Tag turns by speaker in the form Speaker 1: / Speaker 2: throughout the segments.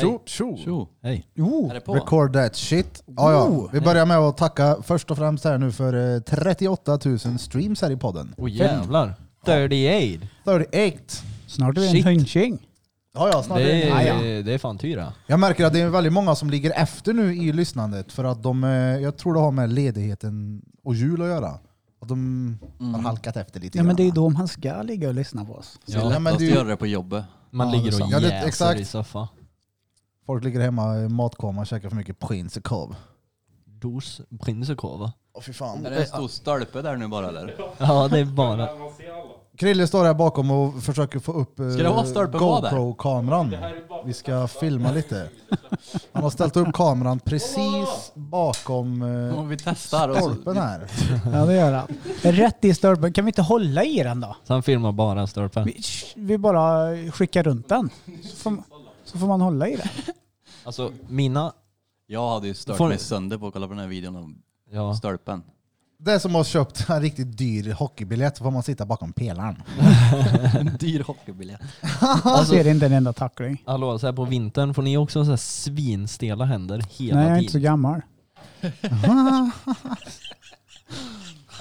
Speaker 1: Tjo, tjo.
Speaker 2: Tjo.
Speaker 3: Hej.
Speaker 2: Är det
Speaker 4: Jo!
Speaker 2: på?
Speaker 1: Record that shit. Ja, ja.
Speaker 4: Oh.
Speaker 1: Vi börjar med att tacka först och främst här nu för eh, 38 000 streams här i podden.
Speaker 2: Åh
Speaker 3: Jävlar.
Speaker 2: 38.
Speaker 1: 38.
Speaker 4: Snart är vi
Speaker 3: Shit.
Speaker 4: en hönching.
Speaker 1: Ja, ja, snart är
Speaker 3: Det
Speaker 1: det.
Speaker 3: är, det är fan tyra.
Speaker 1: Jag märker att det är väldigt många som ligger efter nu i lyssnandet för att de, eh, jag tror det har med ledigheten och jul att göra. Att de har halkat efter lite
Speaker 4: Mm. Ja men det är ju
Speaker 1: grann.
Speaker 4: då man ska ligga och lyssna på oss.
Speaker 2: Ja,
Speaker 1: Ja, men
Speaker 2: lättast
Speaker 1: det är
Speaker 2: att
Speaker 1: ju-
Speaker 2: göra det på jobbet.
Speaker 3: Man
Speaker 4: Ja, det är
Speaker 3: ligger och
Speaker 4: sant.
Speaker 1: Ja, det-
Speaker 3: jäser
Speaker 1: exakt.
Speaker 3: i soffan.
Speaker 1: Folk ligger hemma i matkoma och käkar för mycket prinskorv.
Speaker 3: Dos prinskorva.
Speaker 1: Åh fy fan.
Speaker 2: Är det en stor stolpe där nu bara eller?
Speaker 3: Ja, det är bara...
Speaker 1: Krille står här bakom och försöker få upp eh,
Speaker 2: Ska det vara stolpe på där?
Speaker 1: GoPro-kameran. Vi ska filma lite. Han har ställt upp kameran precis bakom eh,
Speaker 2: Och vi testar. Och så,
Speaker 1: stolpen här.
Speaker 4: Ja det gör han. Rätt i stolpen. Kan vi inte hålla i den då?
Speaker 3: Så han filmar bara stolpen.
Speaker 4: Vi, vi bara skickar runt den. Så får, man- så får man hålla i den.
Speaker 3: Alltså mina...
Speaker 2: jag hade ju stört
Speaker 3: Får-
Speaker 2: mig sönder på att kolla på den här videon om
Speaker 3: Ja.
Speaker 2: stolpen.
Speaker 1: Det är som har köpt en riktigt dyr hockeybiljett så får man sitta bakom pelaren.
Speaker 2: En dyr hockeybiljett.
Speaker 4: Jag
Speaker 3: Alltså,
Speaker 4: ser inte en enda tackling.
Speaker 3: hallå, så här på vintern får ni också så här svinstela händer hela
Speaker 4: Nej jag är inte så
Speaker 3: tiden.
Speaker 4: gammal.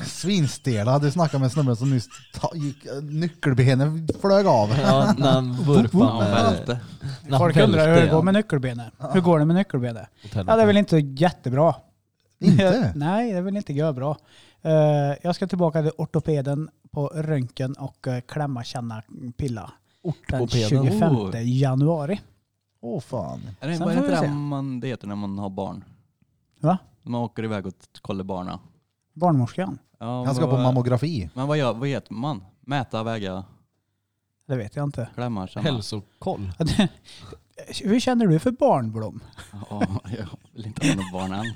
Speaker 1: Svinstela, du snackade med snubben som nyss ta- gick, nyckelbenen flög av.
Speaker 3: Ja, när han vurpar
Speaker 2: Ja,
Speaker 3: med...
Speaker 2: välte.
Speaker 3: när han
Speaker 4: Folk undrar hur det
Speaker 3: välte,
Speaker 4: går
Speaker 3: ja.
Speaker 4: med nyckelbenet. Hur går det med nyckelbenet?
Speaker 3: Åt
Speaker 4: Ja det är
Speaker 3: helvete.
Speaker 4: väl inte jättebra.
Speaker 1: Inte?
Speaker 4: Nej det är väl inte görbra. Eh, jag ska tillbaka till ortopeden på röntgen och eh, klämma, känna, pilla. Den
Speaker 3: Ortopeden.
Speaker 4: 25
Speaker 2: Oh.
Speaker 4: januari.
Speaker 1: Åh fan.
Speaker 2: Är det,
Speaker 4: Sen
Speaker 2: vad
Speaker 4: får
Speaker 2: heter
Speaker 4: vi
Speaker 2: det
Speaker 4: se.
Speaker 2: man, det heter när man har barn?
Speaker 4: Va?
Speaker 2: Man åker iväg och kollar barna.
Speaker 4: Barnmorskan?
Speaker 2: Ja,
Speaker 1: Han ska på
Speaker 2: vad-
Speaker 1: mammografi.
Speaker 2: Men vad, gör, vad heter man? Mäta, väga,
Speaker 4: Det vet jag inte.
Speaker 2: klämma, känna.
Speaker 3: Hälsokoll.
Speaker 4: Hur känner du för barnblom?
Speaker 2: Ja, jag vill inte ha något barn än.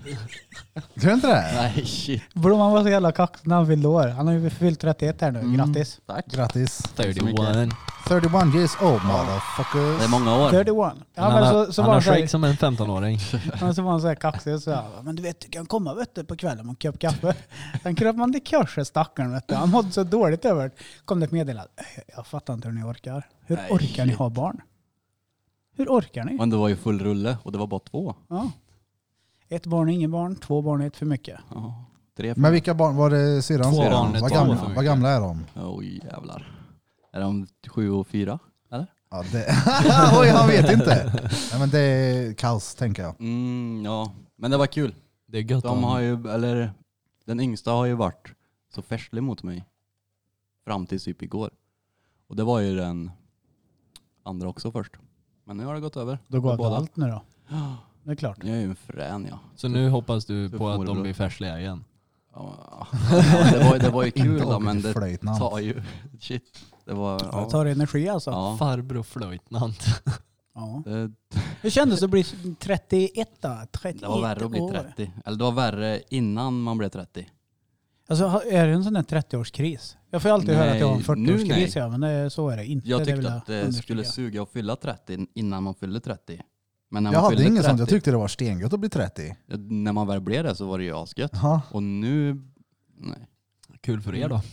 Speaker 1: Tror du inte det?
Speaker 2: Nej, shit.
Speaker 4: Blomman var så jävla kaxig när han fyllde år. Han har ju fyllt 31 här nu. Grattis!
Speaker 2: Tack.
Speaker 1: Grattis.
Speaker 3: 31.
Speaker 1: 31 years old
Speaker 2: Det är
Speaker 1: motherfuckers.
Speaker 2: många år.
Speaker 4: 31. Ja, men så, så,
Speaker 3: han har
Speaker 4: var han så,
Speaker 3: shake
Speaker 4: här,
Speaker 3: som en 15-åring.
Speaker 4: men så var han så här kaxig och så här, Men du vet, du kan komma vet du, på kvällen och köpa kaffe. Sen kröp man till korset stackaren. Vet du. Han mådde så dåligt över det. kom det ett meddelande. "Äh, Jag fattar inte hur ni orkar. Hur
Speaker 2: Nej,
Speaker 4: orkar ni
Speaker 2: shit.
Speaker 4: ha barn? Hur orkar ni?
Speaker 2: Men det var ju full rulle och det var bara två.
Speaker 4: Ja. Ett barn är ingen barn, två barn är ett för mycket.
Speaker 2: Ja, tre,
Speaker 1: Men vilka barn var det syrran?
Speaker 3: Två
Speaker 1: sa?
Speaker 3: barn,
Speaker 1: Vad
Speaker 3: två
Speaker 1: gamla,
Speaker 3: barn.
Speaker 1: vad gamla är de?
Speaker 2: Oj jävlar. Är de sju och fyra?
Speaker 1: Ja, det... Oj, han vet inte. Nej, men det är kaos tänker jag.
Speaker 2: Mm, ja. Men det var kul.
Speaker 3: Det är gött.
Speaker 2: De har ju, eller den yngsta har ju varit så färslig mot mig. Fram till typ igår. Och det var ju den andra också först. Men nu har det gått över.
Speaker 4: Då går
Speaker 2: För
Speaker 4: jag
Speaker 2: båda.
Speaker 4: allt nu då. Det är klart.
Speaker 2: Nu är jag ju en frän ja.
Speaker 3: Så nu hoppas du
Speaker 2: Tuff
Speaker 3: på att de
Speaker 2: morbror.
Speaker 3: blir färsliga igen.
Speaker 2: ja. ja, Det var, det var ju kul
Speaker 1: Inte
Speaker 2: då
Speaker 1: åker
Speaker 2: men
Speaker 1: till
Speaker 2: det
Speaker 1: flöjtnant.
Speaker 2: tar ju, shit. Det var,
Speaker 4: Ja. Det
Speaker 2: ja.
Speaker 4: tar energi alltså.
Speaker 2: ja.
Speaker 3: Farbror flöjtnant.
Speaker 4: Ja.
Speaker 2: Det,
Speaker 4: Hur kändes det att bli 31 då? 31
Speaker 2: det var värre att bli
Speaker 4: år.
Speaker 2: 30. Eller det var värre innan man blev 30.
Speaker 4: Alltså ha- är det en sån där 30-årskris? Jag får ju alltid höra att jag har en
Speaker 2: Nej, nu
Speaker 4: 40-årskris
Speaker 2: nej.
Speaker 4: ja, men det, så är det inte.
Speaker 2: Jag
Speaker 4: vill
Speaker 2: tyckte att det
Speaker 4: understryka.
Speaker 2: skulle suga att fylla 30 innan man fyllde 30. Men när
Speaker 1: Jag
Speaker 2: man
Speaker 1: hade
Speaker 2: fyllde
Speaker 1: inget
Speaker 2: 30,
Speaker 1: sånt. Jag tyckte det var stengött att bli 30.
Speaker 2: När man väl blev det så var det ju asgött.
Speaker 1: Jaha.
Speaker 2: Och nu, nej.
Speaker 3: Kul för er då.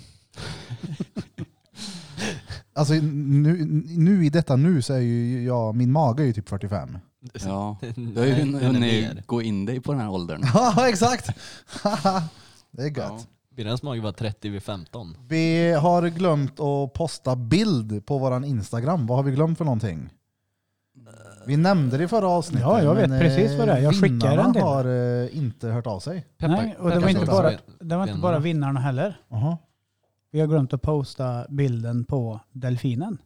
Speaker 1: Alltså nu, nu i detta nu så är ju jag, min mage är ju typ 45.
Speaker 2: Ja. Du har
Speaker 3: Nej,
Speaker 2: ju
Speaker 3: den är mer.
Speaker 2: hunnit gå in dig på den här åldern.
Speaker 1: Ja exakt! det är gött.
Speaker 3: Birrens mage var 30 vid 15.
Speaker 1: Vi har glömt att posta bild på våran Instagram. Vad har vi glömt för någonting? Vi nämnde det i förra avsnittet.
Speaker 4: Ja, jag vet
Speaker 1: men,
Speaker 4: precis vad det är. Jag
Speaker 1: eh,
Speaker 4: skickar
Speaker 1: vinnarna
Speaker 4: den till dig.
Speaker 1: har eh, inte hört av sig.
Speaker 3: Peppar-
Speaker 4: Nej, och det var
Speaker 3: pepparkakor.
Speaker 4: inte bara, det var inte
Speaker 3: Vinnarna.
Speaker 4: bara vinnarna heller.
Speaker 1: Jaha.
Speaker 4: Vi har glömt att posta bilden på delfinen.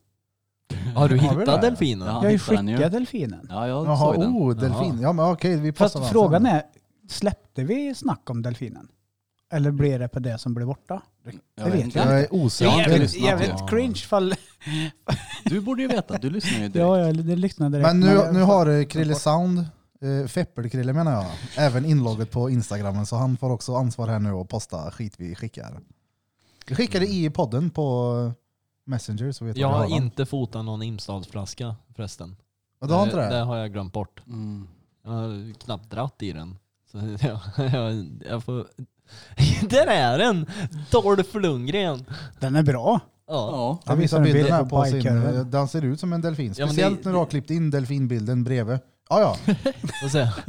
Speaker 3: Har du
Speaker 1: Har vi
Speaker 3: hittat
Speaker 1: det?
Speaker 3: delfinen?
Speaker 2: Ja.
Speaker 4: jag har ju
Speaker 2: hittar den ju.
Speaker 4: skickat delfinen.
Speaker 2: Ja, jag
Speaker 1: Jaha,
Speaker 2: såg den.
Speaker 1: oh, delfin. Ja, men okej, vi
Speaker 4: Fast
Speaker 1: postar den
Speaker 4: frågan
Speaker 1: sen.
Speaker 4: är, släppte vi snack om delfinen? Eller blev det på det som blev borta?
Speaker 2: Jag
Speaker 4: vet
Speaker 2: vet inte.
Speaker 1: Jag är
Speaker 2: Jag har
Speaker 1: osäker.
Speaker 2: inte
Speaker 4: jävligt
Speaker 2: lyssnat.
Speaker 4: jävligt cringe fall.
Speaker 2: Du borde ju veta, du lyssnar ju direkt.
Speaker 4: Ja, jag lyssnade direkt.
Speaker 1: Men nu,
Speaker 4: jag-
Speaker 1: nu har eh, Krille Sound, eh, Feppel-Krille menar jag, även inlogget på Instagramen så han får också ansvar här nu och posta skit vi skickar. Vi skickade i podden på Messenger så vet
Speaker 3: Jag
Speaker 1: vad vi
Speaker 3: har
Speaker 1: har den.
Speaker 3: inte fotat någon Imsdalsflaska förresten.
Speaker 1: Och du har inte
Speaker 3: det?
Speaker 1: det?
Speaker 3: har jag glömt bort.
Speaker 2: Mm.
Speaker 3: Jag har knappt dratt i den. Så jag, jag, jag får... Där är den! Dolph Lundgren!
Speaker 4: Den är bra.
Speaker 3: Ja.
Speaker 2: Ja.
Speaker 1: Han
Speaker 4: Jag
Speaker 1: visar
Speaker 4: visar en bild
Speaker 1: bilden här
Speaker 4: på
Speaker 1: på sin, eh,
Speaker 4: bikekurven.
Speaker 1: den ser ut som en delfin.
Speaker 3: Ja, men
Speaker 1: Speciellt
Speaker 3: det-
Speaker 1: när du har klippt in delfinbilden bredvid. Ja, ja.
Speaker 3: Vad säger jag?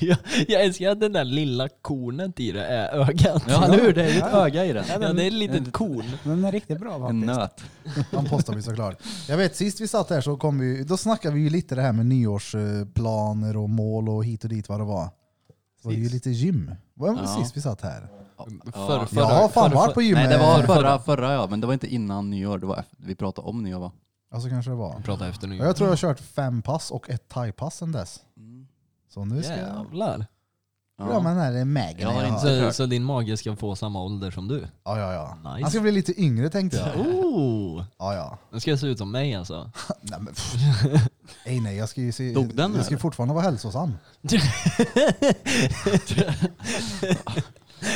Speaker 3: jag? Jag älskar att den där lilla kornet i det är ögat.
Speaker 2: Ja, eller hur? Det är ju ett öga i den.
Speaker 3: Ja, det är ett litet korn.
Speaker 4: Den är riktigt bra
Speaker 2: En
Speaker 4: faktiskt.
Speaker 2: nöt.
Speaker 1: Han postar vi såklart. Jag vet, sist vi satt här så kom vi, då snackade vi ju lite det här med nyårsplaner och mål och hit och dit vad det var. Det var ju
Speaker 3: Precis.
Speaker 1: lite gym. Vad var det
Speaker 2: Ja.
Speaker 1: sist vi satt här?
Speaker 3: Förr-
Speaker 1: Jag har fan
Speaker 3: förr-
Speaker 1: varit på gymmet.
Speaker 2: Nej, det var
Speaker 3: Förra-
Speaker 2: förra, förra ja, men det var inte innan nyår. Det var efter, vi pratade om nyår va?
Speaker 1: Alltså kanske det var.
Speaker 3: Jag pratar efter nu.
Speaker 1: Ja, Jag tror jag har kört fem pass och ett thai-pass sedan dess. Så nu ska jag
Speaker 3: Jävlar.
Speaker 1: Mm. ja. men den här
Speaker 2: Jag
Speaker 1: magen
Speaker 2: har
Speaker 1: jag
Speaker 2: inte
Speaker 1: har.
Speaker 2: sett-
Speaker 1: Ja,
Speaker 3: Så,
Speaker 2: klart.
Speaker 3: så din mage ska få samma ålder som du?
Speaker 1: ja, ja.
Speaker 3: Nice.
Speaker 1: Han ska bli lite yngre tänkte jag.
Speaker 3: Oh,
Speaker 1: Ja, ja.
Speaker 3: den ska se ut som mig alltså.
Speaker 1: Nej, men, pff. nej, nej, jag ska ju se,
Speaker 2: Dog den,
Speaker 1: jag ska ju
Speaker 2: eller?
Speaker 1: fortfarande vara hälsosam.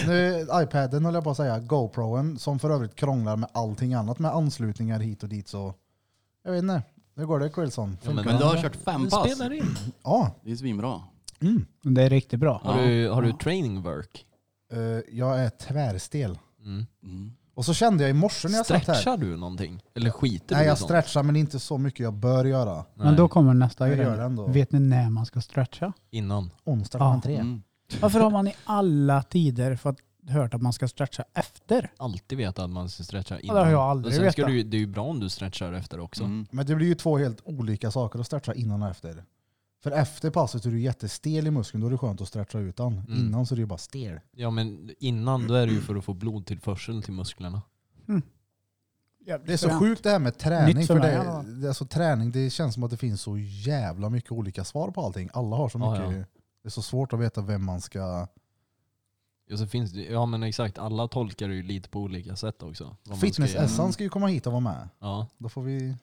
Speaker 1: Nu, iPaden höll jag på att säga, GoProen, som för övrigt krånglar med allting annat med anslutningar hit och dit så... Jag vet inte. Hur går det Quilson?
Speaker 3: Ja, men-
Speaker 2: Men du har kört fem
Speaker 3: Du
Speaker 2: pass.
Speaker 3: spelar in.
Speaker 1: Ja.
Speaker 2: Det är svinbra.
Speaker 1: Mm.
Speaker 4: Det är riktigt bra.
Speaker 3: Har, du, har du
Speaker 2: Ja.
Speaker 3: training work?
Speaker 1: Eh, jag är tvärstel.
Speaker 3: Mm.
Speaker 2: Mm.
Speaker 1: Och så kände jag i morse när jag satt här.
Speaker 3: Stretchar du någonting? Eller skiter
Speaker 1: Nej
Speaker 3: du liksom? i
Speaker 1: jag
Speaker 3: sånt?
Speaker 1: stretchar men inte så mycket jag bör göra.
Speaker 3: Nej,
Speaker 4: Men då kommer nästa
Speaker 1: Jag gör det
Speaker 4: grej.
Speaker 1: ändå.
Speaker 4: Vet ni när man ska stretcha?
Speaker 3: Innan.
Speaker 1: Onsdag
Speaker 4: klockan
Speaker 1: tre.
Speaker 2: Mm.
Speaker 4: Varför har man i alla tider fått hört att man ska stretcha efter?
Speaker 3: Alltid veta att man ska stretcha
Speaker 4: Ja,
Speaker 3: innan.
Speaker 4: det har jag aldrig
Speaker 3: Och sen ska
Speaker 4: vetat.
Speaker 3: du, det är ju bra om du stretchar efter också.
Speaker 2: Mm.
Speaker 1: Men det blir ju två helt olika saker att stretcha innan och efter. För efter passet är du jättestel i muskeln, då är det skönt att stretcha utan.
Speaker 2: Mm.
Speaker 1: Innan så är det ju bara stel.
Speaker 3: Ja men innan då är det ju för att få blodtillförsel till musklerna.
Speaker 1: Det är så sjukt det här med träning.
Speaker 4: Nytt för
Speaker 1: För
Speaker 4: mig,
Speaker 1: det,
Speaker 4: ja.
Speaker 1: det, alltså, träning, det känns som att det finns så jävla mycket olika svar på allting. Alla har så
Speaker 3: Ja,
Speaker 1: mycket. Det är så svårt att veta vem man ska...
Speaker 3: Och så finns det, ja men exakt, alla tolkar det ju lite på olika sätt också. vad man ska göra.
Speaker 1: Fitness-SN ska ju komma hit och vara med.
Speaker 3: Ja,
Speaker 1: Då får vi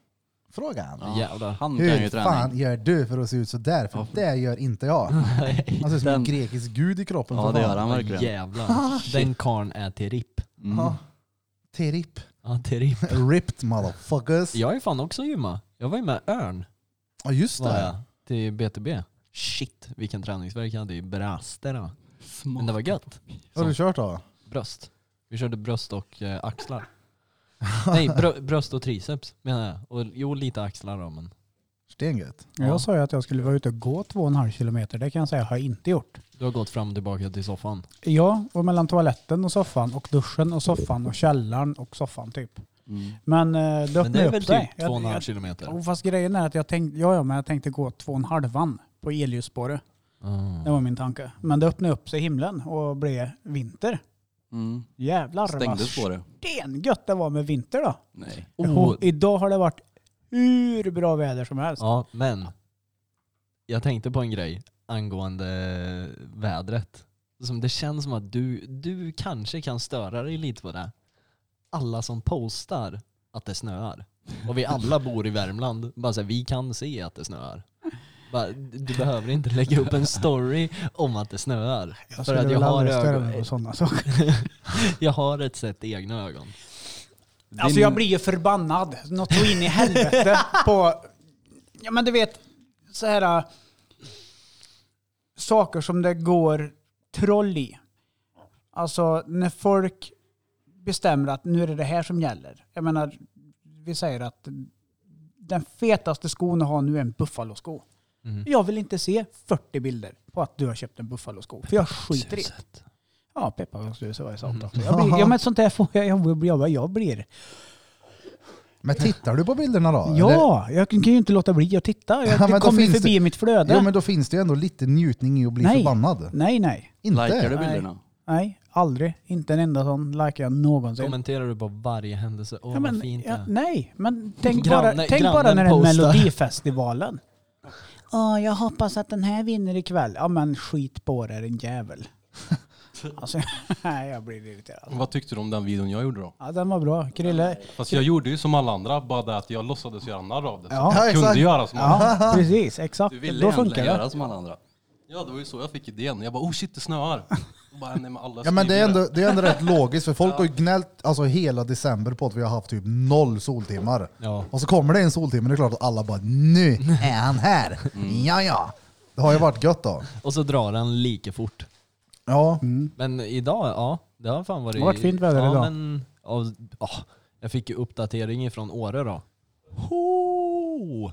Speaker 1: fråga han.
Speaker 2: Ja.
Speaker 3: jävlar.
Speaker 2: Han kan ju
Speaker 1: Hur
Speaker 2: träning.
Speaker 1: fan gör du för att se ut sådär? För
Speaker 2: Ja.
Speaker 1: det gör inte jag. Han ser ut som en
Speaker 2: Den-
Speaker 1: grekisk gud i kroppen.
Speaker 2: Ja
Speaker 1: för
Speaker 2: det
Speaker 1: fan.
Speaker 2: gör han
Speaker 3: Ja, Ah,
Speaker 2: verkligen.
Speaker 3: jävlar. Den karn är till RIP.
Speaker 2: Mm.
Speaker 1: Ja. T-rip.
Speaker 3: Ja, till RIP.
Speaker 1: Ripped motherfuckers. Ja
Speaker 3: Jag är fan också gymma. Jag var ju med Örn
Speaker 1: just
Speaker 3: var jag,
Speaker 1: det.
Speaker 3: till BTB. Shit vilken träningsvärk jag hade i brasterna. Men det var gött.
Speaker 1: Har du kört då?
Speaker 3: Bröst. Vi körde bröst och eh, axlar. Nej, brö- bröst och triceps menar jag. Och, jo, lite axlar då men.
Speaker 1: Stengött.
Speaker 4: Jag sa ju att jag skulle vara ute och gå två och en halv kilometer. Det kan jag säga har jag inte gjort.
Speaker 3: Du har gått fram och tillbaka till soffan.
Speaker 4: Jag var mellan toaletten och soffan och duschen och soffan och källaren och soffan typ.
Speaker 2: Mm.
Speaker 4: Men eh, det
Speaker 3: Men det
Speaker 4: öppnade
Speaker 3: är
Speaker 4: upp
Speaker 3: väl
Speaker 4: sig.
Speaker 3: typ två och en halv
Speaker 4: Jag-
Speaker 3: kilometer?
Speaker 4: jag- oh, Fast grejen är att jag tänkte, ja, ja, men jag tänkte gå två och en halvan på elljusspåret. Det
Speaker 3: Ah.
Speaker 4: var min tanke. Men det öppnade upp sig himlen och blev vinter.
Speaker 2: Mm.
Speaker 4: Jävlar vad
Speaker 2: Stängdes på det?
Speaker 4: stengött det var med vinter då.
Speaker 2: Nej.
Speaker 3: Oh,
Speaker 4: Och Idag har det varit hur bra väder som helst.
Speaker 3: ja, men jag tänkte på en grej angående vädret. Som det känns som att du, du kanske kan störa dig lite på det. Alla som postar att det snöar. Och vi alla bor i Värmland. Bara så här, vi kan se att det snöar. Bara, du behöver inte lägga upp en story om att det snöar.
Speaker 4: Jag
Speaker 3: För att
Speaker 4: skulle
Speaker 3: jag
Speaker 4: väl
Speaker 3: har,
Speaker 4: aldrig störa
Speaker 3: ögon,
Speaker 4: mig på sådana saker.
Speaker 3: jag har ett sätt i egna ögon.
Speaker 4: Alltså jag blir ju förbannad. Något så in i helvete på... Ja men du vet, så här... äh, Saker som det går troll i. Alltså när folk bestämmer att nu är det det här som gäller. Jag menar, vi säger att den fetaste skon att ha nu är en buffalosko.
Speaker 3: Mm.
Speaker 4: Jag vill inte se 40 bilder på att du har köpt en buffalosko. För jag skiter i det. Ja, pepparkaksljus var ju sånt också. Jag blir, ja, men sånt där får jag, jag, blir- jag, jag blir.
Speaker 1: Men tittar du på bilderna då? Eller?
Speaker 4: Ja, jag kan ju inte låta bli att titta.
Speaker 1: Ja,
Speaker 4: Jag
Speaker 1: men
Speaker 4: det
Speaker 1: då
Speaker 4: kommer ju
Speaker 1: finns
Speaker 4: förbi mitt flöde.
Speaker 1: Jo men då finns det ju ändå lite njutning i att bli
Speaker 4: Nej.
Speaker 1: förbannad.
Speaker 4: Nej, nej,
Speaker 1: Inte?
Speaker 2: Likar du
Speaker 4: Nej.
Speaker 2: bilderna?
Speaker 4: nej, aldrig. Inte en enda sån likar jag någonsin.
Speaker 3: Kommenterar du på varje händelse? Åh
Speaker 4: Ja,
Speaker 3: vad
Speaker 4: men,
Speaker 3: fint det
Speaker 4: ja,
Speaker 3: är.
Speaker 4: nej, men tänk
Speaker 3: Granne-
Speaker 4: bara, tänk bara
Speaker 3: grannen
Speaker 4: när det är
Speaker 3: postar.
Speaker 4: Melodifestivalen. Ja, jag hoppas att den här vinner ikväll. Ja, men skit på det, din jävel. alltså, nej, jag blir irriterad.
Speaker 5: Vad tyckte du om den videon jag gjorde då?
Speaker 4: Ja, den var bra. Krille,
Speaker 5: Fast jag gjorde ju som alla andra, bara det att jag låtsades göra narr av det. Så
Speaker 4: Ja,
Speaker 5: jag
Speaker 1: exakt.
Speaker 5: kunde göra som alla andra.
Speaker 4: ja, precis, exakt.
Speaker 2: Du ville
Speaker 4: Då
Speaker 2: egentligen
Speaker 4: funkar det.
Speaker 2: göra som alla andra.
Speaker 5: Ja, det var ju så jag fick idén. Jag bara, oh shit det snöar. Och bara, nej, men alla
Speaker 1: Ja men det är,
Speaker 5: skriver
Speaker 1: ändå, det är ändå rätt logiskt för folk har ju gnällt alltså, hela december på att vi har haft typ noll soltimmar.
Speaker 3: Ja.
Speaker 1: Och så kommer det en soltimme och det är klart att alla bara nu är han här. Ja ja. Det har ju varit gött då.
Speaker 3: Och så drar han lika fort.
Speaker 1: Ja.
Speaker 3: Men idag, ja. Det har fan varit...
Speaker 4: Det har varit fint väder
Speaker 3: ja,
Speaker 4: idag.
Speaker 3: Men, ja, ja, Jag fick ju uppdatering ifrån Åre då. Ho!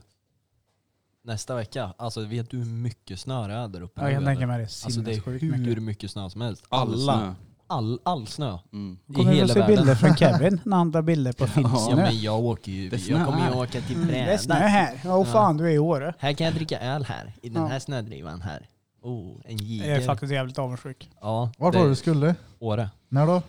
Speaker 3: Nästa vecka. Alltså vet du hur mycket snö det är där uppe?
Speaker 4: Jag
Speaker 3: nu,
Speaker 4: kan
Speaker 3: eller?
Speaker 4: tänka mig det.
Speaker 3: Alltså det är
Speaker 4: Sinnessjukt
Speaker 3: hur
Speaker 4: mycket.
Speaker 3: mycket. snö som helst.
Speaker 2: All
Speaker 3: Alla,
Speaker 2: snö.
Speaker 3: all, all snö
Speaker 2: Mm.
Speaker 4: Kommer
Speaker 3: i
Speaker 4: vi
Speaker 3: hela
Speaker 4: se
Speaker 3: världen.
Speaker 4: bilder från Kevin när han tar bilder på
Speaker 3: Ja,
Speaker 4: filmsnö?
Speaker 3: men jag åker ju,
Speaker 2: Det
Speaker 3: jag kommer ju
Speaker 2: snöar.
Speaker 3: åka till
Speaker 4: Mm,
Speaker 3: Bräda.
Speaker 4: det är snö här. Ja, oh, fan du är i Åre.
Speaker 3: Här kan jag dricka öl här, i den
Speaker 4: Ja.
Speaker 3: här snödrivan här. Oh, en
Speaker 4: Jag
Speaker 3: jiger.
Speaker 4: är faktiskt jävligt avundsjuk.
Speaker 3: Ja,
Speaker 1: Vart
Speaker 3: det-
Speaker 1: var du skulle?
Speaker 3: Åre.
Speaker 1: När då?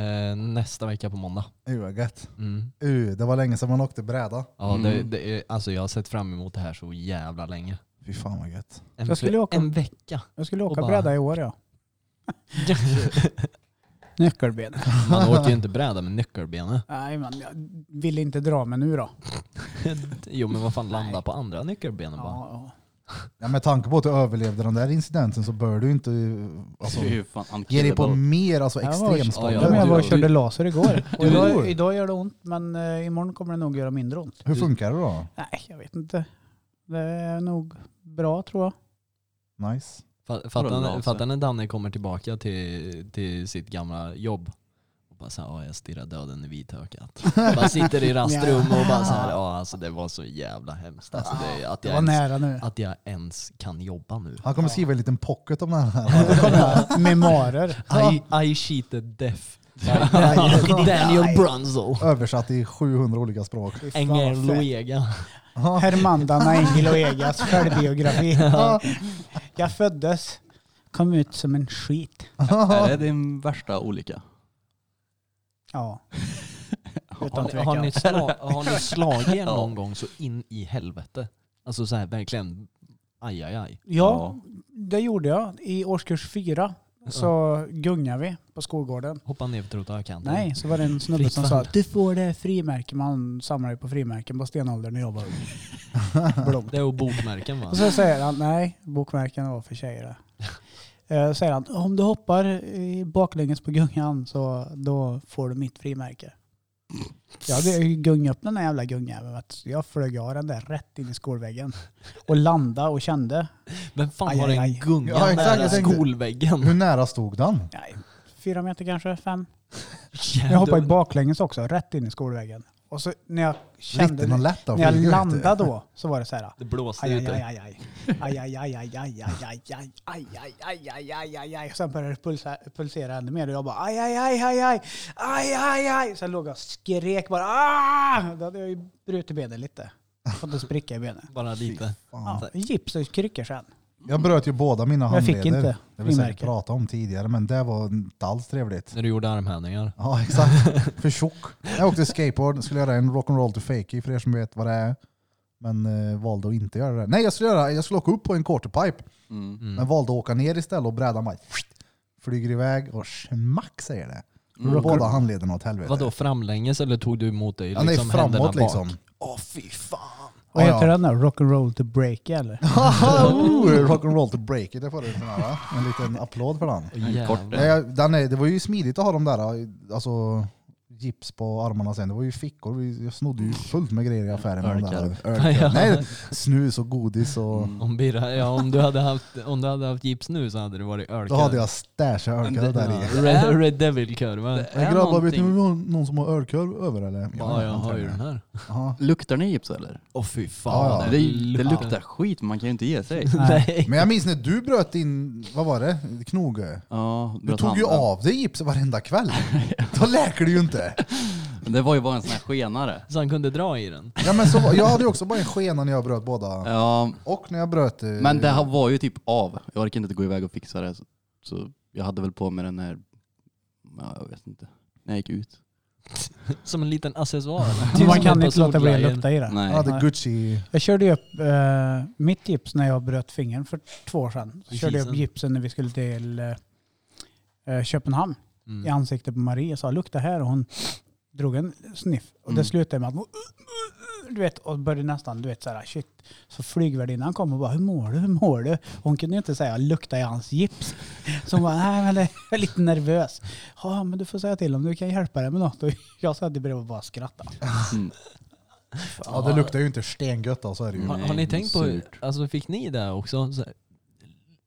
Speaker 3: Eh, nästa vecka på måndag.
Speaker 1: Uh, vad gött.
Speaker 3: Mm.
Speaker 1: Uh, det var länge sedan man åkte bräda.
Speaker 3: Ja,
Speaker 2: Mm.
Speaker 3: det, det, är- alltså jag har sett fram emot det här så jävla länge.
Speaker 1: Fy fan vad gött.
Speaker 3: En,
Speaker 4: Jag skulle
Speaker 3: ve-
Speaker 4: åka.
Speaker 3: en vecka.
Speaker 4: Jag skulle åka
Speaker 3: Och bara-
Speaker 4: bräda i Åre ja. Nyckelben.
Speaker 3: Man åker ju inte bräda med nyckelbenet.
Speaker 4: Nej man, jag vill inte dra mig nu då.
Speaker 3: Jo men vad fan, landa
Speaker 4: Nej.
Speaker 3: på andra nyckelbenen bara.
Speaker 4: Ja,
Speaker 1: Ja, med tanke på att du överlevde den där incidenten så bör du inte eh, alltså,
Speaker 2: Det är ju fan
Speaker 1: ge dig på
Speaker 2: unkillable.
Speaker 1: mer alltså,
Speaker 4: Jag var-
Speaker 1: extremskador.
Speaker 4: ja.
Speaker 2: Ja,
Speaker 4: Ja, men jag
Speaker 2: du-
Speaker 4: var och
Speaker 2: du-
Speaker 4: körde laser igår. Och
Speaker 1: Du-
Speaker 4: idag, idag gör det ont men eh, imorgon kommer det nog göra mindre ont.
Speaker 1: Hur funkar det då?
Speaker 4: Nej, jag vet inte. Det är nog bra tror jag.
Speaker 1: Nice.
Speaker 3: Fa-
Speaker 2: Vadå,
Speaker 3: Fatta
Speaker 2: laser?
Speaker 3: när- fatta när Danne kommer tillbaka till, till sitt gamla jobb. Och bara såhär, ja jag stirrar döden i vitögat. Bara sitter i rastrum och bara såhär, ja alltså det var så jävla hemskt. Alltså, det, att,
Speaker 4: Det
Speaker 3: jag
Speaker 4: var
Speaker 3: ens,
Speaker 4: nära nu.
Speaker 3: att jag ens kan jobba nu.
Speaker 1: Han kommer skriva en liten pocket om det
Speaker 4: Ja,
Speaker 1: här.
Speaker 4: Då kommer jag. Memoarer.
Speaker 3: I, I cheated death. Like Daniel, Daniel Brunzel.
Speaker 1: Översatt i 700 olika språk.
Speaker 4: Fy fan,
Speaker 3: Engel
Speaker 4: fett.
Speaker 3: Luega.
Speaker 4: Hermanda Naingel och Egas självbiografi. Ja. Jag föddes, kom ut som en skit.
Speaker 2: Är det din värsta olycka?
Speaker 4: Ja, utan
Speaker 3: Har, har,
Speaker 4: tvekan.
Speaker 3: ni slag, har ni slagit er någon gång så in i helvete? Alltså så här verkligen, aj aj aj.
Speaker 4: Ja, det gjorde jag. I årskurs fyra så gungade vi på skolgården.
Speaker 3: Hoppa ner för trottoarkanten.
Speaker 4: Nej, så var det en snubbe som sa
Speaker 3: Fritt fall.
Speaker 4: du får det här frimärken. Man samlar ju på frimärken på stenåldern när jag var ung. Blom.
Speaker 3: Det är och bokmärken va?
Speaker 4: Och så säger han, nej, bokmärken var för tjejer det. Eh, säger han, om du hoppar i baklänges på gungan så då får du mitt frimärke. Jag hade ju gungat upp den där jävla gungjäveln. vet du. Jag flög av den där rätt in i skolväggen. Och landade och kände,
Speaker 3: Vem fan
Speaker 4: Aj,
Speaker 3: har
Speaker 4: aj,
Speaker 3: en
Speaker 4: aj.
Speaker 3: gunga
Speaker 1: Ja, exakt,
Speaker 3: nära
Speaker 1: jag tänkte-
Speaker 3: skolväggen?
Speaker 1: Hur nära stod den?
Speaker 4: nej, fyra meter kanske, fem.
Speaker 3: Jävlar.
Speaker 4: Jag hoppade i baklänges också, rätt in i skolväggen. Och så när jag kände,
Speaker 1: Liten och lätt av
Speaker 4: när jag
Speaker 1: flyg, vet du.
Speaker 4: landade då så var det så här.
Speaker 3: Det blåste
Speaker 4: Aj, aj,
Speaker 3: ute.
Speaker 4: aj, aj, aj. Aj, aj, aj, aj, aj, aj, aj, aj, aj, aj, aj, aj, aj, aj, aj. Sen började det pulsa, pulsera ännu mer och jag bara aj, aj, aj, aj, aj, aj, aj, aj. Sen låg jag och skrek bara ah! Då hade jag ju brutit benet lite. Fått en spricka i benet.
Speaker 3: Bara lite.
Speaker 1: Fan.
Speaker 4: Ja, gips och kryckor sen.
Speaker 1: Jag bröt ju båda mina
Speaker 4: Jag fick
Speaker 1: handleder.
Speaker 4: inte
Speaker 1: Det vill säga, jag
Speaker 4: frimärke.
Speaker 1: pratade om tidigare, men det var inte alls trevligt.
Speaker 3: När du gjorde armhävningar.
Speaker 1: Ja, exakt. För tjock. Jag åkte skateboard, skulle göra en rock'n'roll to fakey för er som vet vad det är. Men eh, valde att inte göra det. Nej, jag skulle, göra, jag skulle åka upp på en quarterpipe,
Speaker 2: Mm.
Speaker 1: men valde att åka ner istället och brädan bara flyger iväg och smack säger det.
Speaker 2: Mm.
Speaker 1: Båda handlederna åt helvete.
Speaker 3: Vadå framlänges eller tog du emot dig
Speaker 1: Ja,
Speaker 3: liksom,
Speaker 1: nej,
Speaker 3: händerna
Speaker 1: framåt
Speaker 3: bak?
Speaker 1: liksom.
Speaker 3: Åh fy fan.
Speaker 4: Vad
Speaker 1: Ja, ja.
Speaker 4: heter den där? Rock'n'roll to break eller?
Speaker 1: Ooh, Rock'n'roll to break it, det får du en sån här, va? En liten applåd för den.
Speaker 2: En kort-
Speaker 3: Jävlar.
Speaker 1: Nej, jag- den är, det var ju smidigt att ha de där, alltså gips på armarna sen. Det var ju fickor. Vi- Jag snodde ju fullt med grejer i affären. Med de där.
Speaker 2: Ölkorv.
Speaker 1: Ölkorv.
Speaker 3: Ja.
Speaker 1: Nej, snus och godis och...
Speaker 2: Mm.
Speaker 3: Om, Birra, ja, om, du hade haft, om du hade haft gips nu så hade det varit ölkorv.
Speaker 1: Då hade jag stashat ölkorv där i.
Speaker 3: Red, Red Devil-kurvan.
Speaker 2: Det är
Speaker 1: Men grabbar, vet ni
Speaker 2: någonting-
Speaker 1: om vi har någon som har ölkorv över eller?
Speaker 3: Ja, jag har ju den här.
Speaker 1: Jaha.
Speaker 2: Luktar ni gips eller?
Speaker 3: Åh fy fan.
Speaker 1: Ja, ja.
Speaker 2: Det, det luktar skit, man kan ju inte ge sig.
Speaker 3: Nej.
Speaker 1: Men jag minns när du bröt din, vad var det, knoge?
Speaker 2: Ja,
Speaker 1: Du
Speaker 2: bröt
Speaker 1: tog ju
Speaker 2: handen.
Speaker 1: av dig gipset varenda kväll. Då läker du ju inte.
Speaker 2: Men Det var ju bara en sån här skenare.
Speaker 3: Så han kunde dra i den.
Speaker 1: Ja, men så, var- jag hade ju också bara en skena när jag bröt båda.
Speaker 2: Ja,
Speaker 1: Och när jag bröt... eh,
Speaker 2: men det här var ju typ av. Jag orkade inte gå iväg och fixa det. Så, så jag hade väl på mig den här, ja, jag vet inte, när jag gick ut.
Speaker 3: Som en liten accessoar. Typ
Speaker 4: Man kan inte låta bli att lukta i den.
Speaker 1: Jag
Speaker 2: Nej.
Speaker 1: hade Gucci...
Speaker 4: Jag körde ju upp eh, mitt gips när jag bröt fingern för två år sedan. Så
Speaker 3: I
Speaker 4: körde jag upp
Speaker 3: kisen.
Speaker 4: gipsen när vi skulle till eh, eh, Köpenhamn. i
Speaker 3: Mm.
Speaker 4: ansiktet på Marie och sa lukta här och hon drog en sniff. Och det
Speaker 2: Mm.
Speaker 4: slutade med att hon, du vet, och började nästan, du vet så här shit. Så flygvärdinnan kom och bara, hur mår du, hur mår du? Hon kunde ju inte säga, lukta i hans gips. Så hon bara, nej men det- jag är lite nervös. Ja men du får säga till om du kan hjälpa dig med något. Och jag satt bredvid och bara skrattade.
Speaker 2: Mm.
Speaker 1: Ja, det luktar ju inte stengött då, så är det ju.
Speaker 3: Har,
Speaker 2: Nej,
Speaker 3: har ni
Speaker 2: men
Speaker 3: tänkt på,
Speaker 2: surt.
Speaker 3: alltså fick ni det också? Så här,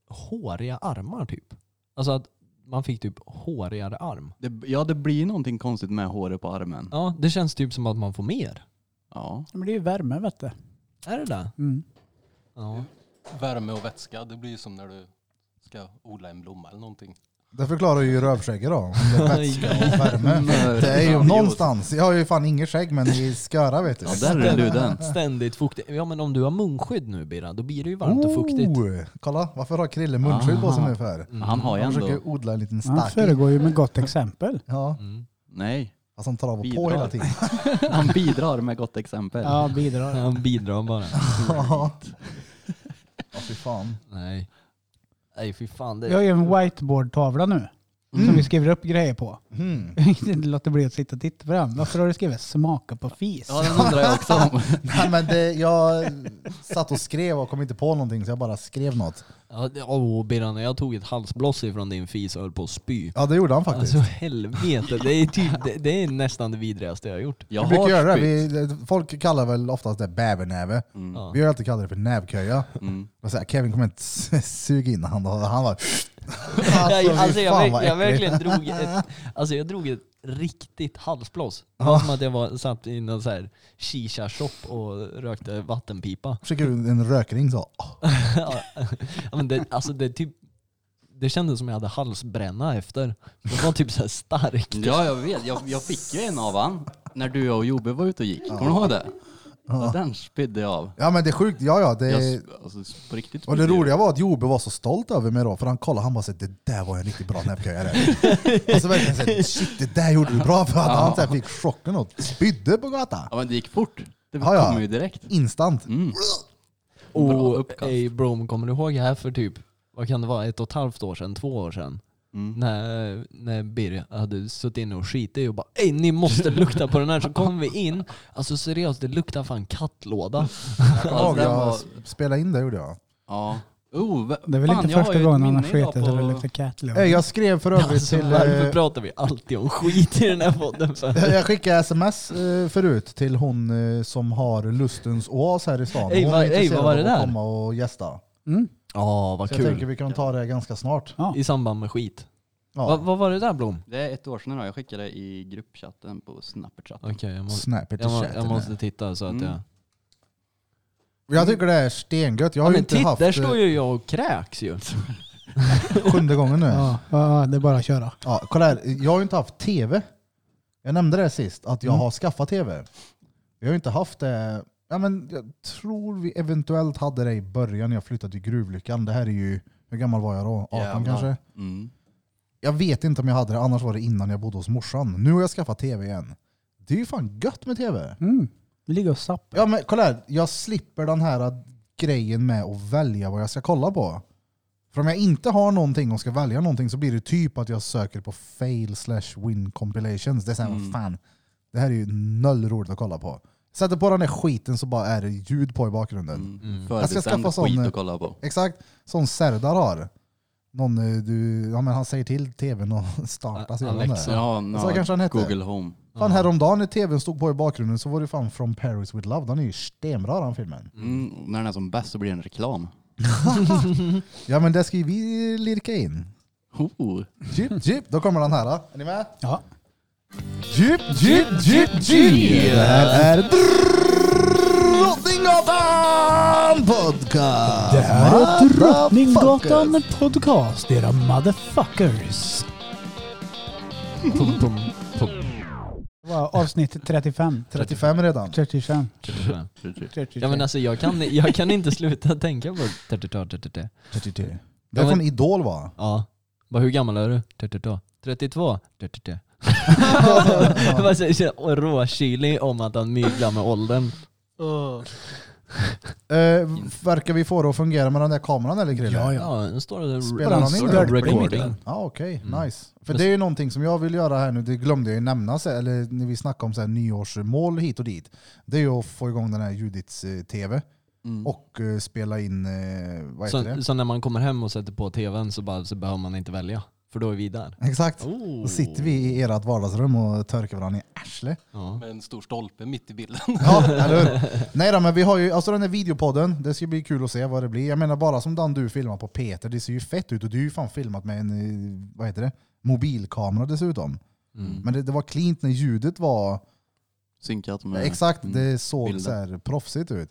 Speaker 3: håriga armar typ. Alltså att man fick typ hårigare arm.
Speaker 2: Det, ja, det blir någonting konstigt med håret på armen.
Speaker 3: Ja, det känns typ som att man får mer.
Speaker 2: Ja.
Speaker 4: Men det är ju värme vet du.
Speaker 3: Är det det?
Speaker 4: Mm.
Speaker 3: Ja.
Speaker 5: Värme och vätska, det blir ju som när du ska odla en blomma eller någonting.
Speaker 1: Det förklarar ju rövskägget då. om Det är vätska och värme.
Speaker 2: Nej,
Speaker 1: Det är ju
Speaker 2: idiot.
Speaker 1: någonstans. Jag har ju fan inget skägg men i sköra vet du.
Speaker 2: Ja, där är du den.
Speaker 3: Ständigt fuktigt. Ja men om du har munskydd nu Birra, då blir det ju varmt och fuktigt.
Speaker 1: Oh, kolla, varför har Krille munskydd på sig nu för?
Speaker 3: Mm.
Speaker 2: Han har ju
Speaker 1: Han
Speaker 2: ändå...
Speaker 1: försöker odla en liten
Speaker 4: Han
Speaker 1: stack.
Speaker 4: föregår ju med gott exempel.
Speaker 1: Ja,
Speaker 3: Mm.
Speaker 2: Nej,
Speaker 1: fast han tar av och på
Speaker 2: Bidrar.
Speaker 1: hela tiden.
Speaker 2: han bidrar med gott exempel.
Speaker 4: Ja, bidrar.
Speaker 3: Han bidrar bara.
Speaker 1: Ja, Ja, fy fan.
Speaker 3: Nej. Nej fy fan.
Speaker 4: Vi har
Speaker 3: Det...
Speaker 4: ju en whiteboard-tavla nu. Som vi skriver upp grejer på.
Speaker 1: Mm.
Speaker 4: Låt det bli att sitta och titta på den. Varför har du skrivit smaka på fis?
Speaker 2: Ja, den undrar jag också om.
Speaker 1: Nej, men det, jag satt och skrev och kom inte på någonting så jag bara skrev något.
Speaker 3: Ja, det- Åh Birra, när jag tog ett halsbloss ifrån din fis och höll på att spy.
Speaker 1: Ja det gjorde han faktiskt.
Speaker 3: Alltså helvete, det är, typ, det, det är nästan det vidrigaste jag har gjort.
Speaker 2: Jag
Speaker 1: vi brukar
Speaker 2: har
Speaker 1: göra det.
Speaker 2: spytt.
Speaker 1: Vi, folk kallar väl oftast det bävernäve.
Speaker 2: Mm.
Speaker 3: Ja.
Speaker 1: Vi har alltid kallat det för nävköja.
Speaker 2: Mm.
Speaker 1: Och så här, Kevin kommer inte suga in han och han bara...
Speaker 3: Jag,
Speaker 1: fy
Speaker 3: alltså jag,
Speaker 1: fan,
Speaker 3: verk-
Speaker 1: vad
Speaker 3: jag
Speaker 1: äckligt.
Speaker 3: verkligen drog ett, alltså jag drog ett riktigt halsblås. Det var som att jag var, satt i någon så här shisha-shop och rökte vattenpipa.
Speaker 1: Skickar ut en rökring så.
Speaker 3: Ja, men det, alltså det, typ, det kändes som jag hade halsbränna efter. Det var typ så här starkt.
Speaker 2: Ja, jag vet. Jag, jag fick ju en av han när du och Jobbe var ute och gick. Kommer du ihåg det? Ja. Den spydde jag av.
Speaker 1: Ja men det är sjukt, ja ja.
Speaker 2: Jag,
Speaker 1: Det,
Speaker 2: sp- alltså, på riktigt
Speaker 1: och det
Speaker 2: spydde jag.
Speaker 1: roliga var att Jobe var så stolt över mig då, för han kollade han bara så här, det där var en riktigt bra nävköja det. Och så verkligen såhär, shit det där gjorde du bra för att han så här, fick chocken och spydde på gatan.
Speaker 2: Ja, men det gick fort. Det
Speaker 1: Ja, ja.
Speaker 2: kom ju direkt.
Speaker 1: Instant.
Speaker 2: Mm. Bra
Speaker 3: Och
Speaker 2: uppkast.
Speaker 3: ey Brom, kommer du ihåg här för typ, vad kan det vara, ett och ett halvt år sedan, två år sedan?
Speaker 2: Mm.
Speaker 3: När, när Birre hade suttit inne och skitit och bara Ey ni måste lukta på den här. Så kom vi in, alltså seriöst det luktar fan kattlåda.
Speaker 1: Jag kommer
Speaker 2: Ja, Alltså,
Speaker 1: ihåg,
Speaker 2: den
Speaker 1: jag
Speaker 2: var-
Speaker 1: spelade in det gjorde jag.
Speaker 2: Ja. Oh, va-
Speaker 4: Det är väl
Speaker 2: fan,
Speaker 4: inte
Speaker 2: jag har
Speaker 4: första
Speaker 2: ju ett
Speaker 4: gången han har
Speaker 2: minne idag
Speaker 4: skitit så det
Speaker 2: på-
Speaker 4: luktar
Speaker 1: Eh,
Speaker 4: catlove.
Speaker 1: Jag skrev för övrigt
Speaker 3: Alltså,
Speaker 1: till...
Speaker 3: varför
Speaker 1: eh,
Speaker 3: pratar vi alltid om skit i den här podden? För?
Speaker 1: Jag skickade sms eh, förut till hon eh, som har Lustens oas här i stan.
Speaker 3: Ey,
Speaker 1: Hon
Speaker 3: vad-
Speaker 1: är
Speaker 3: ey, vad
Speaker 1: intresserad
Speaker 3: var det
Speaker 1: av att
Speaker 3: där?
Speaker 1: komma och gästa.
Speaker 4: Mm.
Speaker 3: Ja vad
Speaker 1: Så jag tänker
Speaker 3: kul.
Speaker 1: vi kan ta det ganska snart.
Speaker 4: Ja.
Speaker 3: I samband med skit.
Speaker 1: Ja.
Speaker 3: Vad, vad var det där Blom?
Speaker 2: Det är ett år sedan idag. Jag skickade det i gruppchatten på Snapchat.
Speaker 3: Okej jag, må,
Speaker 1: Snap it
Speaker 3: jag, må,
Speaker 1: to
Speaker 3: jag
Speaker 1: chat.
Speaker 3: måste titta så att
Speaker 2: Mm.
Speaker 3: jag...
Speaker 1: Jag tycker det är stengött. Jag har ju
Speaker 3: men
Speaker 1: inte
Speaker 3: titta,
Speaker 1: haft
Speaker 3: där
Speaker 1: eh,
Speaker 3: står ju jag och kräks ju.
Speaker 1: sjunde gången nu. Ja.
Speaker 4: Ja, ja, ja, det är bara att köra.
Speaker 1: kolla här. Jag har ju inte haft tv. Jag nämnde det sist, att
Speaker 3: Mm.
Speaker 1: jag har skaffat tv. Jag har ju inte haft det. Ja, men jag tror vi eventuellt hade det i början när jag flyttade till gruvlyckan. Det här är ju, hur gammal var jag då? 18
Speaker 5: Jävlar.
Speaker 1: kanske?
Speaker 2: Mm.
Speaker 1: Jag vet inte om jag hade det, annars var det innan jag bodde hos morsan. Nu har jag skaffat tv igen. Det är ju fan gött med tv.
Speaker 4: Mm. Ligga och sappa.
Speaker 1: Ja men kolla här, jag slipper den här grejen med att välja vad jag ska kolla på. För om jag inte har någonting och ska välja någonting så blir det typ att jag söker på fail slash win compilations. Det är såhär, vad fan, det här är ju noll roligt att kolla på. Sätter på den där skiten så bara är det ljud på i bakgrunden.
Speaker 2: Mm.
Speaker 1: Jag ska
Speaker 2: Förbestämd
Speaker 1: skaffa sån,
Speaker 2: skit
Speaker 1: eh,
Speaker 2: att kolla på.
Speaker 1: Exakt, som Serdar har. Någon, eh, du, ja, men han säger till tvn och starta sedan
Speaker 3: Alexa.
Speaker 1: där.
Speaker 2: Ja,
Speaker 1: Så
Speaker 2: no,
Speaker 1: kanske han hette.
Speaker 2: Google Home.
Speaker 1: Fan häromdagen när tvn stod på i bakgrunden så var det fan From Paris With Love. Den är ju stenbra den filmen.
Speaker 2: Mm. När den är som bäst så blir det en reklam.
Speaker 1: Ja men det ska ju vi lirka in.
Speaker 2: Oh.
Speaker 1: Jip, jip, då kommer den här. Är ni med?
Speaker 4: Ja.
Speaker 1: Jip, jip, jip, jip! Det här är Drottninggatan Podcast!
Speaker 4: Det här är Drottninggatan podcast, era motherfuckers. Det var avsnitt 35.
Speaker 1: 35 redan.
Speaker 4: 35.
Speaker 3: Ja men alltså jag kan, jag kan inte sluta tänka på 32, 33.
Speaker 1: 33. Det är från Idol va?
Speaker 3: Ja. Bara hur gammal är du? 32. 32? 33. Vad säger jag? Och råkylig om att han myglar med åldern.
Speaker 1: Eh, verkar vi få det att fungera med den där kameran eller Krille?
Speaker 4: Ja, ja.
Speaker 3: Ja, nu står det
Speaker 1: Spelar han in
Speaker 3: står
Speaker 1: det?
Speaker 3: det recording.
Speaker 1: Ja okej,
Speaker 3: Mm.
Speaker 1: nice. För det är ju någonting som jag vill göra här nu, det glömde jag ju nämna, så- eller när vi snackade om så här nyårsmål hit och dit. Det är ju att få igång den här Judits eh, TV
Speaker 2: Mm.
Speaker 1: och eh, spela in, eh, vad heter
Speaker 3: Så,
Speaker 1: det?
Speaker 3: så när man kommer hem och sätter på tvn så, bara, så behöver man inte välja. För då är vi där.
Speaker 1: Exakt.
Speaker 3: Oh.
Speaker 1: Då sitter vi i ert vardagsrum och törkar varandra i arslet.
Speaker 3: Ja.
Speaker 5: Med en stor stolpe mitt i bilden.
Speaker 1: Ja, eller hur? Nej då, men vi har ju, alltså den här videopodden, det ska bli kul att se vad det blir. Jag menar bara som den du filmar på Peter, det ser ju fett ut och du har ju fan filmat med en, eh, vad heter det, mobilkamera dessutom.
Speaker 3: Mm.
Speaker 1: Men det, det var klint när ljudet var,
Speaker 2: Synkat med...
Speaker 1: exakt,
Speaker 2: Mm.
Speaker 1: det såg
Speaker 2: bilden.
Speaker 1: så här proffsigt ut.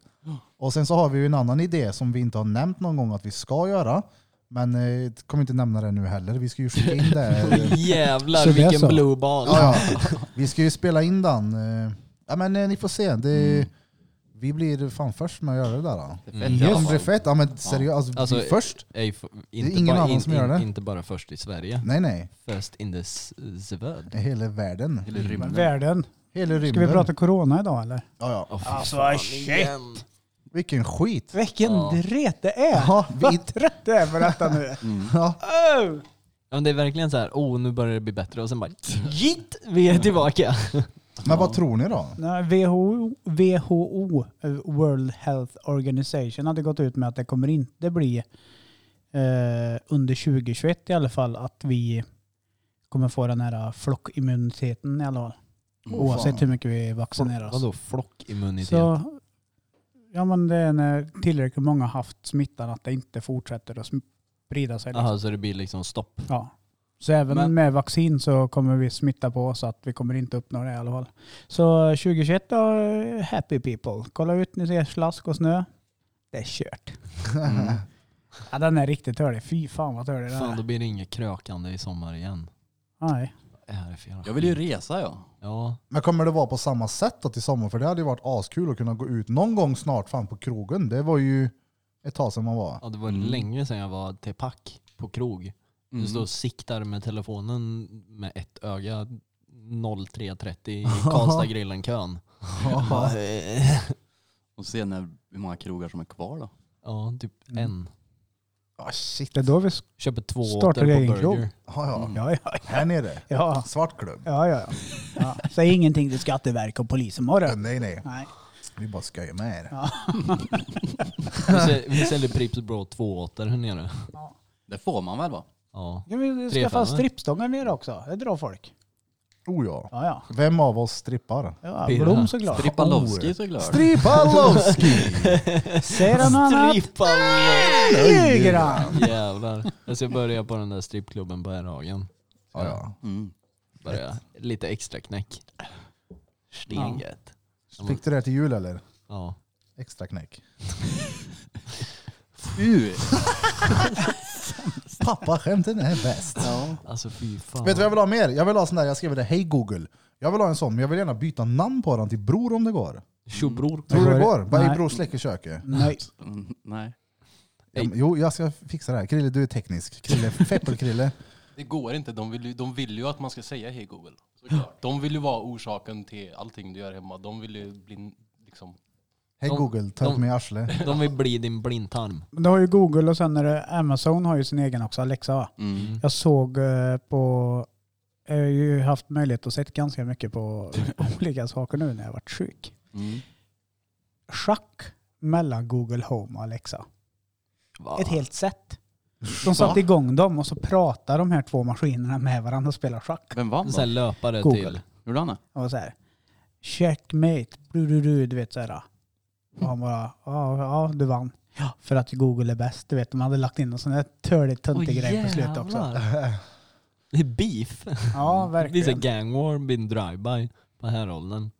Speaker 1: Och sen så har vi ju en annan idé som vi inte har nämnt någon gång att vi ska göra. Men eh, kommer inte nämna det nu heller. Vi ska ju skicka in det. eh,
Speaker 3: Jävlar
Speaker 4: Så det är
Speaker 3: vilken
Speaker 4: så.
Speaker 3: blue ball.
Speaker 1: Ja, ja. Vi ska ju spela in den. eh. Ja, men eh, ni får se. Det, Vi blir fan först med att göra det där. Då.
Speaker 2: Det är
Speaker 3: Mm.
Speaker 2: i alla
Speaker 1: Ja, men
Speaker 2: fall.
Speaker 1: det är fett. Ja, men seriöst. Alltså, vi
Speaker 3: Alltså,
Speaker 1: är först?
Speaker 3: Ej, f- inte
Speaker 1: ingen
Speaker 3: bara,
Speaker 1: annan som gör det.
Speaker 3: Inte bara först i Sverige.
Speaker 1: Nej, nej.
Speaker 3: First in the s- the world.
Speaker 1: Det är Hela världen.
Speaker 2: Eller rymden.
Speaker 4: Världen.
Speaker 1: Hela rymden.
Speaker 4: Ska vi prata corona idag eller?
Speaker 1: Ja, ja.
Speaker 3: Åh, fy
Speaker 4: Alltså,
Speaker 3: fan,
Speaker 4: shit.
Speaker 3: igen.
Speaker 1: Vilken skit.
Speaker 4: Vilken
Speaker 3: Ja.
Speaker 4: dret det är!
Speaker 1: Ja, vi,
Speaker 4: Vad trött jag är på detta nu.
Speaker 2: Mm.
Speaker 1: ja.
Speaker 4: Oh!
Speaker 3: Ja, men det är verkligen så här, oh nu börjar det bli bättre och sen bara jitt, vi är tillbaka.
Speaker 1: Men vad tror ni då?
Speaker 4: Nej, WHO, WHO, eh, World Health Organization, hade gått ut med att det kommer inte bli eh, under 2021 i alla fall att vi kommer få den här flockimmuniteten i alla fall.
Speaker 2: Mm.
Speaker 1: Åh,
Speaker 4: Oavsett
Speaker 1: fan.
Speaker 4: hur mycket vi vaccinerar oss.
Speaker 3: Vadå flockimmunitet?
Speaker 4: Så, ja men det är när tillräckligt många har haft smittan att det inte fortsätter att sprida sig. Liksom.
Speaker 3: Jaha, så det blir liksom stopp.
Speaker 4: Ja. Så även
Speaker 2: Men-
Speaker 4: med vaccin så kommer vi smitta på så att vi kommer inte uppnå det i alla fall. Så 2021 då, happy people. Kolla ut, ni ser slask och snö. Det är kört.
Speaker 2: Mm.
Speaker 4: Ja, den är riktigt törlig. Fy fan vad törlig den
Speaker 3: Fan, då
Speaker 4: är.
Speaker 3: blir det inget krökande i sommar igen.
Speaker 4: Nej.
Speaker 3: Vad är det för jävla
Speaker 2: Jag vill ju
Speaker 3: skit?
Speaker 2: resa ja.
Speaker 3: Ja,
Speaker 1: Men kommer det vara på samma sätt då till sommar? För det hade ju varit askul att kunna gå ut någon gång snart fan på krogen. Det var ju ett tag sedan man var.
Speaker 3: ja, det var
Speaker 2: Mm.
Speaker 3: länge sedan jag var till pack på krog. Du
Speaker 2: Mm.
Speaker 3: står och siktar med telefonen med ett öga 03.30 i Karlstadgrillen-kön. Bara, eh,
Speaker 2: Och se när, hur många krogar som är kvar då.
Speaker 3: ja, typ
Speaker 4: Mm.
Speaker 3: en.
Speaker 1: Ah, shit.
Speaker 4: Det är då vi... s-
Speaker 3: Köper två
Speaker 4: Startar
Speaker 3: åter på
Speaker 4: egen
Speaker 3: burger.
Speaker 4: krog.
Speaker 1: Ja, ja.
Speaker 2: Mm.
Speaker 4: Ja, ja,
Speaker 1: Här nere.
Speaker 4: ja.
Speaker 1: Svart klubb.
Speaker 4: Ja, ja, ja. ja. Säg ingenting till Skatteverket och polisen imorgon.
Speaker 1: Nej, nej.
Speaker 4: Nej.
Speaker 1: Vi bara skojar med er.
Speaker 3: Vi, säljer, vi säljer Pripps Bro 2 åter här nere.
Speaker 2: Det får man väl va?
Speaker 3: Ja.
Speaker 4: Kan vi
Speaker 3: Tre
Speaker 4: skaffa
Speaker 3: femmor.
Speaker 4: strippstångar nere också? Det drar folk.
Speaker 1: Oh ja.
Speaker 4: Ja, ja.
Speaker 1: Vem av oss strippar?
Speaker 4: ja
Speaker 3: Pirra.
Speaker 4: Blom såklart.
Speaker 2: Stripalovski såklart.
Speaker 1: Strippalowski!
Speaker 4: Säger han något annat?
Speaker 3: Strippan!
Speaker 4: Ljuger han?
Speaker 3: Jävlar. Jag ska börja på den där strippklubben på Erhagen.
Speaker 1: ja, ja.
Speaker 2: Mm.
Speaker 3: Börja lite extra knäck. Stengött.
Speaker 1: Fick du det här till jul eller?
Speaker 3: Ja.
Speaker 1: Extra knäck.
Speaker 2: Uh.
Speaker 1: Pappa skämten är bäst.
Speaker 2: Ja.
Speaker 3: Alltså fy fan.
Speaker 1: Vet du vad jag vill ha mer? Jag vill ha sån där, jag skrev det, hej Google. Jag vill ha en sån, men jag vill gärna byta namn på den till bror om det går.
Speaker 3: Tjobror.
Speaker 1: Tror du det
Speaker 4: Nej.
Speaker 1: går? Bara "Hej
Speaker 4: Nej.
Speaker 1: bror släcker köket.
Speaker 4: Nej.
Speaker 2: Mm, nej.
Speaker 1: Ja, men Jo, jag ska fixa det här. Krille, du är teknisk. Krille, feppelkrille.
Speaker 5: Det går inte. De vill, ju, de vill ju att man ska säga hej Google. De vill ju vara orsaken till allting du gör hemma. De vill ju bli liksom...
Speaker 1: Hej
Speaker 3: De-
Speaker 1: Google, ta upp
Speaker 3: de-
Speaker 1: mig i arslet.
Speaker 3: De vill bli din blindtarm.
Speaker 4: Men Det har ju Google och sen är det Amazon har ju sin egen också, Alexa. va?
Speaker 2: Mm.
Speaker 4: Jag såg eh, på... Jag har ju haft möjlighet att se ganska mycket på olika saker nu när jag varit sjuk.
Speaker 2: Mm.
Speaker 4: Schack mellan Google Home och Alexa.
Speaker 3: Va?
Speaker 4: Ett helt set. De satte igång dem och så pratade de här två maskinerna med varandra och spelade schack.
Speaker 2: Vem vann
Speaker 3: En sån här
Speaker 2: då?
Speaker 3: löpare typ.
Speaker 4: Google.
Speaker 3: till.
Speaker 2: Gjorde han det?
Speaker 4: Och var så här, checkmate, du, du, du, du vet så här. Och han bara, ja, ja du vann. Ja, för att Google är bäst, du vet. De hade lagt in en sån där törlig, töntig
Speaker 3: Åh,
Speaker 4: grej på slutet också.
Speaker 3: jävlar. Det är beef.
Speaker 4: Ja,
Speaker 3: Det blir såhär
Speaker 4: verkligen.
Speaker 3: gang war, blir en drive-by på härolden.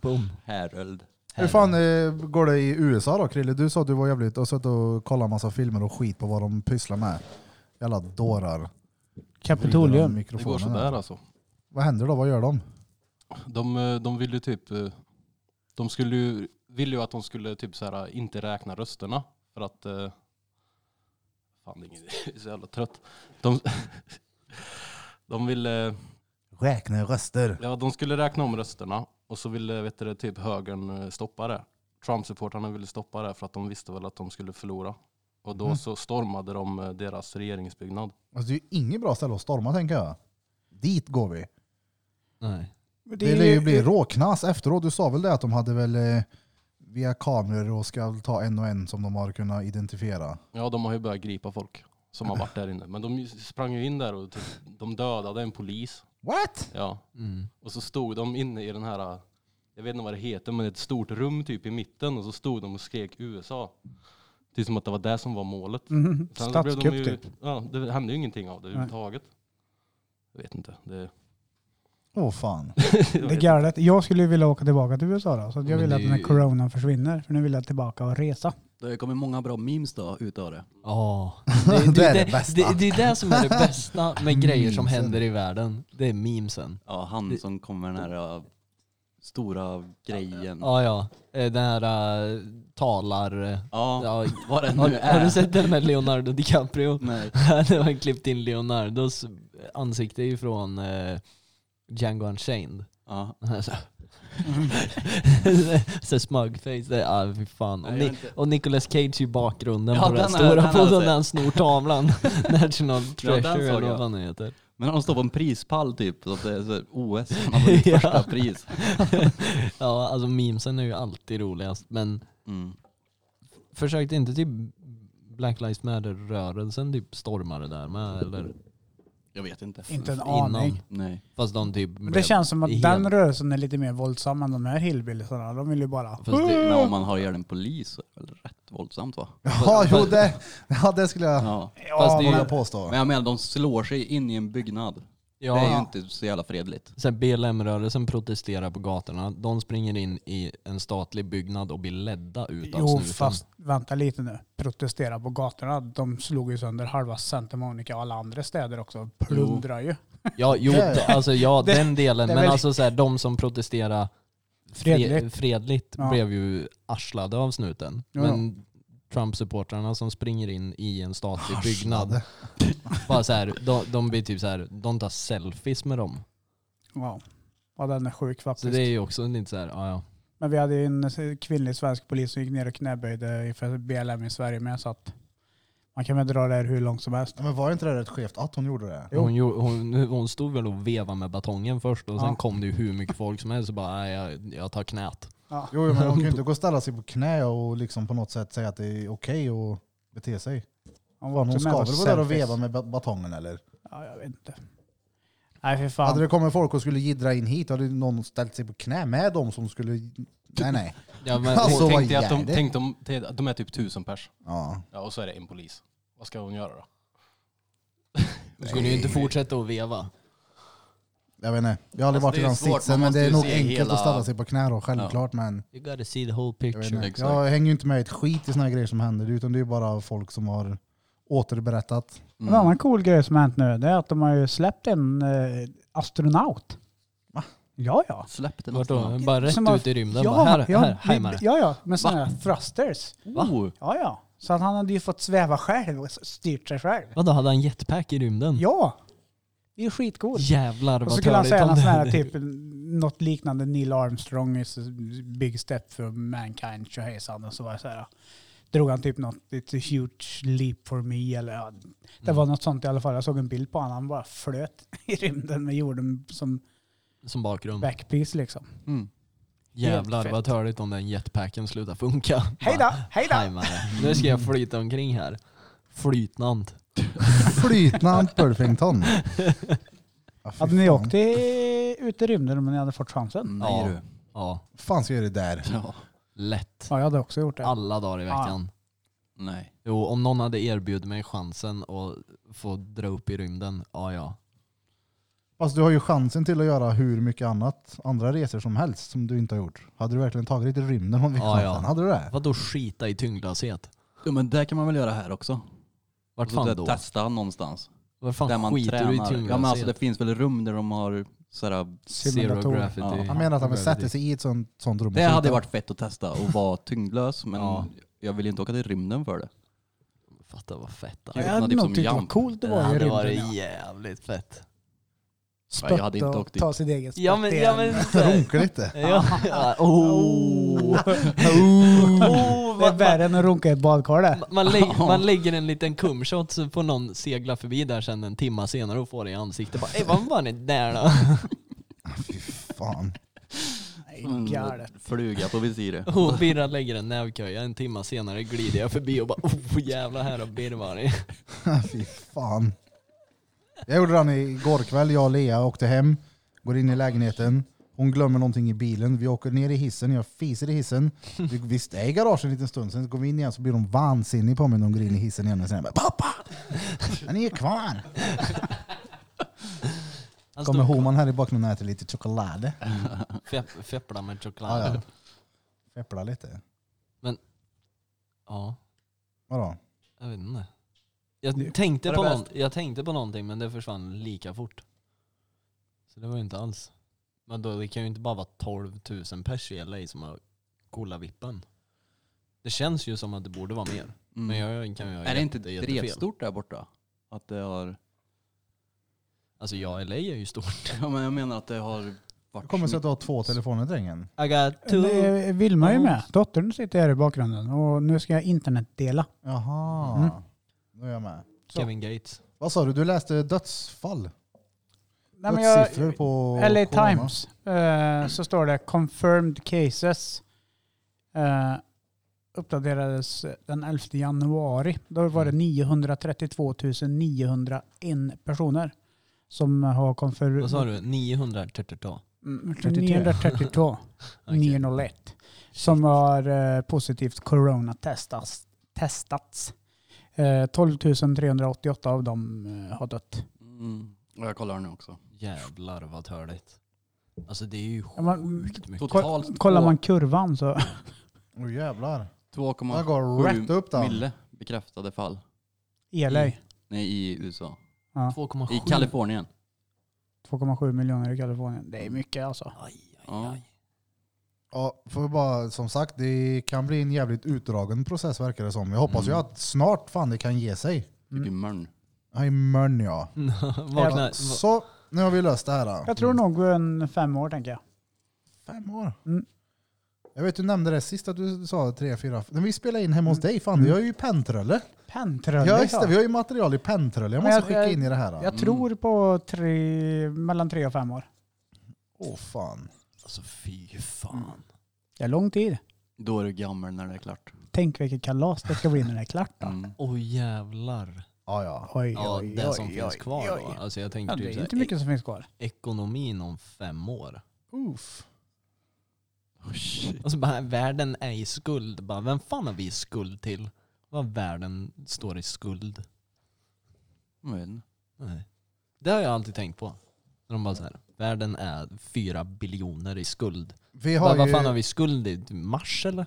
Speaker 3: Boom.
Speaker 2: Häröld.
Speaker 1: Hur fan eh, går det i USA då Krille? Du sa att du var jävligt och satt och kollade massa filmer och skit på vad de pysslar med. Jävla dårar.
Speaker 4: Kapitolium.
Speaker 5: Det går sådär alltså.
Speaker 1: Vad händer då? Vad gör de?
Speaker 5: De, eh, de ville typ... eh, De skulle ju, ville ju att de skulle typ så här, inte räkna rösterna. För att... eh, Fan, det är ingen- jag är så jävla trött. De, de ville...
Speaker 1: Räkna röster.
Speaker 5: Ja, de skulle räkna om rösterna och så ville vet du, det, typ högern eh, stoppa det. Trump-supportrarna ville stoppa det för att de visste väl att de skulle förlora. Och då
Speaker 1: Mm.
Speaker 5: så stormade de eh, deras regeringsbyggnad.
Speaker 1: Alltså, det är ju inget bra ställe att storma tänker jag. Dit går vi.
Speaker 3: Nej.
Speaker 1: Det, lär ju bli råknas efteråt. Du sa väl det att de hade väl eh, via kameror och ska ta en och en som de har kunnat identifiera.
Speaker 5: Ja, de har ju börjat gripa folk. som har varit där inne. Men de sprang ju in där och typ, de dödade en polis.
Speaker 1: What?
Speaker 5: Ja.
Speaker 3: Mm.
Speaker 5: Och så stod de inne i den här, jag vet inte vad det heter, men ett stort rum typ i mitten och så stod de och skrek USA. Typ som att det var det som var målet.
Speaker 4: Mm.
Speaker 5: Sen så blev de
Speaker 4: Statskupp
Speaker 5: ju-
Speaker 4: typ.
Speaker 5: Ja, det hände ju ingenting av det
Speaker 4: Nej.
Speaker 5: överhuvudtaget. Jag vet inte. Det,
Speaker 1: Åh fan.
Speaker 5: jag
Speaker 4: Det är
Speaker 5: vet.
Speaker 4: galet. Jag skulle ju vilja åka tillbaka till USA då. Så att jag
Speaker 2: Men
Speaker 4: vill
Speaker 2: det
Speaker 4: att
Speaker 2: är
Speaker 4: den här
Speaker 2: ju-
Speaker 4: coronan försvinner. För nu vill jag tillbaka och resa.
Speaker 2: Det har ju kommit många bra memes då utav det.
Speaker 3: Ja.
Speaker 1: Det är det bästa.
Speaker 3: Det, det är det som är det bästa med grejer som
Speaker 1: Memesen.
Speaker 3: händer i världen. Det är memesen.
Speaker 2: Ja, han
Speaker 3: Det-
Speaker 2: som kom med den här uh, stora grejen.
Speaker 3: Ja, ja. Eh, Den här eh, talar... eh,
Speaker 2: Ja,
Speaker 3: Ja,
Speaker 2: vad det
Speaker 3: har,
Speaker 2: nu är. Mm.
Speaker 3: har du sett den med Leonardo DiCaprio?
Speaker 2: Nej.
Speaker 3: När man klippt in Leonardos ansikte ifrån eh, Django Unchained.
Speaker 2: Ja.
Speaker 3: Han är Så så smugface, det är ah, fy fan. Och,
Speaker 2: Nej, jag
Speaker 3: Ni-
Speaker 2: vet inte.
Speaker 3: och Nicolas Cage i bakgrunden
Speaker 2: Ja,
Speaker 3: på den,
Speaker 2: den har-
Speaker 3: stora
Speaker 2: den har jag
Speaker 3: podden
Speaker 2: sett.
Speaker 3: när han snor tavlan. National
Speaker 2: den
Speaker 3: Treasure
Speaker 2: såg
Speaker 3: eller
Speaker 2: jag.
Speaker 3: vad han heter.
Speaker 2: Men han står på en prispall typ, så att det är så här, OS, han har vunnit första
Speaker 3: Ja.
Speaker 2: pris.
Speaker 3: Ja, alltså memesen är ju alltid roligast. Men
Speaker 2: Mm.
Speaker 3: försökte inte typ Black Lives Matter-rörelsen typ storma det där med? Eller
Speaker 2: Jag vet inte.
Speaker 4: Inte en
Speaker 3: innan?
Speaker 4: aning.
Speaker 2: Nej.
Speaker 3: Fast de typ...
Speaker 4: Men det
Speaker 3: blev-
Speaker 4: känns som att
Speaker 3: i
Speaker 4: den
Speaker 3: hel-
Speaker 4: rörelsen är lite mer våldsam än de här hillbilliesarna. De vill ju bara...
Speaker 3: Fast det,
Speaker 2: Men om man har ihjäl en polis så är det väl rätt våldsamt va?
Speaker 1: Ja, jo det, ja, det skulle jag
Speaker 2: Ja.
Speaker 4: Ja,
Speaker 3: det är ju-
Speaker 1: våga
Speaker 4: men,
Speaker 2: Men
Speaker 1: påstå.
Speaker 2: jag menar, de slår sig in i en byggnad.
Speaker 3: ja.
Speaker 2: Det är ju inte så jävla fredligt.
Speaker 3: Så här, BLM-rörelsen protesterar på gatorna. De springer in i en statlig byggnad och blir ledda ut av
Speaker 4: jo,
Speaker 3: snusen.
Speaker 4: fast vänta lite nu. Protestera på gatorna. De slog ju sönder halva Santa Monica och alla andra städer också. Plundrar ju.
Speaker 3: Ja, jo,
Speaker 1: Det-
Speaker 3: d- alltså, ja
Speaker 4: det-
Speaker 3: den delen.
Speaker 4: det är
Speaker 3: Men
Speaker 4: väl-
Speaker 3: alltså så här, de som protesterar fre-
Speaker 4: Fredligt.
Speaker 3: fredligt
Speaker 4: Ja.
Speaker 3: blev ju arslade av snuten.
Speaker 4: Ja.
Speaker 3: Men Trump-supportrarna som springer in i en statlig byggnad, bara så här, de, de blir typ så här, de tar selfies med dem.
Speaker 4: Wow. Ja, den är sjuk
Speaker 3: Så
Speaker 4: faktiskt.
Speaker 3: det är ju också lite så här, ja, ja.
Speaker 4: Men vi hade ju en eh, kvinnlig svensk polis som gick ner och knäböjde för BLM i Sverige med. Så att man kan väl dra det här hur långt som helst.
Speaker 1: Ja, Men var det inte det rätt skevt att hon gjorde det?
Speaker 4: Jo.
Speaker 3: Hon, gjorde- hon, hon stod väl och vevade med batongen först och sen
Speaker 4: Ja.
Speaker 3: kom det ju hur mycket folk som helst och bara nej, jag, jag tar knät.
Speaker 4: Ja.
Speaker 1: Jo, men hon kan ju inte gå och ställa sig på knä och liksom på något sätt säga att det är okej att bete sig.
Speaker 4: Han
Speaker 1: Fan, hon
Speaker 4: också
Speaker 1: ska
Speaker 4: med på
Speaker 1: väl vara där och
Speaker 4: selfies.
Speaker 1: veva med ba- batongen eller?
Speaker 4: Ja, jag vet inte. Nej, för fan.
Speaker 1: Hade det kommit folk och skulle jiddra in hit hade någon ställt sig på knä med dem som skulle... Nej nej.
Speaker 3: Ja, men,
Speaker 1: Alltså,
Speaker 5: Tänk-
Speaker 1: vad
Speaker 5: Tänk dig att de,
Speaker 1: jävligt.
Speaker 5: tänk dem- tänk att de är typ tusen pers.
Speaker 1: Ja.
Speaker 5: Ja, och så är det en polis. Vad ska hon göra då?
Speaker 3: hon skulle ju inte fortsätta att veva.
Speaker 1: Jag vet inte. Jag har aldrig
Speaker 2: Alltså,
Speaker 1: varit
Speaker 2: det
Speaker 1: i
Speaker 2: är
Speaker 1: den
Speaker 2: svårt. Man
Speaker 1: sitsen men
Speaker 2: måste
Speaker 1: det är
Speaker 2: ju
Speaker 1: nog
Speaker 2: se
Speaker 1: enkelt
Speaker 2: hela-
Speaker 1: att ställa sig på knä då självklart men...
Speaker 3: You gotta see the whole
Speaker 1: Jag, vet inte.
Speaker 2: Exakt.
Speaker 1: jag hänger ju inte med i ett skit i såna här grejer som händer utan det är ju bara folk som har återberättat.
Speaker 2: Mm.
Speaker 4: En annan cool grej som har hänt nu det är att de har ju släppt en eh, astronaut.
Speaker 1: Va?
Speaker 4: Ja, ja.
Speaker 2: Släpp den
Speaker 3: Vart då? Bara rätt
Speaker 4: Som har-
Speaker 3: ut i rymden?
Speaker 4: ja,
Speaker 3: bara, här,
Speaker 4: ja,
Speaker 3: här,
Speaker 4: vi-
Speaker 3: här med det.
Speaker 4: ja, ja, med sådana här thrusters.
Speaker 2: Oh,
Speaker 4: Ja, ja. Så att han hade ju fått sväva själv och s- styrt sig själv.
Speaker 3: Vadå, hade han jetpack i rymden?
Speaker 4: Ja, det är ju skitcoolt.
Speaker 3: Jävlar
Speaker 4: Och så
Speaker 3: vad
Speaker 4: skulle han
Speaker 3: töligt
Speaker 4: säga
Speaker 3: om
Speaker 4: något, sån här,
Speaker 3: det-
Speaker 4: typ, något liknande Neil Armstrong is a big step for mankind tjohejsan och så var det så här. Drog han typ något, it's a huge leap for me eller ja, det var något sånt i alla fall. Jag såg en bild på honom, han bara flöt i rymden med jorden som
Speaker 3: Som bakgrund.
Speaker 4: backpiece liksom.
Speaker 2: mm.
Speaker 3: Jävlar vad
Speaker 4: fett.
Speaker 3: töligt om den jetpacken slutar funka.
Speaker 4: Hej då,
Speaker 3: Bara,
Speaker 4: hej då!
Speaker 3: här med det. Nu ska jag flyta omkring här. Flytnant.
Speaker 1: Flytnant Burfington. Ja, fy
Speaker 4: Hade ni
Speaker 1: fan.
Speaker 4: åkt i- ut i rymden om ni hade fått chansen?
Speaker 2: Nej
Speaker 3: Ja.
Speaker 2: du.
Speaker 3: Ja,
Speaker 1: fan ska jag göra det där?
Speaker 2: Ja.
Speaker 3: lätt.
Speaker 4: Ja, jag hade också gjort det.
Speaker 3: Alla dagar i veckan.
Speaker 2: Nej.
Speaker 3: Jo, om någon hade erbjudit mig chansen att få dra upp i rymden, ja ja.
Speaker 1: Alltså, du har ju chansen till att göra hur mycket annat, andra resor som helst som du inte har gjort. Hade du verkligen tagit dig till rymden om vi fick
Speaker 3: Ja, ja.
Speaker 1: chansen? Hade du det?
Speaker 3: Vadå skita i tyngdlöshet?
Speaker 2: Jo, men det kan man väl göra här också.
Speaker 3: Vart
Speaker 2: så
Speaker 3: fan
Speaker 2: att
Speaker 3: då?
Speaker 2: Testa någonstans.
Speaker 3: Var fan
Speaker 2: där man
Speaker 3: skiter du i
Speaker 2: tränar.
Speaker 3: tyngdlöshet?
Speaker 2: Ja men alltså det finns väl rum där de har sådär,
Speaker 3: Zero
Speaker 4: Simulatorer.
Speaker 3: graffiti.
Speaker 2: Ja.
Speaker 1: Han menar att han vill sätta sig i ett sånt, sånt rum. och
Speaker 2: Det hade
Speaker 1: flyta.
Speaker 2: varit fett att testa och vara tyngdlös men
Speaker 3: Ja.
Speaker 2: jag vill inte åka till rymden för det.
Speaker 3: Fatta vad fett
Speaker 4: jag
Speaker 3: det
Speaker 2: Ja,
Speaker 4: hade
Speaker 2: typ
Speaker 4: nog
Speaker 2: som
Speaker 4: tyckt det var
Speaker 2: jump.
Speaker 4: coolt det
Speaker 3: det
Speaker 4: var i
Speaker 3: hade
Speaker 4: rymden.
Speaker 3: varit
Speaker 4: ja.
Speaker 3: jävligt fett.
Speaker 2: jag hade inte
Speaker 4: Spötta och
Speaker 2: åkt dit.
Speaker 4: ta sitt eget
Speaker 3: Ja men, ja men.
Speaker 1: Runka lite.
Speaker 3: Ja, ja. Oh. Oh,
Speaker 4: Det är
Speaker 3: man, man,
Speaker 4: värre än att runka i ett badkar det.
Speaker 3: man, lägger, man lägger en liten kumshot så får någon segla förbi där sen en timma senare och får det i ansiktet. Bara, "Ey, vad var ni där då?
Speaker 1: Fy fan.
Speaker 4: är galet.
Speaker 2: Fluga Mm. på visiret.
Speaker 3: Och Birra lägger en nävköja, en timma senare glider jag förbi och bara oh jävlar här har Birra varit.
Speaker 1: Fy fan. Jag gjorde den igår kväll, jag och Lea åkte hem, går in i lägenheten, hon glömmer någonting i bilen, vi åker ner i hissen, jag fiser i hissen, vi, vi är i garaget en liten stund, sen går vi in igen så blir de vansinnig på mig när de går in i hissen igen och säger pappa! Han är kvar!
Speaker 3: Han
Speaker 1: Kommer
Speaker 3: står
Speaker 1: homan här i bakgrunden och äter lite choklad.
Speaker 3: och fepp, fepplar med choklad.
Speaker 1: Ja,
Speaker 3: Ja,
Speaker 1: ja. Feppla lite.
Speaker 3: ja,
Speaker 1: Vadå?
Speaker 3: jag vet inte. Jag
Speaker 4: Det-
Speaker 3: tänkte,
Speaker 4: var det
Speaker 3: på någon,
Speaker 4: bäst?
Speaker 3: jag tänkte på någonting men det försvann lika fort. Så det var ju inte alls. Men då, det kan ju inte bara vara 12 000 pers i LA som har coola vippen. Det känns ju som att det borde vara mer.
Speaker 2: Mm.
Speaker 3: Men jag kan ju ha
Speaker 2: är det inte
Speaker 3: jätte- jättefel.
Speaker 2: drevstort där borta? Att det har...
Speaker 3: Alltså ja, LA är ju stort.
Speaker 2: Ja, men jag menar att det har
Speaker 1: Det
Speaker 2: varit...
Speaker 1: kommer sig att du har två telefoner drängen.
Speaker 3: I got
Speaker 4: Det är Vilma är ju med. Dottern sitter här i bakgrunden och nu ska jag internetdela.
Speaker 1: Jaha.
Speaker 4: Mm.
Speaker 1: Nu är jag med.
Speaker 3: Kevin Gates.
Speaker 1: Vad sa du? Du läste dödsfall?
Speaker 4: Nej, men jag,
Speaker 1: Dödssiffror på
Speaker 4: LA
Speaker 1: corona.
Speaker 4: Times eh, så står det confirmed cases eh, uppdaterades den 11 januari. Då var det
Speaker 3: Mm.
Speaker 4: 932 901 personer som har Mm, konfirmerat.
Speaker 3: Vad sa du? 900 trettertå.
Speaker 4: 932
Speaker 3: Okej.
Speaker 4: 901 som har eh, positivt coronatestats. Testats. Eh, 12 388 av dem eh, har dött.
Speaker 2: Mm. Och jag kollar nu också.
Speaker 3: Jävlar vad törligt. Alltså det är ju
Speaker 4: Ja, man-
Speaker 3: sjukt mycket.
Speaker 2: Totalt
Speaker 4: Kollar
Speaker 2: två-
Speaker 4: man kurvan så
Speaker 1: Åh jävlar. Han
Speaker 2: 2,7
Speaker 1: går rätt upp där.
Speaker 2: mille bekräftade fall.
Speaker 4: ELA
Speaker 2: Nej, i USA.
Speaker 4: ja,
Speaker 3: 2,7.
Speaker 2: I Kalifornien.
Speaker 4: 2,7 miljoner i Kalifornien. Det är mycket alltså.
Speaker 3: Aj, aj,
Speaker 2: Ja.
Speaker 3: aj.
Speaker 1: Ja, får vi bara, som sagt, det kan bli en jävligt utdragen process verkar det som. Jag hoppas ju
Speaker 2: Mm.
Speaker 1: att snart fan det kan ge sig.
Speaker 2: Typ i
Speaker 3: Mm.
Speaker 2: Mörn.
Speaker 1: Aj, mörn ja.
Speaker 3: Vakna,
Speaker 1: Ja,
Speaker 3: Alltså,
Speaker 1: Så, nu har vi löst det här. Då.
Speaker 4: Jag tror nog en fem år tänker jag.
Speaker 1: Fem år.
Speaker 4: Mm.
Speaker 1: Jag vet du nämnde det sist att du sa tre, fyra. När vi spelade in hemma hos
Speaker 4: Mm.
Speaker 1: dig, fan
Speaker 4: Mm.
Speaker 1: jag är ju penntrölle.
Speaker 4: Pentrölle.
Speaker 1: Ja just det, vi har ju material i penntrölle. Jag
Speaker 4: Men
Speaker 1: måste
Speaker 4: jag-
Speaker 1: skicka in i det här. Åh
Speaker 4: Jag tror på tre, mellan tre och fem år.
Speaker 1: fan.
Speaker 3: alltså fy fan.
Speaker 4: Det är lång tid.
Speaker 2: Då är du gammal när det är klart.
Speaker 4: Tänk vilket kalas det ska bli när det är klart då.
Speaker 2: Mm.
Speaker 3: Oj jävlar.
Speaker 1: Ja ja.
Speaker 4: Oj,
Speaker 3: Ja,
Speaker 4: oj,
Speaker 3: det
Speaker 4: oj,
Speaker 3: som
Speaker 4: oj,
Speaker 3: finns kvar
Speaker 4: oj.
Speaker 3: då. Alltså jag
Speaker 4: Ja,
Speaker 3: tänkte
Speaker 4: det
Speaker 3: typ
Speaker 4: är
Speaker 3: såhär,
Speaker 4: inte mycket som finns kvar.
Speaker 3: e- ekonomin om fem år.
Speaker 1: Oof.
Speaker 2: Oh, shit.
Speaker 3: Alltså bara, världen är i skuld. Bara, vem fan har vi skuld till? Vad världen står i skuld.
Speaker 2: Jag vet inte.
Speaker 3: Nej. Det har jag alltid tänkt på. När de bara såhär, världen är fyra biljoner i skuld.
Speaker 1: Vi,
Speaker 3: Vad-
Speaker 1: har
Speaker 3: Vad fan har
Speaker 1: ju,
Speaker 3: vi skuld i? Mars eller?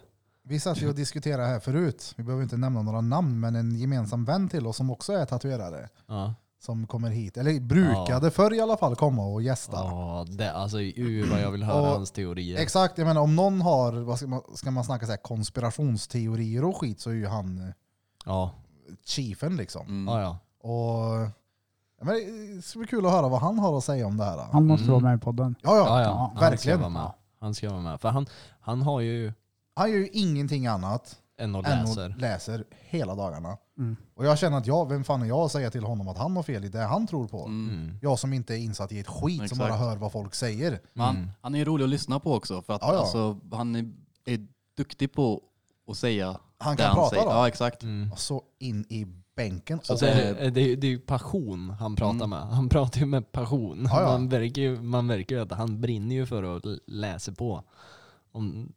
Speaker 1: vi satt ju och diskuterade här förut, vi behöver inte nämna några namn, men en gemensam vän till oss som också är tatuerare.
Speaker 3: Ja.
Speaker 1: Som kommer hit, eller brukade förr i alla fall komma och gästa.
Speaker 3: Ja, det, alltså uh, vad jag vill höra
Speaker 1: Och-
Speaker 3: hans teorier.
Speaker 1: Exakt, jag menar om någon har, vad ska man, ska man snacka så här, konspirationsteorier och skit så är ju han eh,
Speaker 3: ja.
Speaker 1: chiefen liksom.
Speaker 2: Mm.
Speaker 3: ja, ja.
Speaker 1: Och ja, men eh, det ska bli kul att höra vad han har att säga om det här. Ja,
Speaker 4: Han måste
Speaker 3: Mm.
Speaker 4: vara med i podden.
Speaker 1: ja.
Speaker 3: ja, ja.
Speaker 1: ja,
Speaker 3: Han ska
Speaker 1: verkligen.
Speaker 3: vara med. Han ska vara med. För han, han har ju
Speaker 1: Han gör ju ingenting annat
Speaker 3: en och
Speaker 1: än
Speaker 3: läser.
Speaker 1: att läser hela dagarna.
Speaker 4: Mm.
Speaker 1: Och jag känner att jag, vem fan är jag att säga till honom att han har fel i det han tror på?
Speaker 2: Mm.
Speaker 3: Mm.
Speaker 1: Jag som inte är insatt i ett skit som
Speaker 2: Exakt.
Speaker 1: bara hör vad folk säger.
Speaker 2: Man, han är ju rolig att lyssna på också. För att
Speaker 1: Ja, ja.
Speaker 2: Alltså, han är, är duktig på att säga
Speaker 1: Han
Speaker 2: det
Speaker 1: kan
Speaker 2: han
Speaker 1: prata
Speaker 2: säger.
Speaker 1: då.
Speaker 2: Ja, exakt.
Speaker 3: Mm.
Speaker 1: Så in i bänken.
Speaker 2: Så
Speaker 1: Och-
Speaker 3: Det,
Speaker 2: det-
Speaker 3: är- det, är- det är ju passion han pratar
Speaker 2: Mm.
Speaker 3: med. Han pratar ju med passion.
Speaker 1: Ja, ja.
Speaker 3: Man, verkar ju, man verkar ju att han brinner ju för att l- läsa på om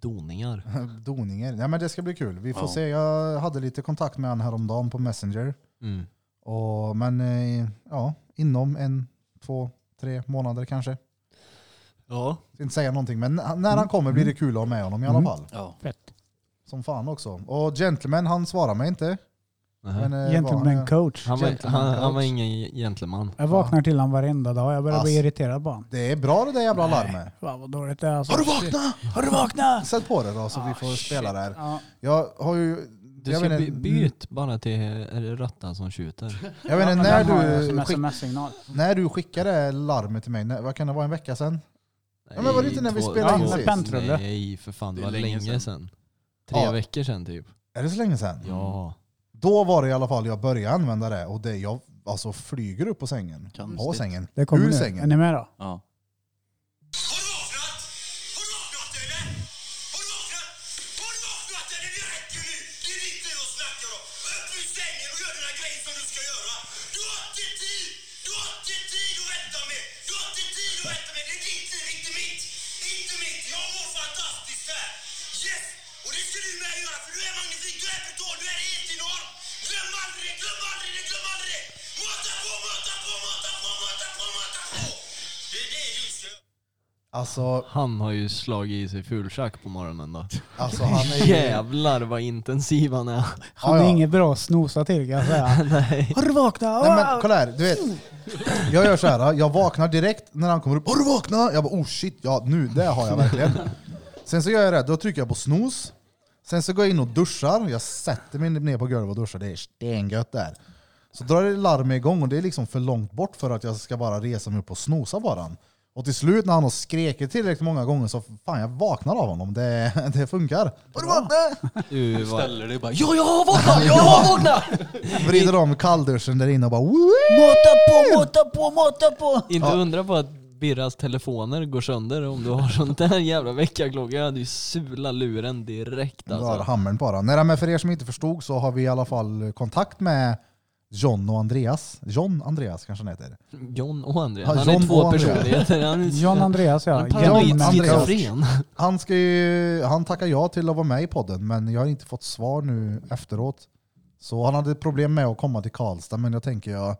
Speaker 3: doningar.
Speaker 1: Doninger. Nej, men det ska bli kul. Vi får
Speaker 2: Ja.
Speaker 1: se. Jag hade lite kontakt med han häromdagen på Messenger.
Speaker 3: Mm.
Speaker 1: Och, men eh, ja, inom en, två, tre månader kanske.
Speaker 3: Ja.
Speaker 1: Ska inte säga någonting, men n- när han kommer blir det kul att ha med honom i alla
Speaker 4: Mm.
Speaker 1: fall.
Speaker 2: Ja.
Speaker 4: Fett.
Speaker 1: Som fan också. Och Gentleman, han svarar mig inte.
Speaker 3: Nähä.
Speaker 1: Men, eh, vad
Speaker 4: Gentleman
Speaker 1: han,
Speaker 4: coach.
Speaker 3: han, var,
Speaker 1: gentleman
Speaker 3: han, han var
Speaker 1: coach.
Speaker 3: ingen gentleman.
Speaker 4: Jag vaknar till honom varenda dag. Jag börjar bli
Speaker 1: Ass.
Speaker 4: irriterad på honom.
Speaker 1: det är bra det där jävla
Speaker 4: Nej.
Speaker 1: larmet.
Speaker 4: Fan vad dåligt det är alltså.
Speaker 1: Har du vaknat?
Speaker 4: Har du vaknat?
Speaker 1: Sätt på det då så vi
Speaker 4: Ah,
Speaker 1: får spela
Speaker 4: shit.
Speaker 1: där.
Speaker 4: Ja.
Speaker 1: Jag har ju...
Speaker 3: Du
Speaker 1: jag mm.
Speaker 3: ska
Speaker 1: vet
Speaker 3: by,
Speaker 1: inte-
Speaker 3: byt bara till är det råttan som tjuter.
Speaker 1: Jag vet
Speaker 4: Ja,
Speaker 1: inte,
Speaker 4: men
Speaker 1: när,
Speaker 4: den har jag
Speaker 1: du
Speaker 4: som
Speaker 1: skick,
Speaker 4: sms-signal.
Speaker 1: när du skickade larmet till mig, när, vad kan det vara, en vecka sedan? Ja, men var det inte när vi
Speaker 3: Två-
Speaker 1: spelade
Speaker 4: in
Speaker 3: två-
Speaker 4: sist? Pentrulle.
Speaker 3: Nej för fan, det
Speaker 2: Det är
Speaker 3: var
Speaker 2: länge
Speaker 3: länge sedan. Tre
Speaker 1: Ja.
Speaker 3: veckor sedan typ.
Speaker 1: Är det så länge sedan?
Speaker 3: Ja.
Speaker 1: Då var det i alla fall jag började använda det och det jag alltså flyger upp på sängen.
Speaker 2: Konstigt.
Speaker 1: På sängen.
Speaker 4: Det kommer
Speaker 1: Ur
Speaker 4: nu. Är
Speaker 1: sängen.
Speaker 4: ni med då?
Speaker 2: Ja.
Speaker 1: Alltså,
Speaker 3: Han har ju slagit i sig fulschack på morgonen då.
Speaker 1: alltså han är ju...
Speaker 3: Jävlar vad intensiv han är.
Speaker 4: Han är
Speaker 1: Ja, ja.
Speaker 4: inget bra att snosa till kan jag säga.
Speaker 3: Nej.
Speaker 4: Har du vaknat? Ah!
Speaker 1: Nej men kolla här, du vet. Jag gör så här, ah, jag vaknar direkt när han kommer upp. Har du vaknat? Jag bara oh shit, ja nu, det har jag verkligen. Sen så gör jag det, då trycker jag på snooze. Sen så går jag in och duschar, jag sätter mig ner på golvet och duschar, det är stengött där. Så drar det larmet igång och det är liksom för långt bort för att jag ska bara resa mig upp och snosa på den. Och till slut när han har skrikit tillräckligt många gånger så fan jag vaknar av honom, det, det funkar. Har du vaknat?
Speaker 3: Du var...
Speaker 5: Ställer dig bara ja, jag har vaknat, jag har vaknat!
Speaker 1: Vrider om kallduschen där inne och bara "Wee!"
Speaker 4: Mata på, mata på, mata på!
Speaker 3: Inte undra på att Birras telefoner går sönder om du har sånt där jävla väckarklocka. Jag hade ju sulat luren direkt
Speaker 1: drar
Speaker 3: alltså.
Speaker 1: hammaren på den. Nej, men för er som inte förstod så har vi i alla fall kontakt med John och Andreas. John Andreas kanske han heter.
Speaker 3: John och Andreas.
Speaker 1: Ja,
Speaker 3: Han är
Speaker 1: John
Speaker 3: två
Speaker 1: och Andreas.
Speaker 3: personligheter. Han är
Speaker 4: John Andreas ja.
Speaker 3: han är paranoid
Speaker 1: John Andreas.
Speaker 3: schizofren.
Speaker 1: Han, ska ju, han tackar ja till att vara med i podden men jag har inte fått svar nu efteråt. Så han hade problem med att komma till Karlstad men jag tänker jag,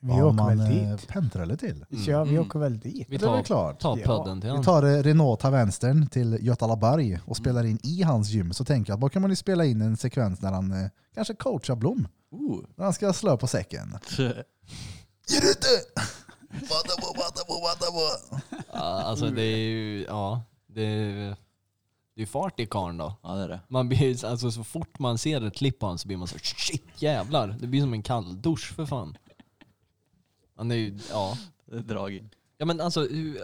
Speaker 4: Vi
Speaker 1: vad har
Speaker 4: åker
Speaker 1: man
Speaker 4: väl
Speaker 1: eh,
Speaker 4: dit.
Speaker 1: pentrar det till?
Speaker 4: Ja, vi
Speaker 3: Mm.
Speaker 4: åker väl dit.
Speaker 3: Vi
Speaker 1: Det är väl
Speaker 3: tar,
Speaker 1: klart.
Speaker 3: tar
Speaker 4: Ja.
Speaker 3: podden till
Speaker 1: Vi
Speaker 3: honom.
Speaker 1: tar eh, Renault Tavenstern till Götalaberg
Speaker 3: Mm.
Speaker 1: och spelar in i hans gym så tänker jag att då kan man ju spela in en sekvens när han eh, kanske coachar Blom.
Speaker 2: Ooh.
Speaker 1: När han ska slå på säcken. Ger du inte? Vänta på, vänta på, vänta på.
Speaker 3: Ja, Alltså det är ju, ja. Det är, det är fart i karln då.
Speaker 2: Ja det är det.
Speaker 3: Man blir, ju- alltså, så fort man ser ett klipp på honom så blir man så shit jävlar. Det blir som en kall dusch för fan. Han är ju, ja.
Speaker 2: Det är dragigt.
Speaker 3: Ja men alltså, hur-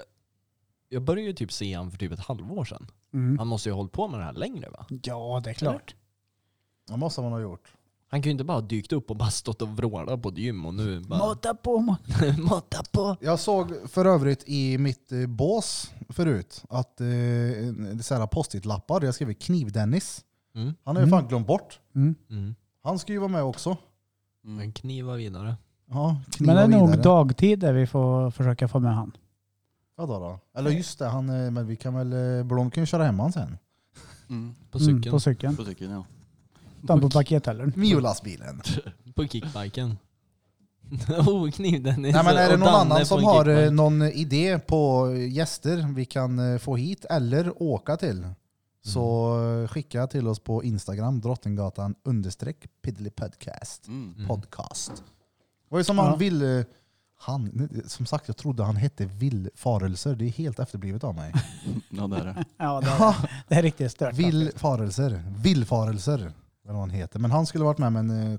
Speaker 3: jag började ju typ se han för typ ett halvår sedan.
Speaker 4: Mm.
Speaker 3: Han måste ju ha hållit på med det här längre va?
Speaker 4: Ja, det är klart.
Speaker 1: Det måste man ha gjort.
Speaker 3: Han kan ju inte bara ha dykt upp och bara stått och vrålat på ett gym och nu bara...
Speaker 4: Mata på, mata
Speaker 3: Mata på!
Speaker 1: Jag såg för övrigt i mitt eh, bås förut att eh, en- så här post-it-lappar, jag skrev Kniv-Dennis.
Speaker 3: Mm.
Speaker 1: Han har ju fan glömt bort.
Speaker 3: Mm.
Speaker 1: Han ska ju vara med också.
Speaker 2: Mm.
Speaker 3: Men kniva vidare.
Speaker 1: Ja, kniva
Speaker 4: Men det är nog
Speaker 1: vidare.
Speaker 4: dagtid där vi får försöka få med han.
Speaker 1: Ja, då, då. Eller just det, han, eh, men vi kan väl, eh, Blom kan ju köra hem han sen.
Speaker 2: Mm.
Speaker 3: På cykeln.
Speaker 4: Mm, på cykeln.
Speaker 2: På cykeln ja.
Speaker 4: Den på pakethällaren.
Speaker 1: Miolastbilen.
Speaker 3: På kickbiken. oh, kniv-Dennis
Speaker 1: Nej, men är det
Speaker 3: och
Speaker 1: någon
Speaker 3: Danne på
Speaker 1: annan som
Speaker 3: en
Speaker 1: har eh,
Speaker 3: kickbike.
Speaker 1: någon idé på gäster vi kan eh, få hit eller åka till så eh, skicka till oss på Instagram, Drottninggatan understreck piddly podcast.
Speaker 2: Mm.
Speaker 3: Mm.
Speaker 1: podcast. Var ju som han
Speaker 4: Ja.
Speaker 1: ville... Han, som sagt, jag trodde han hette Villfarelser. Det är helt efterblivet av mig.
Speaker 2: Ja det är det.
Speaker 4: Ja, det är, det är riktigt stört. alltså.
Speaker 1: Villfarelser. Villfarelser. Eller vad han heter. Men han skulle varit med men eh,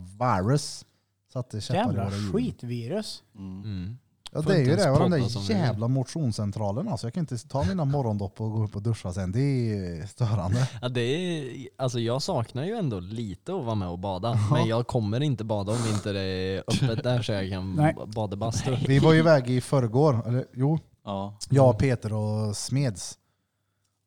Speaker 1: coronavirus. Satte käppar i
Speaker 4: Jävla
Speaker 1: våra hjul.
Speaker 4: skitvirus.
Speaker 2: Mm.
Speaker 3: Mm.
Speaker 1: Ja,
Speaker 3: Får
Speaker 1: det är
Speaker 3: inte
Speaker 1: ju
Speaker 3: ens
Speaker 1: det. Och den
Speaker 3: podda som vi
Speaker 1: där
Speaker 3: gör.
Speaker 1: jävla motionscentralen. Alltså, jag kan inte ta mina morgondopp och gå upp och duscha sen. Det är störande.
Speaker 3: Ja, det är, alltså jag saknar ju ändå lite att vara med och bada. Men jag kommer inte bada om inte det är öppet där så jag kan
Speaker 4: Nej.
Speaker 3: ba- bada bastu.
Speaker 1: Vi var ju iväg i förrgår. Eller jo,
Speaker 2: Ja.
Speaker 3: Mm.
Speaker 1: Jag, Peter och Smeds.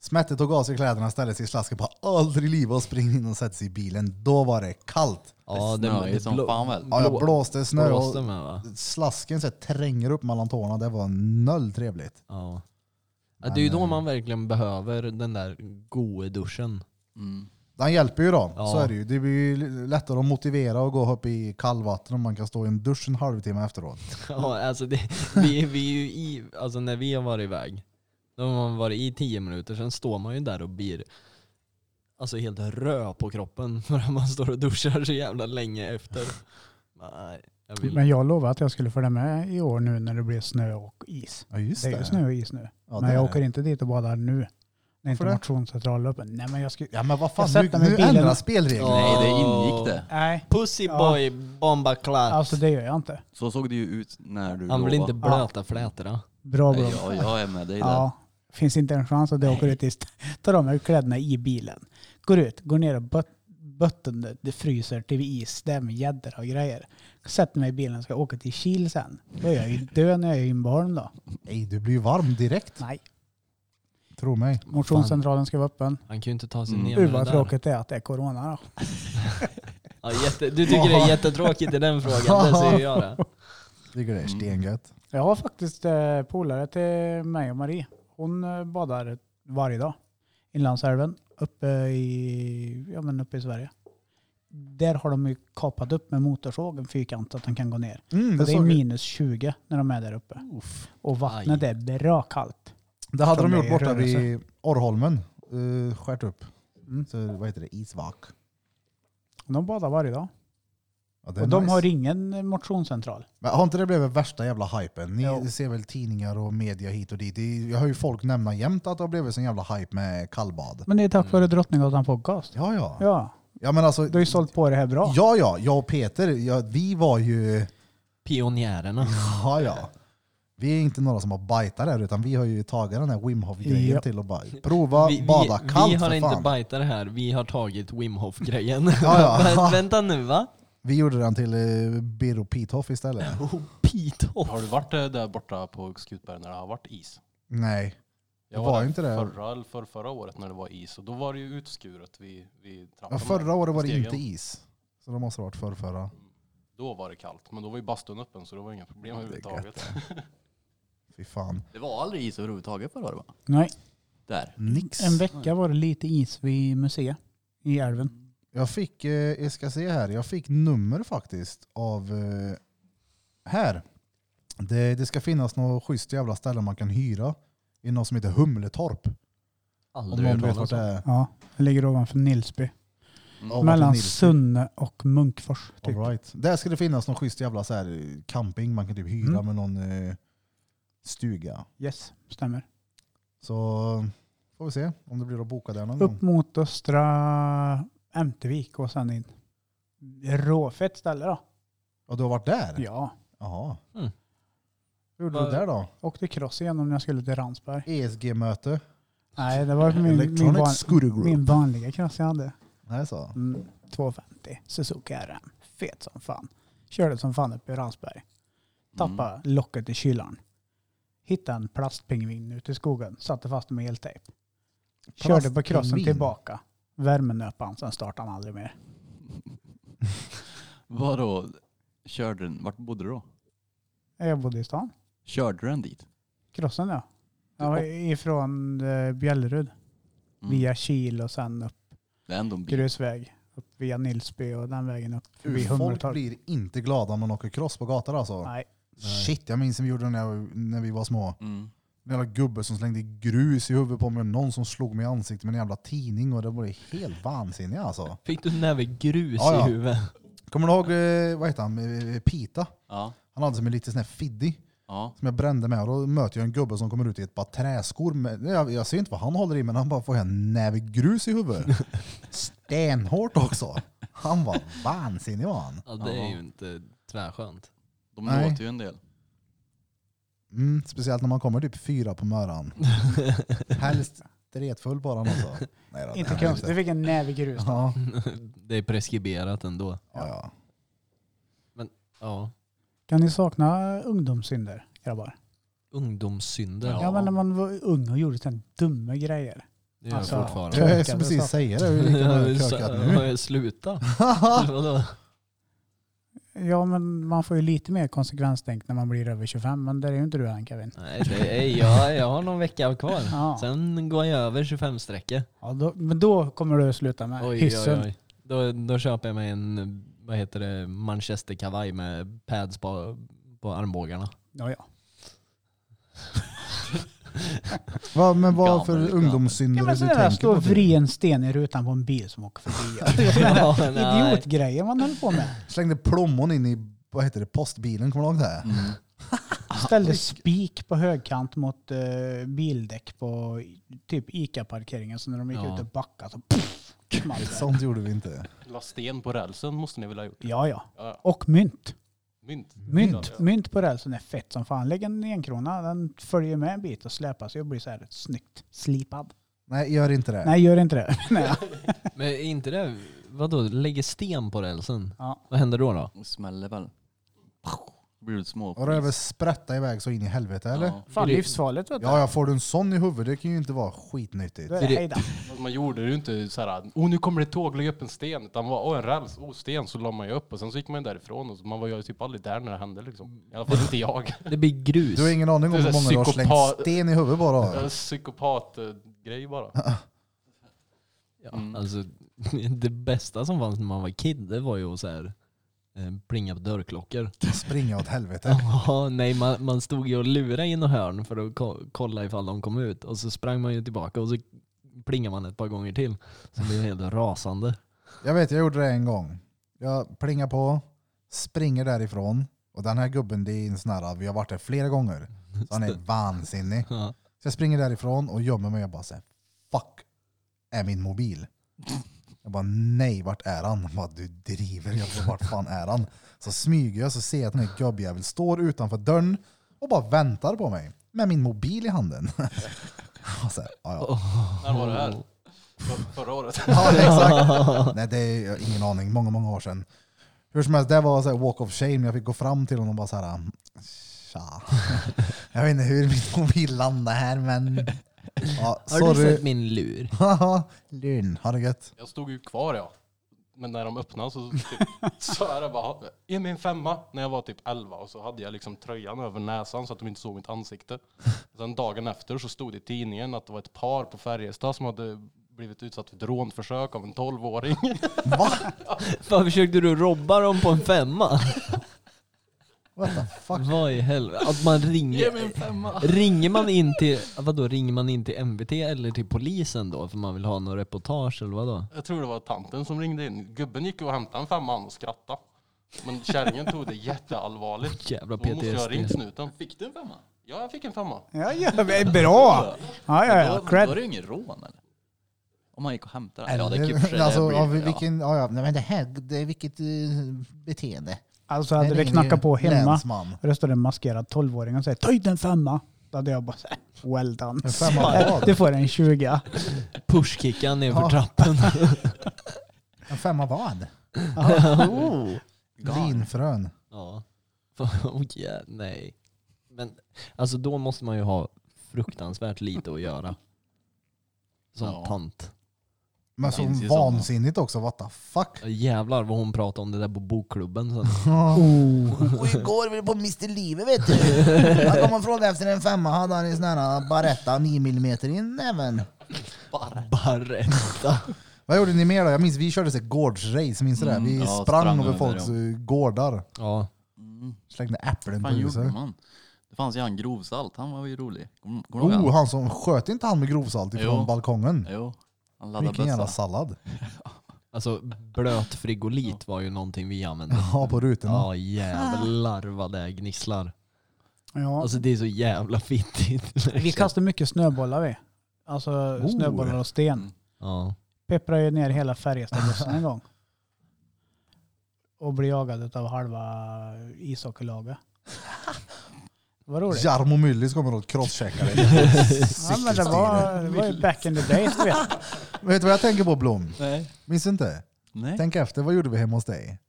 Speaker 1: Smette tog av sig kläderna, ställde sig i slasken på aldrig i livet och springde in och satte sig i bilen. Då var det kallt.
Speaker 3: Ja,
Speaker 2: det snöar ju som fan väl.
Speaker 1: Ja, jag blåste snö
Speaker 3: blåste
Speaker 1: och
Speaker 3: med va?
Speaker 1: slasken så här tränger upp mellan tårna. Det var noll trevligt.
Speaker 3: Ja. Ja, det är ju
Speaker 1: Men,
Speaker 3: då
Speaker 1: eh,
Speaker 3: man verkligen behöver den där goe duschen.
Speaker 2: Mm.
Speaker 1: Den hjälper ju då,
Speaker 3: Ja.
Speaker 1: så är det ju. Det blir ju lättare att motivera och gå upp i kallvatten om man kan stå i en dusch en halvtimme efteråt.
Speaker 3: Ja, alltså det, vi, vi är ju i, alltså när vi har varit iväg, då har man varit i tio minuter, sen står man ju där och blir alltså helt röd på kroppen för att man står och duschar så jävla länge efter. Nej, jag vill.
Speaker 4: Men jag lovade att jag skulle följa med i år nu när det blir snö och is.
Speaker 1: Ja just
Speaker 4: Det är ju snö och is nu.
Speaker 1: Ja,
Speaker 4: men
Speaker 1: det
Speaker 4: jag
Speaker 1: är det.
Speaker 4: åker inte dit och badar nu. När inte
Speaker 1: Varför det?
Speaker 4: motionscentralen är öppen. Nej men jag ska...
Speaker 1: Ja men vad fan,
Speaker 4: Jag
Speaker 1: nu,
Speaker 4: sätter mig i
Speaker 1: nu
Speaker 4: bilen.
Speaker 1: ändras spelreglerna.
Speaker 3: Ja.
Speaker 2: Nej det ingick det.
Speaker 4: Nej,
Speaker 3: Pussyboy bomba class.
Speaker 4: alltså det gör jag inte.
Speaker 2: Så såg det ju ut när du
Speaker 3: Han vill
Speaker 2: lovade.
Speaker 3: inte blöta flätorna.
Speaker 4: Bra bra.
Speaker 2: Nej, ja, jag är med dig där.
Speaker 4: Ja, finns inte en chans att jag åker ut i st- tar av mig kläderna i bilen. Går ut, går ner och bött, bötten det, det fryser till is, det är med gäddor och grejer. Sätter mig i bilen och ska åka till Kil sen. Då är jag ju död när jag är i Ymbaholm då.
Speaker 1: Nej, du blir ju varm direkt.
Speaker 4: Nej,
Speaker 1: Tro mig.
Speaker 4: motionscentralen ska vara öppen.
Speaker 3: Han kan ju inte ta sig
Speaker 2: Mm.
Speaker 3: ner
Speaker 4: Gud
Speaker 3: med
Speaker 4: vad
Speaker 3: det där.
Speaker 4: tråkigt det är att det är corona då.
Speaker 3: Ja, jätte, du tycker det är jättetråkigt i den frågan, det ser ju jag det.
Speaker 1: Tycker det är
Speaker 2: Mm.
Speaker 1: stengött.
Speaker 4: Jag har faktiskt eh, polare till mig och Marie. Hon eh, badar varje dag. Inlandsälven uppe i, ja, men uppe i Sverige. Där har de ju kapat upp med motorsåg en fyrkant så att den kan gå ner.
Speaker 1: Mm,
Speaker 4: Och det är
Speaker 1: såg jag.
Speaker 4: minus 20 när de är där uppe. Och vattnet är bra kallt.
Speaker 1: Det hade
Speaker 4: Som
Speaker 1: de
Speaker 4: är
Speaker 1: gjort
Speaker 4: i
Speaker 1: borta
Speaker 4: rörelse.
Speaker 1: vid Orrholmen. Uh, skärt upp.
Speaker 4: Mm.
Speaker 1: Så, vad heter det? Isvak.
Speaker 4: De badar varje dag.
Speaker 1: Ja, det är
Speaker 4: Och de
Speaker 1: nice.
Speaker 4: har ingen motionscentral.
Speaker 1: Men har inte det blivit värsta jävla hypen? Ni
Speaker 4: Jo.
Speaker 1: ser väl tidningar och media hit och dit. Det är- Jag hör ju folk nämna jämt att det har blivit sån jävla hype med kallbad.
Speaker 4: Men det är tack
Speaker 3: Mm.
Speaker 4: vare Drottninggatan podcast.
Speaker 1: Ja, ja. Ja,
Speaker 4: Ja,
Speaker 1: men alltså.
Speaker 4: du har ju sålt på det här bra.
Speaker 1: Ja, ja. Jag och Peter, ja, vi var ju...
Speaker 3: Pionjärerna.
Speaker 1: Ja, ja. Vi är inte några som har bajtat där utan vi har ju tagit den här Wim Hof-grejen
Speaker 4: Ja.
Speaker 1: till och bara prova
Speaker 3: vi, vi,
Speaker 1: bada kallt
Speaker 3: vi har
Speaker 1: för
Speaker 3: inte
Speaker 1: fan.
Speaker 3: bajtat det här, vi har tagit Wim Hof-grejen.
Speaker 1: Ja, ja.
Speaker 3: Vä- Vänta nu va?
Speaker 1: Vi gjorde den till eh, Birro Pithoff istället.
Speaker 3: Oh, Pete Hoff.
Speaker 5: Har du varit eh, där borta på Skutberg när det har varit is?
Speaker 1: Nej.
Speaker 5: Jag
Speaker 1: Det var
Speaker 5: där
Speaker 1: inte det.
Speaker 5: Förra, eller för, förra året när det var is och då var det ju utskuret vid, vid trappan.
Speaker 1: Ja,
Speaker 5: där,
Speaker 1: förra året var det
Speaker 5: stegen.
Speaker 1: inte is. Så det måste ha varit förr, förra.
Speaker 5: Då var det kallt, men då var ju bastun öppen så det var inga problem
Speaker 1: Ja, det är
Speaker 5: överhuvudtaget.
Speaker 1: Fy fan.
Speaker 2: Det var aldrig is överhuvudtaget förra året va?
Speaker 4: Nej,
Speaker 2: Där.
Speaker 1: Nix.
Speaker 4: en vecka var det lite is vid museet i
Speaker 1: Mm.
Speaker 4: älven.
Speaker 1: Jag fick, eh, jag ska se här, jag fick nummer faktiskt av eh, här. Det, det ska finnas något schysst jävla ställe man kan hyra i något som heter Humletorp. Om
Speaker 3: Aldrig
Speaker 1: någon
Speaker 3: hört
Speaker 1: vet vart
Speaker 3: talas
Speaker 1: det
Speaker 3: om.
Speaker 1: är.
Speaker 4: Ja, det ligger ovanför Nilsby.
Speaker 2: Mm.
Speaker 1: Ja,
Speaker 4: Mellan
Speaker 1: vart är Nils-
Speaker 4: Sunne och Munkfors. Typ.
Speaker 1: All right. Där ska det finnas någon schysst jävla så här, camping man kan typ hyra
Speaker 4: Mm.
Speaker 1: med någon eh, stuga.
Speaker 4: Yes, stämmer.
Speaker 1: Så får vi se om det blir att boka där någon
Speaker 4: Upp
Speaker 1: gång.
Speaker 4: mot Östra Ämtervik och sen in. Råfett ställe då.
Speaker 1: Och du har varit där?
Speaker 4: Ja,
Speaker 1: Jaha.
Speaker 3: Mm.
Speaker 1: Hur gjorde
Speaker 3: Vad-
Speaker 1: du där då?
Speaker 4: åkte cross igenom när jag skulle till Ransberg.
Speaker 1: ESG-möte?
Speaker 4: Nej, det var min, min,
Speaker 1: Electronic
Speaker 4: van,
Speaker 1: Scooter Group?
Speaker 4: min vanliga cross jag hade.
Speaker 1: Nej, så.
Speaker 4: Mm, 250 Suzuki RM. Fet som fan. Körde som fan upp i Ransberg. Tappade
Speaker 1: Mm.
Speaker 4: locket i kylan. Hittade en plastpingvin ute i skogen. Satte fast den med eltejp. Körde på crossen
Speaker 1: Plastpingvin?
Speaker 4: tillbaka. Värmen nöp han, sen startade han aldrig mer.
Speaker 2: Mm. Vadå? Körde den, vart bodde du då?
Speaker 4: Jag bodde i stan.
Speaker 2: Körde du den dit?
Speaker 4: Krossen ja. Jag var ifrån eh, Bjällerud
Speaker 2: Mm.
Speaker 4: via Kil och sen upp
Speaker 2: Det är ändå en bit.
Speaker 4: grusväg. Upp via Nilsby och den vägen upp förbi
Speaker 1: Fy, Folk
Speaker 4: Humletorp.
Speaker 1: blir inte glada om man åker cross på gatan alltså.
Speaker 4: Nej,
Speaker 1: Shit, jag minns när vi gjorde det när, när vi var små.
Speaker 2: Mm.
Speaker 1: En jävla gubbe som slängde grus i huvudet på mig och någon som slog mig i ansiktet med en jävla tidning och det var helt vansinnigt alltså.
Speaker 3: Fick du näve grus
Speaker 1: Ja, ja.
Speaker 3: i huvudet?
Speaker 1: Kommer du ihåg, eh, vad heter han, Eh, Pita?
Speaker 2: Ja.
Speaker 1: Han hade som en liten sån här fiddy
Speaker 2: ja.
Speaker 1: som jag brände med och då möter jag en gubbe som kommer ut i ett par träskor. Med, jag, jag ser inte vad han håller i men han bara får en näve grus i huvudet. Stenhårt också. Han var vansinnig var han.
Speaker 3: Ja, det är
Speaker 2: Ja.
Speaker 3: ju inte tvärskönt.
Speaker 2: De
Speaker 1: Nej.
Speaker 2: låter ju en del.
Speaker 1: Mm, speciellt när man kommer typ fyra på möran. Helst dretfull bara alltså. Nej, då,
Speaker 4: inte
Speaker 1: nej,
Speaker 4: konstigt. Du fick en näve grus. då.
Speaker 1: Ja,
Speaker 3: det är preskriberat ändå.
Speaker 1: ja, ja.
Speaker 3: Ja.
Speaker 4: Kan ni sakna ungdomssynder, grabbar?
Speaker 3: Ungdomssynder.
Speaker 4: Ja.
Speaker 2: Ja.
Speaker 4: men när man var ung och gjorde sådana dumma grejer.
Speaker 3: Det gör
Speaker 4: Alltså,
Speaker 3: jag
Speaker 1: Jag
Speaker 3: fortfarande.
Speaker 1: är som precis säger det. Jag är lika bra
Speaker 3: Ja, så-
Speaker 1: kökat
Speaker 3: Har
Speaker 1: nu.
Speaker 3: jag slutat? Eller vadå?
Speaker 4: Ja, men man får ju lite mer konsekvenstänk när man blir över 25, men det är ju inte du än Kevin.
Speaker 3: Nej, det är, jag, jag har någon vecka kvar.
Speaker 4: Ja.
Speaker 3: Sen går jag över 25-strecket.
Speaker 4: Ja, då, men då kommer du att sluta med
Speaker 3: Oj, oj,
Speaker 4: hyssen.
Speaker 3: oj. Då, då köper jag mig en vad heter det, manchesterkavaj med pads på, på armbågarna.
Speaker 4: Ja, ja.
Speaker 1: Va, men vad för
Speaker 2: Gammel, gammel.
Speaker 4: Ja,
Speaker 1: ungdomssynder
Speaker 4: men
Speaker 1: du
Speaker 4: sådär där
Speaker 1: tänker
Speaker 4: stå
Speaker 1: på? typ?
Speaker 4: och vri en sten i rutan på en bil som åker förbi. Det är
Speaker 3: Ja,
Speaker 4: sådana
Speaker 3: nej.
Speaker 4: där Idiotgrejer man höll på med.
Speaker 1: Slängde plommon in i vad heter det, postbilen, kommer du ihåg det?
Speaker 2: Mm.
Speaker 4: Ställde spik på högkant mot eh, bildäck på i- typ ICA-parkeringen. Så när de gick
Speaker 3: Ja.
Speaker 4: ut och backade så pff, small det.
Speaker 1: Sånt gjorde vi inte.
Speaker 5: La sten på rälsen måste ni väl ha gjort?
Speaker 4: Ja, ja.
Speaker 5: Ja, ja.
Speaker 4: Och mynt.
Speaker 5: Mynt.
Speaker 4: Mynt,
Speaker 5: Ja,
Speaker 4: mynt på rälsen är fett som fan. Lägg en enkrona, den följer med en bit och släpas. Jag blir så här snyggt slipad.
Speaker 1: Nej, gör inte det.
Speaker 4: Nej, gör inte det. Nej.
Speaker 3: Men är inte det, vadå, lägger sten på rälsen?
Speaker 4: Ja.
Speaker 3: Vad händer då? då?
Speaker 2: Det smäller väl. Blir det små
Speaker 1: Och röver sprätta iväg så in i helvete eller? Ja.
Speaker 2: Ja.
Speaker 4: Fan,
Speaker 3: Blir-
Speaker 4: livsfarligt vet du.
Speaker 1: ja, får du en sån i huvudet det kan ju inte vara skitnyttigt.
Speaker 4: Då är
Speaker 3: Blir
Speaker 4: det
Speaker 3: det-
Speaker 4: hejda.
Speaker 5: Alltså, Man gjorde det ju inte så här, oh nu kommer det ett tåg, lägg upp en sten. Utan var, åh en räls, oh sten, så la man ju upp och sen så gick man ju därifrån. Och så man var ju typ aldrig där när det hände liksom. I alla fall inte jag.
Speaker 3: Det blir grus.
Speaker 1: Du har ingen aning om
Speaker 5: Det är
Speaker 1: hur många du har slängt
Speaker 5: psykopat-
Speaker 1: sten i huvudet
Speaker 5: Det är
Speaker 1: bara.
Speaker 5: en Psykopat-grej bara.
Speaker 3: Ja,
Speaker 2: Mm.
Speaker 5: Mm.
Speaker 3: alltså, det bästa som fanns när man var kid, det var ju att så här, eh, plinga på dörrklockor.
Speaker 1: Springa åt helvete.
Speaker 3: Ja, nej, man, man stod ju och lurade in och hörn för att ko- kolla ifall de kom ut. Och så sprang man ju tillbaka och så plingade man ett par gånger till. Så blev jag helt rasande.
Speaker 1: Jag vet, jag gjorde det en gång. Jag plingar på, springer därifrån. Och den här gubben, det är en sån här, vi har varit där flera gånger. Så han är vansinnig.
Speaker 3: Ja.
Speaker 1: Så jag springer därifrån och gömmer mig och bara säger Fuck, är min mobil? Jag bara nej, vart är han? Han bara du driver, jag bara, vart fan är han? Så smyger jag så ser jag att den här gubbjäveln står utanför dörren och bara väntar på mig med min mobil i handen. Och så här, ja, ja.
Speaker 5: När var det här? För, förra året?
Speaker 1: Ja, det är exakt. Nej, det är jag har ingen aning. Många, många år sedan. Hur som helst, det var så här walk of shame. Jag fick gå fram till honom och bara så här. Tja. Jag vet inte hur min mobil landade här, men... Ja,
Speaker 3: Har du
Speaker 1: sorry.
Speaker 3: sett min lur?
Speaker 1: Haha, Lynn. Ha det gött.
Speaker 5: Jag stod ju kvar ja. Men när de öppnade så, typ, så är det bara, ge mig en femma. När jag var typ 11 och så hade jag liksom tröjan över näsan så att de inte såg mitt ansikte. Sen dagen efter så stod det i tidningen att det var ett par på Färjestad som hade blivit utsatt för ett rånförsök av en 12-åring.
Speaker 1: Va?
Speaker 3: Fan, försökte du robba dem på en femma?
Speaker 1: What the fuck?
Speaker 3: Vad i helvete? Att man
Speaker 5: Ge
Speaker 3: ringer...
Speaker 5: mig en femma!
Speaker 3: Ringer man in till, vadå, ringer man in till MVT eller till polisen då? För man vill ha något reportage eller vadå?
Speaker 5: Jag tror det var tanten som ringde in. Gubben gick och hämtade en femma och skrattade. Men kärringen tog det jätteallvarligt.
Speaker 3: Jävla
Speaker 5: Hon måste ju ha ringt
Speaker 3: PTSD.
Speaker 5: snuten.
Speaker 6: Fick du en femma?
Speaker 5: Ja, jag fick en femma.
Speaker 4: Ja, ja, det är bra! Ja, ja, ja.
Speaker 6: Då, då är
Speaker 4: Cred.
Speaker 6: det ju ingen rån eller? Om man gick och hämtade den? Ja, det
Speaker 2: typ
Speaker 6: är
Speaker 1: Eller,
Speaker 6: kul.
Speaker 1: alltså, av vilken, ja, ja, nej, men det här, det är vilket eh, beteende.
Speaker 4: Alltså hade
Speaker 1: Här
Speaker 4: det
Speaker 1: ringer
Speaker 4: knackat på hemma
Speaker 1: Länsman.
Speaker 4: och det stod en maskerad 12-åring och säger ta ut en femma. Då hade jag bara såhär, well done.
Speaker 1: En femma på
Speaker 4: Du
Speaker 1: vad?
Speaker 4: får en 20.
Speaker 3: Pushkickan nerför
Speaker 1: Ja.
Speaker 3: trappen.
Speaker 1: En femma vad?
Speaker 4: Oh.
Speaker 1: Linfrön.
Speaker 3: Ja. Oh, yeah, nej. Men alltså då måste man ju ha fruktansvärt lite att göra. Som
Speaker 6: Ja.
Speaker 3: tant.
Speaker 1: Men
Speaker 6: Det finns
Speaker 1: så
Speaker 6: ju sådana.
Speaker 1: vansinnigt också. What the fuck?
Speaker 3: Ja, Jävlar vad hon pratade om det där på bokklubben sen.
Speaker 1: Och igår var det på Mr. Live vet du. Han kom och frågade efter en femma. Hade han en sån här Baretta 9 mm i näven.
Speaker 3: Barretta.
Speaker 1: Vad gjorde ni mer då? Jag minns vi körde så här gårdsrace, minns du det?
Speaker 6: Mm,
Speaker 1: Vi
Speaker 6: ja,
Speaker 1: sprang
Speaker 6: sprang
Speaker 1: över
Speaker 6: över
Speaker 1: folks
Speaker 6: dem.
Speaker 1: eh, gårdar.
Speaker 3: Ja.
Speaker 1: Slängde äpplen på
Speaker 6: fan gjorde
Speaker 1: huset.
Speaker 6: man? Det fanns ju han Grovsalt, han var ju rolig. Kommer kommer du ihåg
Speaker 1: Oh,
Speaker 6: han?
Speaker 1: han som sköt inte han med grovsalt ifrån
Speaker 6: Jo.
Speaker 1: balkongen?
Speaker 6: Jo, han laddade
Speaker 1: Vilken jävla
Speaker 6: bössa.
Speaker 1: sallad.
Speaker 3: Alltså blöt frigolit var ju någonting vi använde.
Speaker 1: Ja, på rutorna.
Speaker 3: Ja jävlar vad det gnisslar.
Speaker 4: Ja.
Speaker 3: Alltså det är så jävla fittigt.
Speaker 4: Vi kastar mycket snöbollar vi. Alltså
Speaker 1: Oh,
Speaker 4: snöbollar och sten.
Speaker 6: Mm.
Speaker 3: Ja.
Speaker 4: Pepprade ju ner hela Färjestadbussen en gång. Och blev jagad av halva ishockeylaget. Vad roligt.
Speaker 1: Jarmo Myllys kommer och crosscheckar dig.
Speaker 4: Ja, men det var, det var ju back in the days du vet.
Speaker 1: Vet du vad jag tänker på Blom?
Speaker 6: Nej.
Speaker 1: Minns du inte?
Speaker 6: Nej.
Speaker 1: Tänk efter, vad gjorde vi hemma hos dig?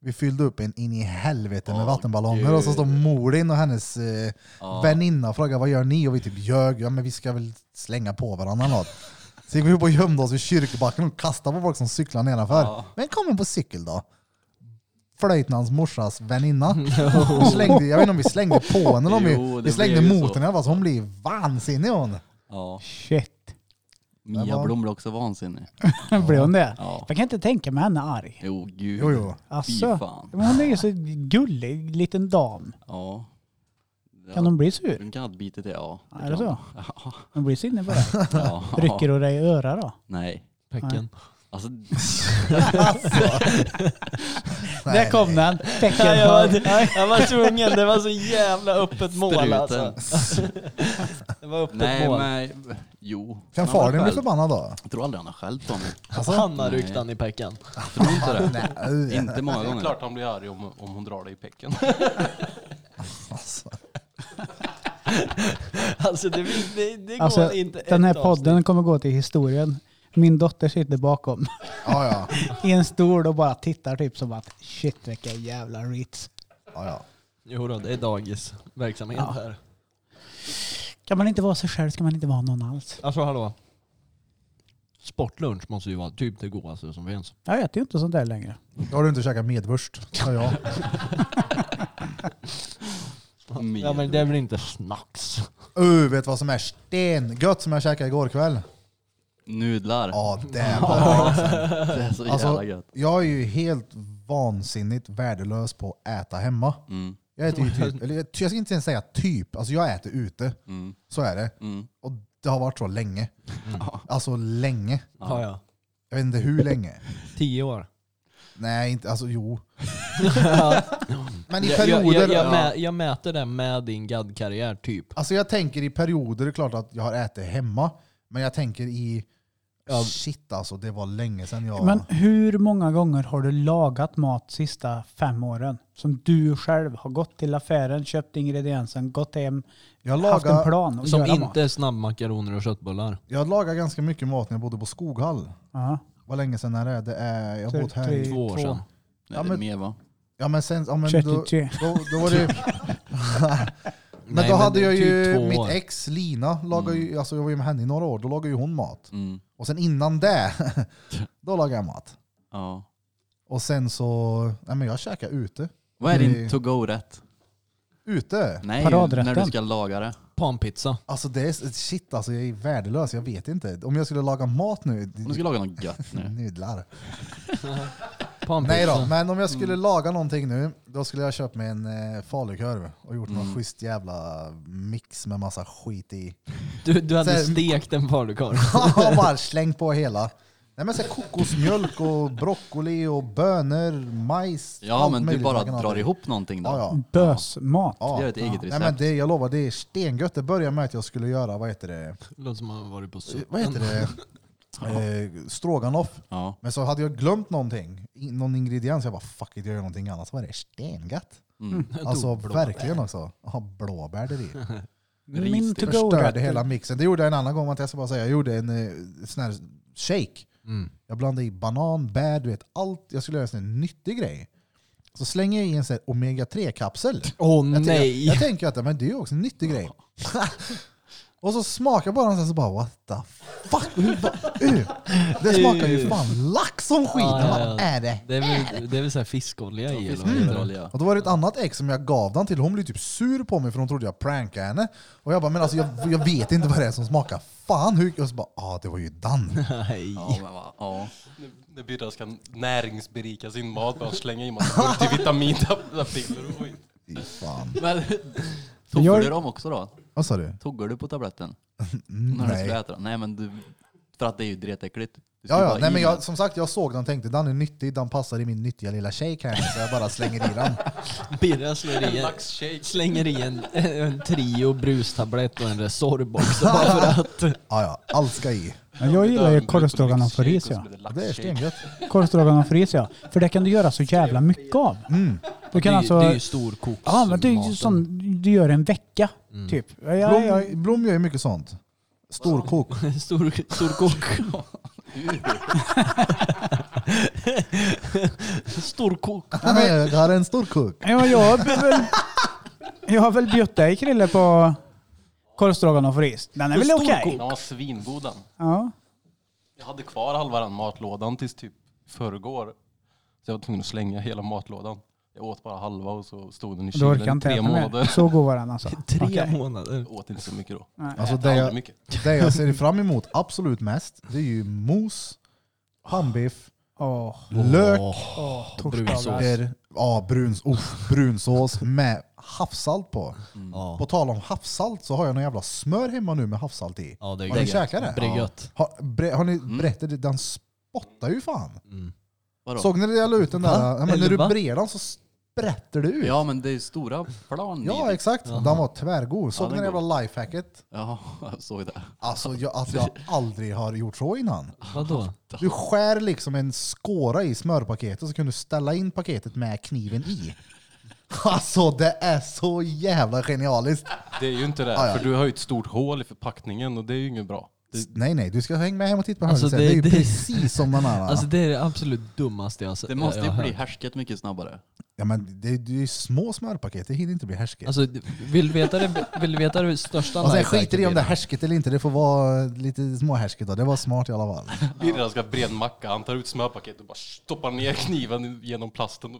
Speaker 1: Vi fyllde upp en in i helvete med
Speaker 6: Åh,
Speaker 1: vattenballonger och så stod mor din och hennes eh, väninna och frågade vad gör ni? Och vi typ ljög, ja men vi ska väl slänga på varandra eller något. Så gick vi upp och gömde oss vid kyrkbacken och kastade på folk som cyklade nedanför.
Speaker 6: Ja.
Speaker 1: Vem kommer på cykel då? Flöjtnans morsas väninna. Vi slängde, jag vet inte om vi slängde på henne eller om
Speaker 6: Jo,
Speaker 1: vi,
Speaker 6: det
Speaker 1: vi slängde
Speaker 6: blev ju
Speaker 1: mot
Speaker 6: så.
Speaker 1: henne. i alla fall, så Hon blev vansinnig hon.
Speaker 6: Ja.
Speaker 4: Shit.
Speaker 1: Det var-
Speaker 6: Mia Blom blev också vansinnig.
Speaker 4: Blev hon det?
Speaker 6: Ja.
Speaker 4: Jag kan inte tänka mig henne arg.
Speaker 6: Jo, gud.
Speaker 1: Jo, jo.
Speaker 4: Alltså,
Speaker 6: Fy fan.
Speaker 4: men hon är ju så gullig liten dam.
Speaker 6: Ja. Det
Speaker 4: Kan
Speaker 6: hade-
Speaker 4: hon bli sur?
Speaker 6: Hon kan ha bitit det, ja.
Speaker 4: Är det så?
Speaker 6: Ja.
Speaker 4: Hon blir sinne på det.
Speaker 6: ja.
Speaker 4: Rycker hon dig i öra då?
Speaker 6: Nej.
Speaker 3: Pecken.
Speaker 6: Alltså,
Speaker 4: Där kom den!
Speaker 3: Ja,
Speaker 4: Tecken.
Speaker 3: jag, var, jag var tvungen, det var så jävla öppet mål
Speaker 6: Struten.
Speaker 3: alltså. Det var öppet
Speaker 6: nej
Speaker 3: mål.
Speaker 6: men, jo.
Speaker 1: Kan
Speaker 6: Han har
Speaker 1: far din bli
Speaker 6: skällt.
Speaker 1: förbannad då?
Speaker 6: Jag tror aldrig han har skällt på mig.
Speaker 3: Alltså, Han har
Speaker 6: Nej.
Speaker 3: ryckt han i pecken.
Speaker 6: Tror inte det.
Speaker 1: Nej.
Speaker 6: Inte många
Speaker 5: Det är
Speaker 6: gånger.
Speaker 5: klart han blir arg om, om hon drar dig i pecken.
Speaker 1: Alltså.
Speaker 3: Alltså det, det, det går
Speaker 4: Alltså,
Speaker 3: inte
Speaker 4: Den här
Speaker 3: ett avsnitt.
Speaker 4: podden kommer gå till historien. Min dotter sitter bakom
Speaker 1: Ja, ja.
Speaker 4: i en stol och bara tittar typ som att shit vilka jävla reats.
Speaker 1: ja, ja.
Speaker 3: Jo då, det är dagisverksamhet
Speaker 4: Ja.
Speaker 3: här.
Speaker 4: Kan man inte vara sig själv ska man inte vara någon alls.
Speaker 3: Alltså hallå. Sportlunch måste ju vara typ det godaste som finns.
Speaker 4: Jag äter ju inte sånt där längre.
Speaker 1: Då har du inte käkat medvurst. Ja, ja.
Speaker 3: Ja men det är väl inte snacks.
Speaker 1: Uh, vet du vad som är stengött som jag käkade igår kväll?
Speaker 6: Nudlar.
Speaker 1: Ja, det var
Speaker 6: Det är så
Speaker 1: Alltså-
Speaker 6: jävla gött.
Speaker 1: Jag är ju helt vansinnigt värdelös på att äta hemma.
Speaker 2: Mm,
Speaker 1: Jag äter ju typ, eller jag jag ska inte ens säga typ, alltså jag äter ute.
Speaker 2: mm,
Speaker 1: Så är det.
Speaker 2: mm.
Speaker 1: Och det har varit så länge.
Speaker 3: Mm.
Speaker 1: Alltså länge.
Speaker 3: Ja, ja.
Speaker 1: Jag vet inte hur länge.
Speaker 3: Tio år.
Speaker 1: Nej, inte, alltså jo.
Speaker 3: Ja.
Speaker 1: Men i
Speaker 3: Jag-
Speaker 1: perioder.
Speaker 3: Jag, jag, jag, mä, jag mäter det med din gaddkarriär typ.
Speaker 1: Alltså jag tänker i perioder, det är klart att jag har ätit hemma. Men jag tänker i, shit alltså det var länge sedan jag...
Speaker 4: Men hur många gånger har du lagat mat sista fem åren? Som du själv har gått till affären, köpt ingrediensen, gått hem,
Speaker 1: jag,
Speaker 4: haft en
Speaker 1: lagar,
Speaker 4: plan att
Speaker 3: Som
Speaker 4: göra mat.
Speaker 3: inte är snabbmakaroner och köttbullar.
Speaker 1: jag lagar ganska mycket mat när jag bodde på Skoghall.
Speaker 4: Ja.
Speaker 1: Vad länge sedan är det? det är, jag har
Speaker 4: Tre-
Speaker 1: bott här
Speaker 4: tre-
Speaker 1: i...
Speaker 3: Två år
Speaker 4: Två.
Speaker 3: sedan.
Speaker 6: Nej,
Speaker 1: Ja,
Speaker 6: det är
Speaker 1: men-
Speaker 6: mer va?
Speaker 1: Ja men sen, ja, men då,
Speaker 4: 33.
Speaker 1: då, då var det... Men
Speaker 3: Nej,
Speaker 1: då hade
Speaker 3: det är
Speaker 1: jag ju
Speaker 3: typ två
Speaker 1: mitt
Speaker 3: år. Mm.
Speaker 1: ex Lina, lagade ju, alltså jag var ju med henne i några år, då lagade ju hon mat.
Speaker 6: Mm.
Speaker 1: Och sen innan det, då lagade jag mat.
Speaker 6: Ja.
Speaker 1: Och sen så, nej men jag käkar ute.
Speaker 6: Vad är
Speaker 1: Det-
Speaker 6: din to-go-rätt?
Speaker 1: Ute?
Speaker 6: Nej,
Speaker 4: Paradrätten.
Speaker 6: när du ska laga det.
Speaker 3: Panpizza.
Speaker 1: Alltså det är, shit alltså jag är värdelös, jag vet inte. Om jag skulle laga mat nu,
Speaker 6: Om du ska laga något gött nu.
Speaker 1: nudlar.
Speaker 3: Panpizza.
Speaker 1: Nej då, men om jag
Speaker 6: Mm.
Speaker 1: skulle laga någonting nu, då skulle jag köpt mig en eh, falukorv och gjort
Speaker 6: Mm.
Speaker 1: någon schysst jävla mix med massa skit i.
Speaker 3: Du, du hade
Speaker 1: Så här-
Speaker 3: stekt en falukorv.
Speaker 1: Och bara slängt på hela. Nej men så här kokosmjölk och broccoli och bönor, majs.
Speaker 6: Ja,
Speaker 1: allt
Speaker 6: men du
Speaker 1: möjligt
Speaker 6: bara
Speaker 1: man kan ha
Speaker 6: drar
Speaker 1: till.
Speaker 6: ihop någonting då.
Speaker 1: Ja, ja.
Speaker 4: Bösmat.
Speaker 1: ja.
Speaker 6: Gör ett eget
Speaker 1: Nej, men
Speaker 6: recept.
Speaker 1: det, jag lovar, det är stengött. Det började med att jag skulle göra, vad heter det,
Speaker 3: Låter som man varit på suppen.
Speaker 1: vad heter det? Eh, stroganoff.
Speaker 6: Ja.
Speaker 1: Men så hade jag glömt någonting, i- någon ingrediens. Jag bara fuck it, jag gör någonting annat. Så var det stengött.
Speaker 6: Mm.
Speaker 1: Alltså verkligen också. Ja, blåbär det i.
Speaker 4: Min to go
Speaker 1: Förstörde hela mixen. Det gjorde jag en annan gång, jag ska bara säga. Jag gjorde en eh, sån här shake.
Speaker 3: Mm.
Speaker 1: Jag blandade i banan, bär, du vet allt. Jag skulle göra en sån här nyttig grej. Så slänger jag i en sån här omega-3-kapsel.
Speaker 3: Åh
Speaker 1: Jag, tänker-
Speaker 3: nej!
Speaker 1: jag tänker att men det är ju också en nyttig grej. och så smakar jag bara den så här, så bara what the fuck. Hur bara, uh. Det smakar ju fan lax som skit.
Speaker 3: Ja, ja, ja.
Speaker 1: Vad är det?
Speaker 3: det är väl, det är väl så här fiskolja i eller vad heter det?
Speaker 6: Fiskolja.
Speaker 1: Och då var det ett annat ex som jag gav den till. Hon blev typ sur på mig för hon trodde jag prankade henne. Och jag bara, men alltså jag, jag vet inte vad det är som smakar. Fan hur... Och så bara, ah det var ju Dan.
Speaker 3: Nej.
Speaker 6: Ja, men va? Ja.
Speaker 5: När Birra ska näringsberika sin mat bara slänga i massa multivitaminpiller och skit.
Speaker 1: Fy fan.
Speaker 6: Men tog
Speaker 4: Jag-
Speaker 6: du dem också då?
Speaker 1: Vad sa du?
Speaker 6: Tuggar du på tabletten? När du skulle
Speaker 1: Mm, Nej.
Speaker 6: äta den? Nej men du, för att det är ju dretäckligt. Du ska
Speaker 1: Ja, ja.
Speaker 6: bara
Speaker 1: Nej,
Speaker 6: i
Speaker 1: men jag,
Speaker 6: den.
Speaker 1: som sagt, jag såg den och tänkte den är nyttig, den passar i min nyttiga lilla shake här så jag bara slänger i den.
Speaker 3: Birra slår i en,
Speaker 5: Laxshake.
Speaker 3: slänger i en, en Trio brustablett och en Resorb också bara för att.
Speaker 1: Ja, ja. Allt ska i.
Speaker 4: Jag gillar ju korvstroganoff och ris. Ja.
Speaker 1: Det är stengött.
Speaker 4: Korvstroganoff och ris ja. För det kan du göra så jävla mycket av.
Speaker 1: Mm.
Speaker 4: Du
Speaker 3: Det,
Speaker 4: kan alltså...
Speaker 3: det är ju storkoks.
Speaker 4: Ja men det är ju sån du gör en vecka
Speaker 3: Mm.
Speaker 4: typ. Ja, ja, ja.
Speaker 1: Blom, Blom gör ju mycket sånt. Storkok.
Speaker 3: Stor, storkok. storkok.
Speaker 1: Nej, men jag har en storkok.
Speaker 4: Ja, jag, har väl, jag har väl bjudit dig Krille på korvstroganoff och ris. Den är väl okej?
Speaker 5: Den var svingod den.
Speaker 4: Ja.
Speaker 5: Jag hade kvar halva den matlådan tills typ förrgår. Så jag var tvungen att slänga hela matlådan. Jag åt bara halva och så stod den i
Speaker 4: Då orkar jag
Speaker 5: kylen i
Speaker 4: inte
Speaker 5: tre
Speaker 4: äta mer.
Speaker 5: månader.
Speaker 4: Så god var den alltså.
Speaker 3: Tre
Speaker 4: Okej.
Speaker 3: månader.
Speaker 5: Jag åt inte så mycket då.
Speaker 4: Nej.
Speaker 1: Alltså
Speaker 5: Äter
Speaker 1: det
Speaker 5: aldrig
Speaker 1: jag,
Speaker 5: mycket.
Speaker 1: det jag ser fram emot absolut mest, det är ju mos, pannbiff,
Speaker 4: Åh,
Speaker 1: lök,
Speaker 4: åh,
Speaker 3: brunsås.
Speaker 4: torsdagar.
Speaker 1: där, ja, bruns, uff, brunsås med havssalt på. På
Speaker 3: Ja.
Speaker 1: tal om havssalt så har jag någon jävla smör hemma nu med havssalt i.
Speaker 3: ja, det är
Speaker 1: Har ni
Speaker 3: gött.
Speaker 1: käkat det?
Speaker 3: Brygött.
Speaker 1: Har, bre, har ni berättat det? Den spottar ju fan.
Speaker 3: Mm.
Speaker 6: Vadå?
Speaker 1: Såg ni det jag la ut den där? Ja, men när
Speaker 3: Eller
Speaker 1: du
Speaker 3: va?
Speaker 1: brer den så sprätter det ut. Ja,
Speaker 6: Ja men det är ju stora plan i-
Speaker 1: exakt. Den var tvärgod. Såg
Speaker 6: Ja,
Speaker 1: ni det
Speaker 6: den är
Speaker 1: jävla lifehacket?
Speaker 6: Ja, jag såg det.
Speaker 1: Alltså jag, att jag aldrig har gjort så innan.
Speaker 3: Vadå?
Speaker 1: Du skär liksom en skåra i smörpaketet så kan du ställa in paketet med kniven i. Alltså det är så jävla genialiskt.
Speaker 5: Det är ju inte det.
Speaker 1: Ja, ja.
Speaker 5: För du har ju ett stort hål i förpackningen och det är ju inget bra.
Speaker 1: S- Nej nej, du ska hänga med hem och titta på
Speaker 3: Alltså,
Speaker 1: hörnet sen. Det, är ju
Speaker 3: det- det-
Speaker 1: precis som den här.
Speaker 3: Alltså det är det absolut dummaste jag har sett.
Speaker 6: Det måste
Speaker 3: jag har
Speaker 6: ju bli
Speaker 3: hört.
Speaker 6: härsket mycket snabbare.
Speaker 1: ja, men det, det är ju små smörpaket, det hinner inte bli härsket. Alltså,
Speaker 3: Alltså, vill du veta det, vill du veta det största
Speaker 1: jag
Speaker 3: lifehacket,
Speaker 1: skiter i om det är
Speaker 3: Birra?
Speaker 1: härsket eller inte, det får vara lite småhärsket då. Det var smart i alla fall.
Speaker 5: Birra ska bre en macka, han tar ut smörpaketet och bara stoppar ner kniven genom plasten.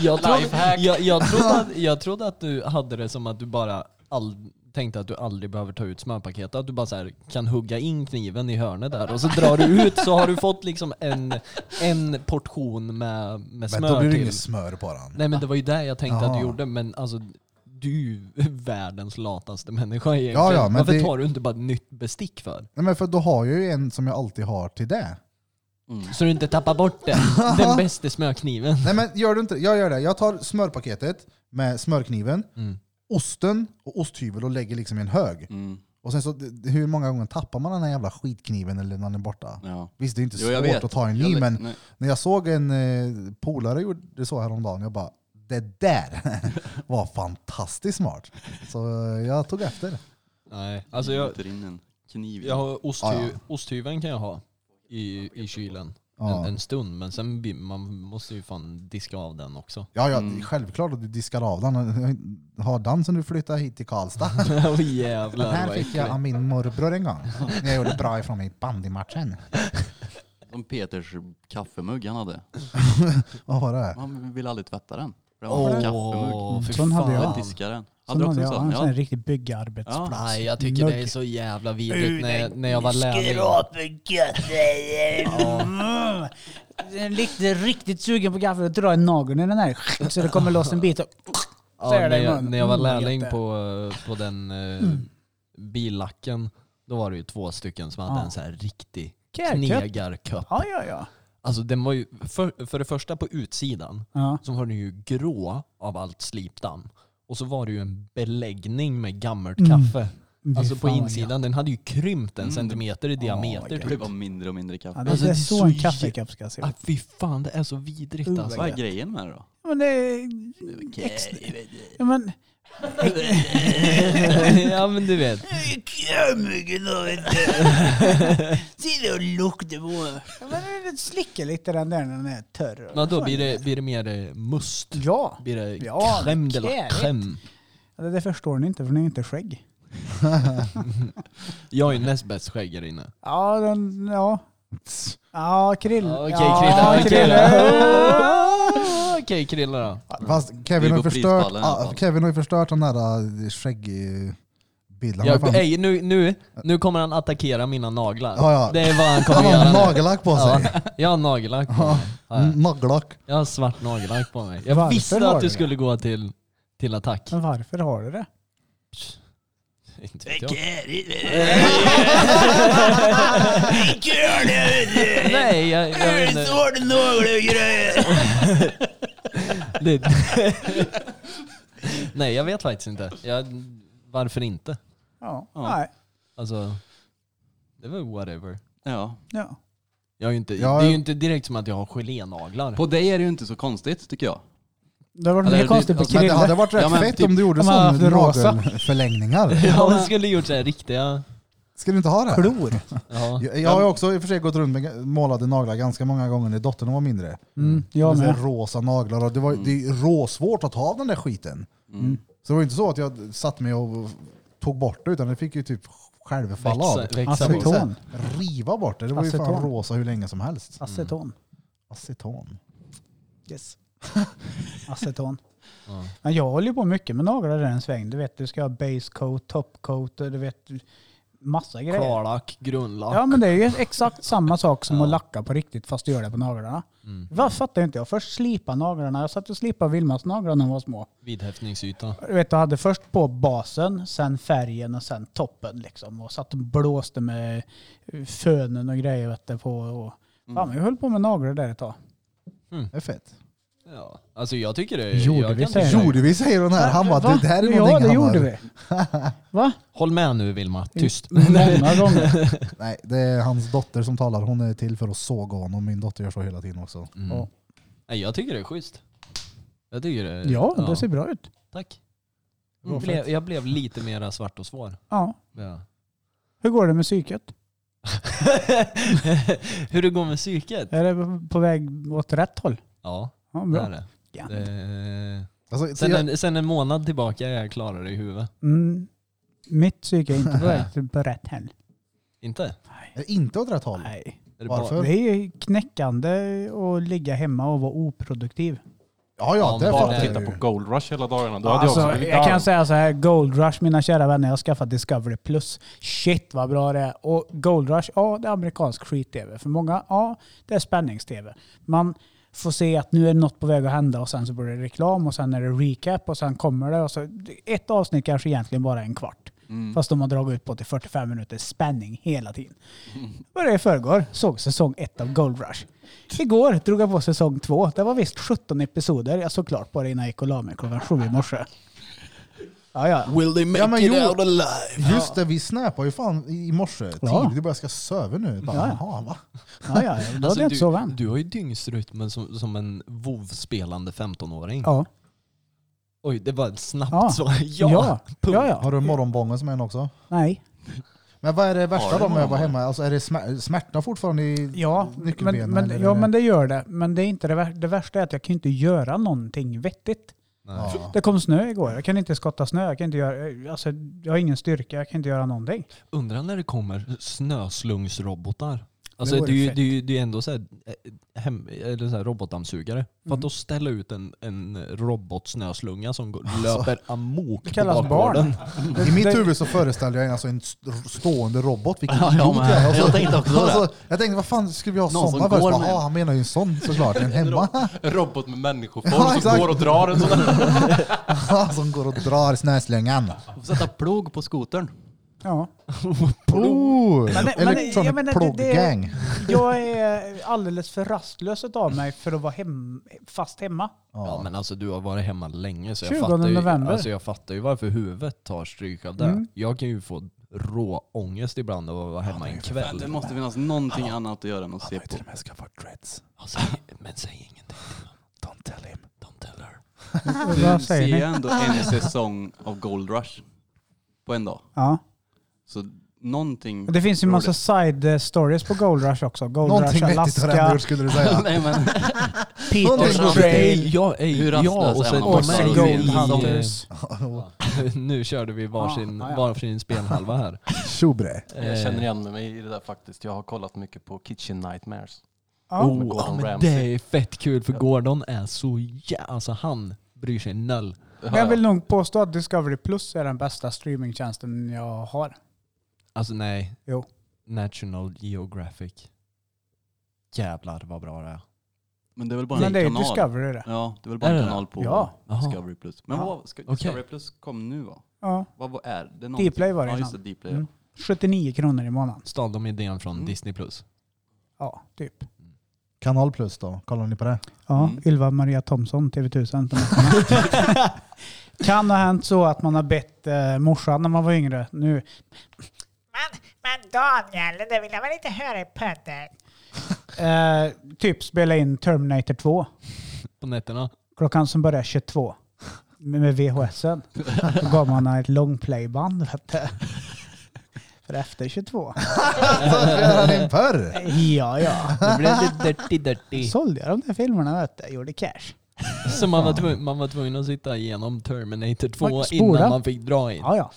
Speaker 3: Jag trodde,
Speaker 5: Lifehack.
Speaker 3: jag, jag, trodde att, jag trodde att du hade det som att du bara all, tänkte att du aldrig behöver ta ut smörpaketet. Att du bara så här kan hugga in kniven i hörnet där och så drar du ut så har du fått liksom en, en portion med, med
Speaker 1: Men då blir
Speaker 3: smör
Speaker 1: det
Speaker 3: till.
Speaker 1: inget smör på den.
Speaker 3: Nej men det var ju det jag tänkte att
Speaker 1: Jaha.
Speaker 3: du gjorde. Men alltså du är ju världens lataste människa egentligen.
Speaker 1: Ja, ja, men
Speaker 3: Varför
Speaker 1: det-
Speaker 3: tar du inte bara ett nytt bestick för?
Speaker 1: Nej men för då har jag ju en som jag alltid har till det.
Speaker 3: Så du inte tappar bort den. Den bästa smörkniven.
Speaker 1: Nej men gör du inte det? Jag gör det. Jag tar smörpaketet med smörkniven,
Speaker 3: Mm.
Speaker 1: osten och osthyvel och lägger liksom i en hög.
Speaker 2: Mm.
Speaker 1: Och sen så, d- d- hur många gånger tappar man den här jävla skitkniven eller när den är borta?
Speaker 2: Ja.
Speaker 1: Visst, det är inte
Speaker 2: Jo, jag
Speaker 1: svårt
Speaker 2: vet.
Speaker 1: att ta en
Speaker 2: Jag
Speaker 1: ny,
Speaker 2: vet.
Speaker 1: men
Speaker 2: Nej.
Speaker 1: när jag såg en eh, polare gjorde så häromdagen, jag bara det där var fantastiskt smart. Så eh, jag tog efter.
Speaker 3: Nej, alltså jag,
Speaker 2: Biter in en kniv. i.
Speaker 3: jag har
Speaker 1: Ja,
Speaker 3: osthy, osthyveln kan jag ha i, i kylen en,
Speaker 1: Ja,
Speaker 3: en stund. Men sen blir- man måste ju fan diska av den också.
Speaker 1: ja, ja
Speaker 2: Mm.
Speaker 1: självklart att du diskar av den. Har den sen du flyttade hit till Karlstad.
Speaker 3: Åh jävlar
Speaker 1: Den här
Speaker 3: vad
Speaker 1: fick jag
Speaker 3: äckligt.
Speaker 1: av min morbror en gång. När jag gjorde bra ifrån mig i bandymatchen.
Speaker 2: Som Peters kaffemugg han hade.
Speaker 1: Vad var det?
Speaker 2: Han ville aldrig tvätta den. För den var en kaffemugg.
Speaker 3: Åh, fy
Speaker 4: mm, Sån
Speaker 3: fan.
Speaker 4: hade jag.
Speaker 2: Jag diskade den.
Speaker 4: Sen
Speaker 2: Hade du också
Speaker 4: hade
Speaker 2: en
Speaker 4: jag
Speaker 2: sån?
Speaker 4: en sån här
Speaker 2: Ja.
Speaker 4: riktig byggarbetsplats.
Speaker 3: Nej, jag tycker det är så jävla vidrigt när, jag- när jag var lärling.
Speaker 4: Mm. Jag är riktigt, riktigt sugen på gaffel och drar en nagel i den här så det kommer loss en bit. Och,
Speaker 3: Ja,
Speaker 4: Så är det
Speaker 3: när,
Speaker 4: i
Speaker 3: jag,
Speaker 4: munnen.
Speaker 3: när jag var
Speaker 4: Mm,
Speaker 3: lärling
Speaker 4: jätte.
Speaker 3: på, eh, på den eh,
Speaker 1: Mm.
Speaker 3: billacken, då var det ju två stycken som hade
Speaker 4: Ja.
Speaker 3: en så här riktig
Speaker 4: Kärkött.
Speaker 3: knegarköpp.
Speaker 4: ja, ja, ja.
Speaker 3: Alltså den var ju, för, för det första på utsidan,
Speaker 4: ja.
Speaker 3: så var den ju grå av allt slipdamm. Och så var det ju en beläggning med gammalt kaffe. Alltså
Speaker 4: Fy
Speaker 3: på
Speaker 4: Mm. fan,
Speaker 3: insidan, den hade ju krympt en
Speaker 2: Mm.
Speaker 3: centimeter i diameter.
Speaker 2: Det
Speaker 3: typ.
Speaker 2: blev mindre och mindre
Speaker 4: Ja,
Speaker 2: kaffe.
Speaker 4: det,
Speaker 3: Alltså,
Speaker 4: det
Speaker 3: det är
Speaker 4: är så
Speaker 3: så
Speaker 4: en
Speaker 3: jä-
Speaker 4: kaffekopp ska se ut.
Speaker 3: Ah, fy fan, det är så vidrigt
Speaker 4: Mm,
Speaker 3: alltså.
Speaker 2: Vad är grejen med det då?
Speaker 4: Men det är... Ex- ja, men,
Speaker 3: ja men du vet.
Speaker 4: Krämhyggen har inte... Sitter och luktar på. Ja, men det slickar lite den där när den är törr.
Speaker 3: Men då blir det, blir det mer eh, must?
Speaker 4: Ja,
Speaker 3: Blir det
Speaker 4: Ja,
Speaker 3: crème
Speaker 4: det
Speaker 3: de
Speaker 4: är
Speaker 3: la
Speaker 4: kärigt.
Speaker 3: crème?
Speaker 4: det, det förstår ni inte för ni är inte skägg.
Speaker 3: Jag är näst bäst skägg här inne.
Speaker 4: Ja, den... Ja. Ja, krill.
Speaker 3: Okej
Speaker 4: ja,
Speaker 3: Krilla, okej då. Ah, Okej Krilla då.
Speaker 1: Fast
Speaker 2: Vi
Speaker 1: Kevin har, ju
Speaker 2: går
Speaker 1: förstört,
Speaker 2: prispallen i alla
Speaker 1: ah,
Speaker 2: fall.
Speaker 1: Kevin har ju förstört de där eh, skäggbilderna.
Speaker 3: Jag,
Speaker 1: Fan.
Speaker 3: ej, nu, nu, nu kommer han attackera mina naglar.
Speaker 1: Ja, ja.
Speaker 3: Det är vad han
Speaker 1: Han
Speaker 3: kommer
Speaker 1: har
Speaker 3: göra nu.
Speaker 1: nagellack på sig.
Speaker 3: Ja, jag har nagellack på
Speaker 1: Ja.
Speaker 3: mig. Har jag.
Speaker 1: Nagellack.
Speaker 3: Jag har svart nagellack på mig. Jag
Speaker 4: Varför
Speaker 3: visste
Speaker 4: har
Speaker 3: att
Speaker 4: du
Speaker 3: du
Speaker 4: det?
Speaker 3: skulle gå till, till attack.
Speaker 4: Men varför har du det?
Speaker 3: Inte vet jag. Nej, jag, jag vet inte.
Speaker 6: Har du några grejer?
Speaker 3: Det... Nej, jag vet faktiskt inte. Jag, varför inte?
Speaker 4: Ja,
Speaker 2: Ja.
Speaker 4: nej.
Speaker 3: Alltså, det var whatever.
Speaker 2: Ja.
Speaker 4: Ja.
Speaker 3: Jag är ju inte,
Speaker 1: Ja,
Speaker 3: det är ju
Speaker 1: jag-
Speaker 3: inte direkt som att jag har gelénaglar.
Speaker 2: På dig är det ju inte så konstigt tycker jag.
Speaker 4: Det hade varit
Speaker 2: Eller
Speaker 4: mer
Speaker 2: det-
Speaker 4: konstigt på
Speaker 2: alltså,
Speaker 1: Men det hade
Speaker 4: Krille.
Speaker 1: varit rätt
Speaker 2: Ja, men
Speaker 1: fett
Speaker 2: typ-
Speaker 1: om du gjorde
Speaker 4: om man hade
Speaker 1: sån
Speaker 4: haft en rosa.
Speaker 1: nagelförlängningar.
Speaker 3: Ja, man skulle gjort så här riktiga...
Speaker 1: Ska du inte ha det?
Speaker 4: Klor.
Speaker 3: Ja.
Speaker 1: Jag, jag har ju också i och för sig gått runt med ga- målade naglar ganska många gånger när dottern var mindre.
Speaker 4: Mm,
Speaker 1: Ja,
Speaker 4: jag
Speaker 1: med
Speaker 4: med.
Speaker 1: så här rosa naglar och det, var, det är ju råsvårt att ta av den där skiten.
Speaker 4: Mm.
Speaker 1: Så det var ju inte så att jag satt mig och tog bort det utan det fick ju typ själv falla av. Alltså,
Speaker 3: Växa- växa
Speaker 1: Fick
Speaker 4: Aceton.
Speaker 3: på.
Speaker 1: så här Riva bort det. Det var ju fan
Speaker 4: Aceton.
Speaker 1: rosa hur länge som helst.
Speaker 4: Aceton.
Speaker 1: Aceton.
Speaker 4: Yes. Aceton.
Speaker 3: Ja.
Speaker 4: Ja, jag håller ju på mycket med naglar i den sväng. Du vet, du ska ha base coat, top coat och du vet massa grejer.
Speaker 3: Klarlack, grundlack.
Speaker 4: Ja men det är ju exakt samma sak som
Speaker 3: Ja.
Speaker 4: att lacka på riktigt fast du gör det på naglarna.
Speaker 3: Mm.
Speaker 4: Vad fattar inte jag. Först slipa naglarna. Jag satt och slipade Vilmas naglar när hon var små.
Speaker 3: Vidhäftningsyta.
Speaker 4: Du vet, jag hade först på basen, sen färgen och sen toppen liksom. Och satt och blåste med fönen och grejer vet du, på. Och,
Speaker 3: Mm.
Speaker 4: Fan, men jag höll på med naglar där ett tag.
Speaker 1: Det är fett.
Speaker 3: Ja. Alltså jag tycker det...
Speaker 4: Gjorde
Speaker 3: jag
Speaker 4: vi
Speaker 3: kan
Speaker 4: så här?
Speaker 3: tycka-
Speaker 1: Gjorde vi säger hon här. Han bara,
Speaker 4: Va?
Speaker 1: det här är
Speaker 4: Ja,
Speaker 1: någonting
Speaker 4: det
Speaker 1: han
Speaker 4: gjorde
Speaker 1: bara,
Speaker 4: vi. Va?
Speaker 3: Håll med nu
Speaker 4: Mm.
Speaker 3: Vilma, tyst.
Speaker 4: Många gånger.
Speaker 1: Nej, det är hans dotter som talar. Hon är till för att såga honom. Min dotter gör så hela tiden också.
Speaker 3: Mm.
Speaker 4: Ja.
Speaker 3: Nej, jag tycker det är schysst. Jag tycker det...
Speaker 4: Ja, det ser bra ut.
Speaker 3: Tack.
Speaker 1: Bra
Speaker 3: Jag blev, jag blev lite mera svart och svår.
Speaker 4: Ja.
Speaker 3: Ja.
Speaker 4: Hur går det med psyket?
Speaker 3: Hur det går med psyket?
Speaker 4: Är det på väg åt rätt håll?
Speaker 3: Ja,
Speaker 4: Ja,
Speaker 3: det är
Speaker 4: bra.
Speaker 3: det.
Speaker 4: Ja.
Speaker 3: det.
Speaker 1: Alltså, så
Speaker 3: Sen
Speaker 1: jag-
Speaker 3: en, sen en månad tillbaka är jag klarare i huvudet.
Speaker 4: Mm. Mitt psyke är inte på väg till- på rätt håll.
Speaker 3: Inte?
Speaker 1: är inte åt rätt håll.
Speaker 4: Nej.
Speaker 3: Är det
Speaker 1: Varför?
Speaker 4: Det är ju knäckande att ligga hemma och vara oproduktiv.
Speaker 1: Ja, ja, det
Speaker 3: men
Speaker 5: Bara
Speaker 1: fattar
Speaker 3: det-
Speaker 5: titta
Speaker 1: jag
Speaker 5: på
Speaker 1: ju.
Speaker 5: Gold Rush hela dagarna. Då hade jag
Speaker 4: Alltså,
Speaker 5: också blivit
Speaker 4: jag kan
Speaker 5: arg.
Speaker 4: säga så här, Gold Rush, mina kära vänner, jag har skaffat Discovery Plus. Shit vad bra det är. Och Gold Rush, ja det är amerikansk skit-tv. För många, ja det är spännings-tv. Man får se att nu är något på väg att hända och sen så blir det reklam och sen är det recap och sen kommer det. Och så, ett avsnitt kanske egentligen bara är en kvart.
Speaker 6: Mm.
Speaker 4: Fast de har dragit ut på till 45 minuter spänning hela tiden. Var det i förrgår såg säsong ett av Gold Rush. Igår drog jag på säsong två. Det var visst 17 episoder. Jag såg klart på det innan jag gick och la mig klockan sju i morse. Ja, ja.
Speaker 2: Will they make
Speaker 1: Ja, men it jo. out
Speaker 2: alive?
Speaker 1: Just det, vi snäpade ju fan i i morse.
Speaker 4: Ja.
Speaker 1: Tidigt, jag började ska söva nu. Bara,
Speaker 4: Ja, ja.
Speaker 1: Jaha, va?
Speaker 4: ja, ja. Då hade jag inte sovit
Speaker 3: alltså, du,
Speaker 4: än.
Speaker 3: du har ju dygnsrytmen som, som en vovspelande 15-åring.
Speaker 4: Ja.
Speaker 3: Oj, det var ett snabbt
Speaker 4: Ja.
Speaker 3: svar. Ja.
Speaker 4: Ja.
Speaker 3: punkt.
Speaker 4: ja, ja.
Speaker 1: Har du morgonbången som en också?
Speaker 4: Nej.
Speaker 1: Men vad är det värsta
Speaker 6: Har du
Speaker 1: då med att vara
Speaker 6: morgonbången?
Speaker 1: hemma? Alltså är det smär- smärta fortfarande i
Speaker 4: Ja men,
Speaker 1: nyckelbenen? eller
Speaker 4: men,
Speaker 1: är
Speaker 4: ja, men det gör det. Men det, är inte det, vär- det värsta är att jag kan inte göra någonting vettigt.
Speaker 3: Nej.
Speaker 1: Ja.
Speaker 4: Det kom snö igår. Jag kan inte skotta snö. Jag, kan inte göra, alltså, jag har ingen styrka. Jag kan inte göra någonting.
Speaker 3: Undrar när det kommer snöslungsrobotar. Alltså
Speaker 1: Det
Speaker 3: det,
Speaker 1: vore
Speaker 3: är ju,
Speaker 1: fett.
Speaker 3: det, är ju, det är ändå så här, eh, hem, eller så här robotdammsugare. För att då ställa ut en, en robotsnöslunga som går, löper amok
Speaker 4: Det
Speaker 3: på
Speaker 4: kallas
Speaker 3: bakgården.
Speaker 1: I mitt huvud så föreställde jag en, alltså en st- stående robot. Vilken
Speaker 6: Ja, jag
Speaker 1: idiot
Speaker 6: med.
Speaker 1: jag är. Och så-
Speaker 6: Jag tänkte också det.
Speaker 1: alltså, Jag tänkte, vad fan skulle vi ha
Speaker 6: Någon som
Speaker 1: sådana först?
Speaker 6: går
Speaker 1: Bara,
Speaker 6: med.
Speaker 1: ah, han menar ju en sån såklart, en hemma.
Speaker 5: En robot med
Speaker 1: Ja,
Speaker 5: människoform som
Speaker 1: exakt.
Speaker 5: går och drar en sån där.
Speaker 1: som går och drar snöslängan.
Speaker 6: Får sätta plog på skotern.
Speaker 4: Ja.
Speaker 1: Oh,
Speaker 4: Men det- men det-
Speaker 1: electronic
Speaker 4: jag menar, det-
Speaker 1: plog
Speaker 4: det-
Speaker 1: gang.
Speaker 4: Jag är alldeles för rastlös av mig för att vara hem, fast hemma.
Speaker 3: Ja men alltså du har varit hemma länge så jag
Speaker 4: 20
Speaker 3: fattar, ju,
Speaker 4: november.
Speaker 3: alltså, jag fattar ju varför huvudet tar stryk av det. Jag kan ju få rå ångest ibland av att vara hemma en kväll.
Speaker 2: Det måste finnas någonting annat att göra än att se på.
Speaker 1: med skaffat dreads.
Speaker 3: Alltså, men säg ingenting.
Speaker 1: Don't tell him.
Speaker 3: Don't tell her.
Speaker 2: Du
Speaker 4: Vad säger
Speaker 2: ser
Speaker 4: ni?
Speaker 2: ändå en säsong av Gold Rush på en dag.
Speaker 4: Ja.
Speaker 2: Så någonting...
Speaker 4: Och Det finns ju en massa
Speaker 2: roligt.
Speaker 4: side eh, stories på Gold Rush också. Gold
Speaker 1: Någonting
Speaker 4: Rush
Speaker 1: vettigt har
Speaker 4: Alaska,
Speaker 1: hänt skulle du säga.
Speaker 2: Nej, men,
Speaker 4: Peters
Speaker 1: Någonting
Speaker 4: Trail
Speaker 3: Alltså, Ja, ej,
Speaker 2: Hur rastlös
Speaker 3: ja, och
Speaker 2: är
Speaker 3: sen
Speaker 2: man?
Speaker 4: och
Speaker 2: Någonting
Speaker 4: sen
Speaker 2: vettigt.
Speaker 4: Gold
Speaker 2: Någonting
Speaker 4: Hunters.
Speaker 3: Nu körde vi varsin,
Speaker 4: Ah, Ja, ja.
Speaker 3: varsin spelhalva här.
Speaker 1: Tjobre.
Speaker 5: Jag känner
Speaker 4: Eh.
Speaker 5: igen mig i det där faktiskt. Jag har kollat mycket på Kitchen Nightmares.
Speaker 4: Ja.
Speaker 5: med
Speaker 3: Oh, ja,
Speaker 5: Gordon
Speaker 3: men
Speaker 5: Ramsay.
Speaker 3: det är fett kul för Gordon är så jä... Alltså han bryr sig noll.
Speaker 4: Men jag vill nog påstå att Discovery Plus är den bästa streamingtjänsten jag har.
Speaker 3: Alltså nej.
Speaker 4: Jo.
Speaker 3: National Geographic. Jävlar vad bra det är.
Speaker 2: men det är väl bara
Speaker 4: Men
Speaker 2: en
Speaker 4: det är ju
Speaker 2: kanal?
Speaker 4: Discovery det.
Speaker 2: Ja, det är väl bara
Speaker 3: Är
Speaker 2: en
Speaker 3: det
Speaker 2: kanal på
Speaker 4: Ja.
Speaker 3: Jaha.
Speaker 2: Discovery Plus. Men
Speaker 4: Ja.
Speaker 2: vad ska
Speaker 3: Okej.
Speaker 2: Discovery Plus kom nu va?
Speaker 4: Ja.
Speaker 2: Vad, vad är det? någonting?
Speaker 4: Dplay var det
Speaker 2: Ja just det,
Speaker 4: innan.
Speaker 2: Dplay.
Speaker 4: Mm. 79 kronor i månaden.
Speaker 3: Stal de idén från
Speaker 2: Mm.
Speaker 3: Disney Plus?
Speaker 4: Ja, typ.
Speaker 1: Kanal plus då, kollar ni på det?
Speaker 4: Ja,
Speaker 2: Mm.
Speaker 4: Ylva Maria Thomsson, TV1000 på nätterna. Kan ha hänt så att man har bett eh, morsan när man var yngre. Nu. Men, men Daniel, det vill jag väl inte höra i podden? eh, typ spela in Terminator 2.
Speaker 3: På nätterna?
Speaker 4: Klockan som börjar 22. Med, med VHSen. Då gav man henne ett longplayband. vet du. För efter 22.
Speaker 1: Så gör han in förr!
Speaker 4: Ja, ja.
Speaker 3: Det blev lite dirty dirty.
Speaker 4: Sålde jag de där filmerna vet du. Gjorde cash.
Speaker 3: Så man var, tvungen, man var tvungen att sitta igenom Terminator 2
Speaker 4: Man- spola.
Speaker 3: innan man fick dra in.
Speaker 4: Ja, ja.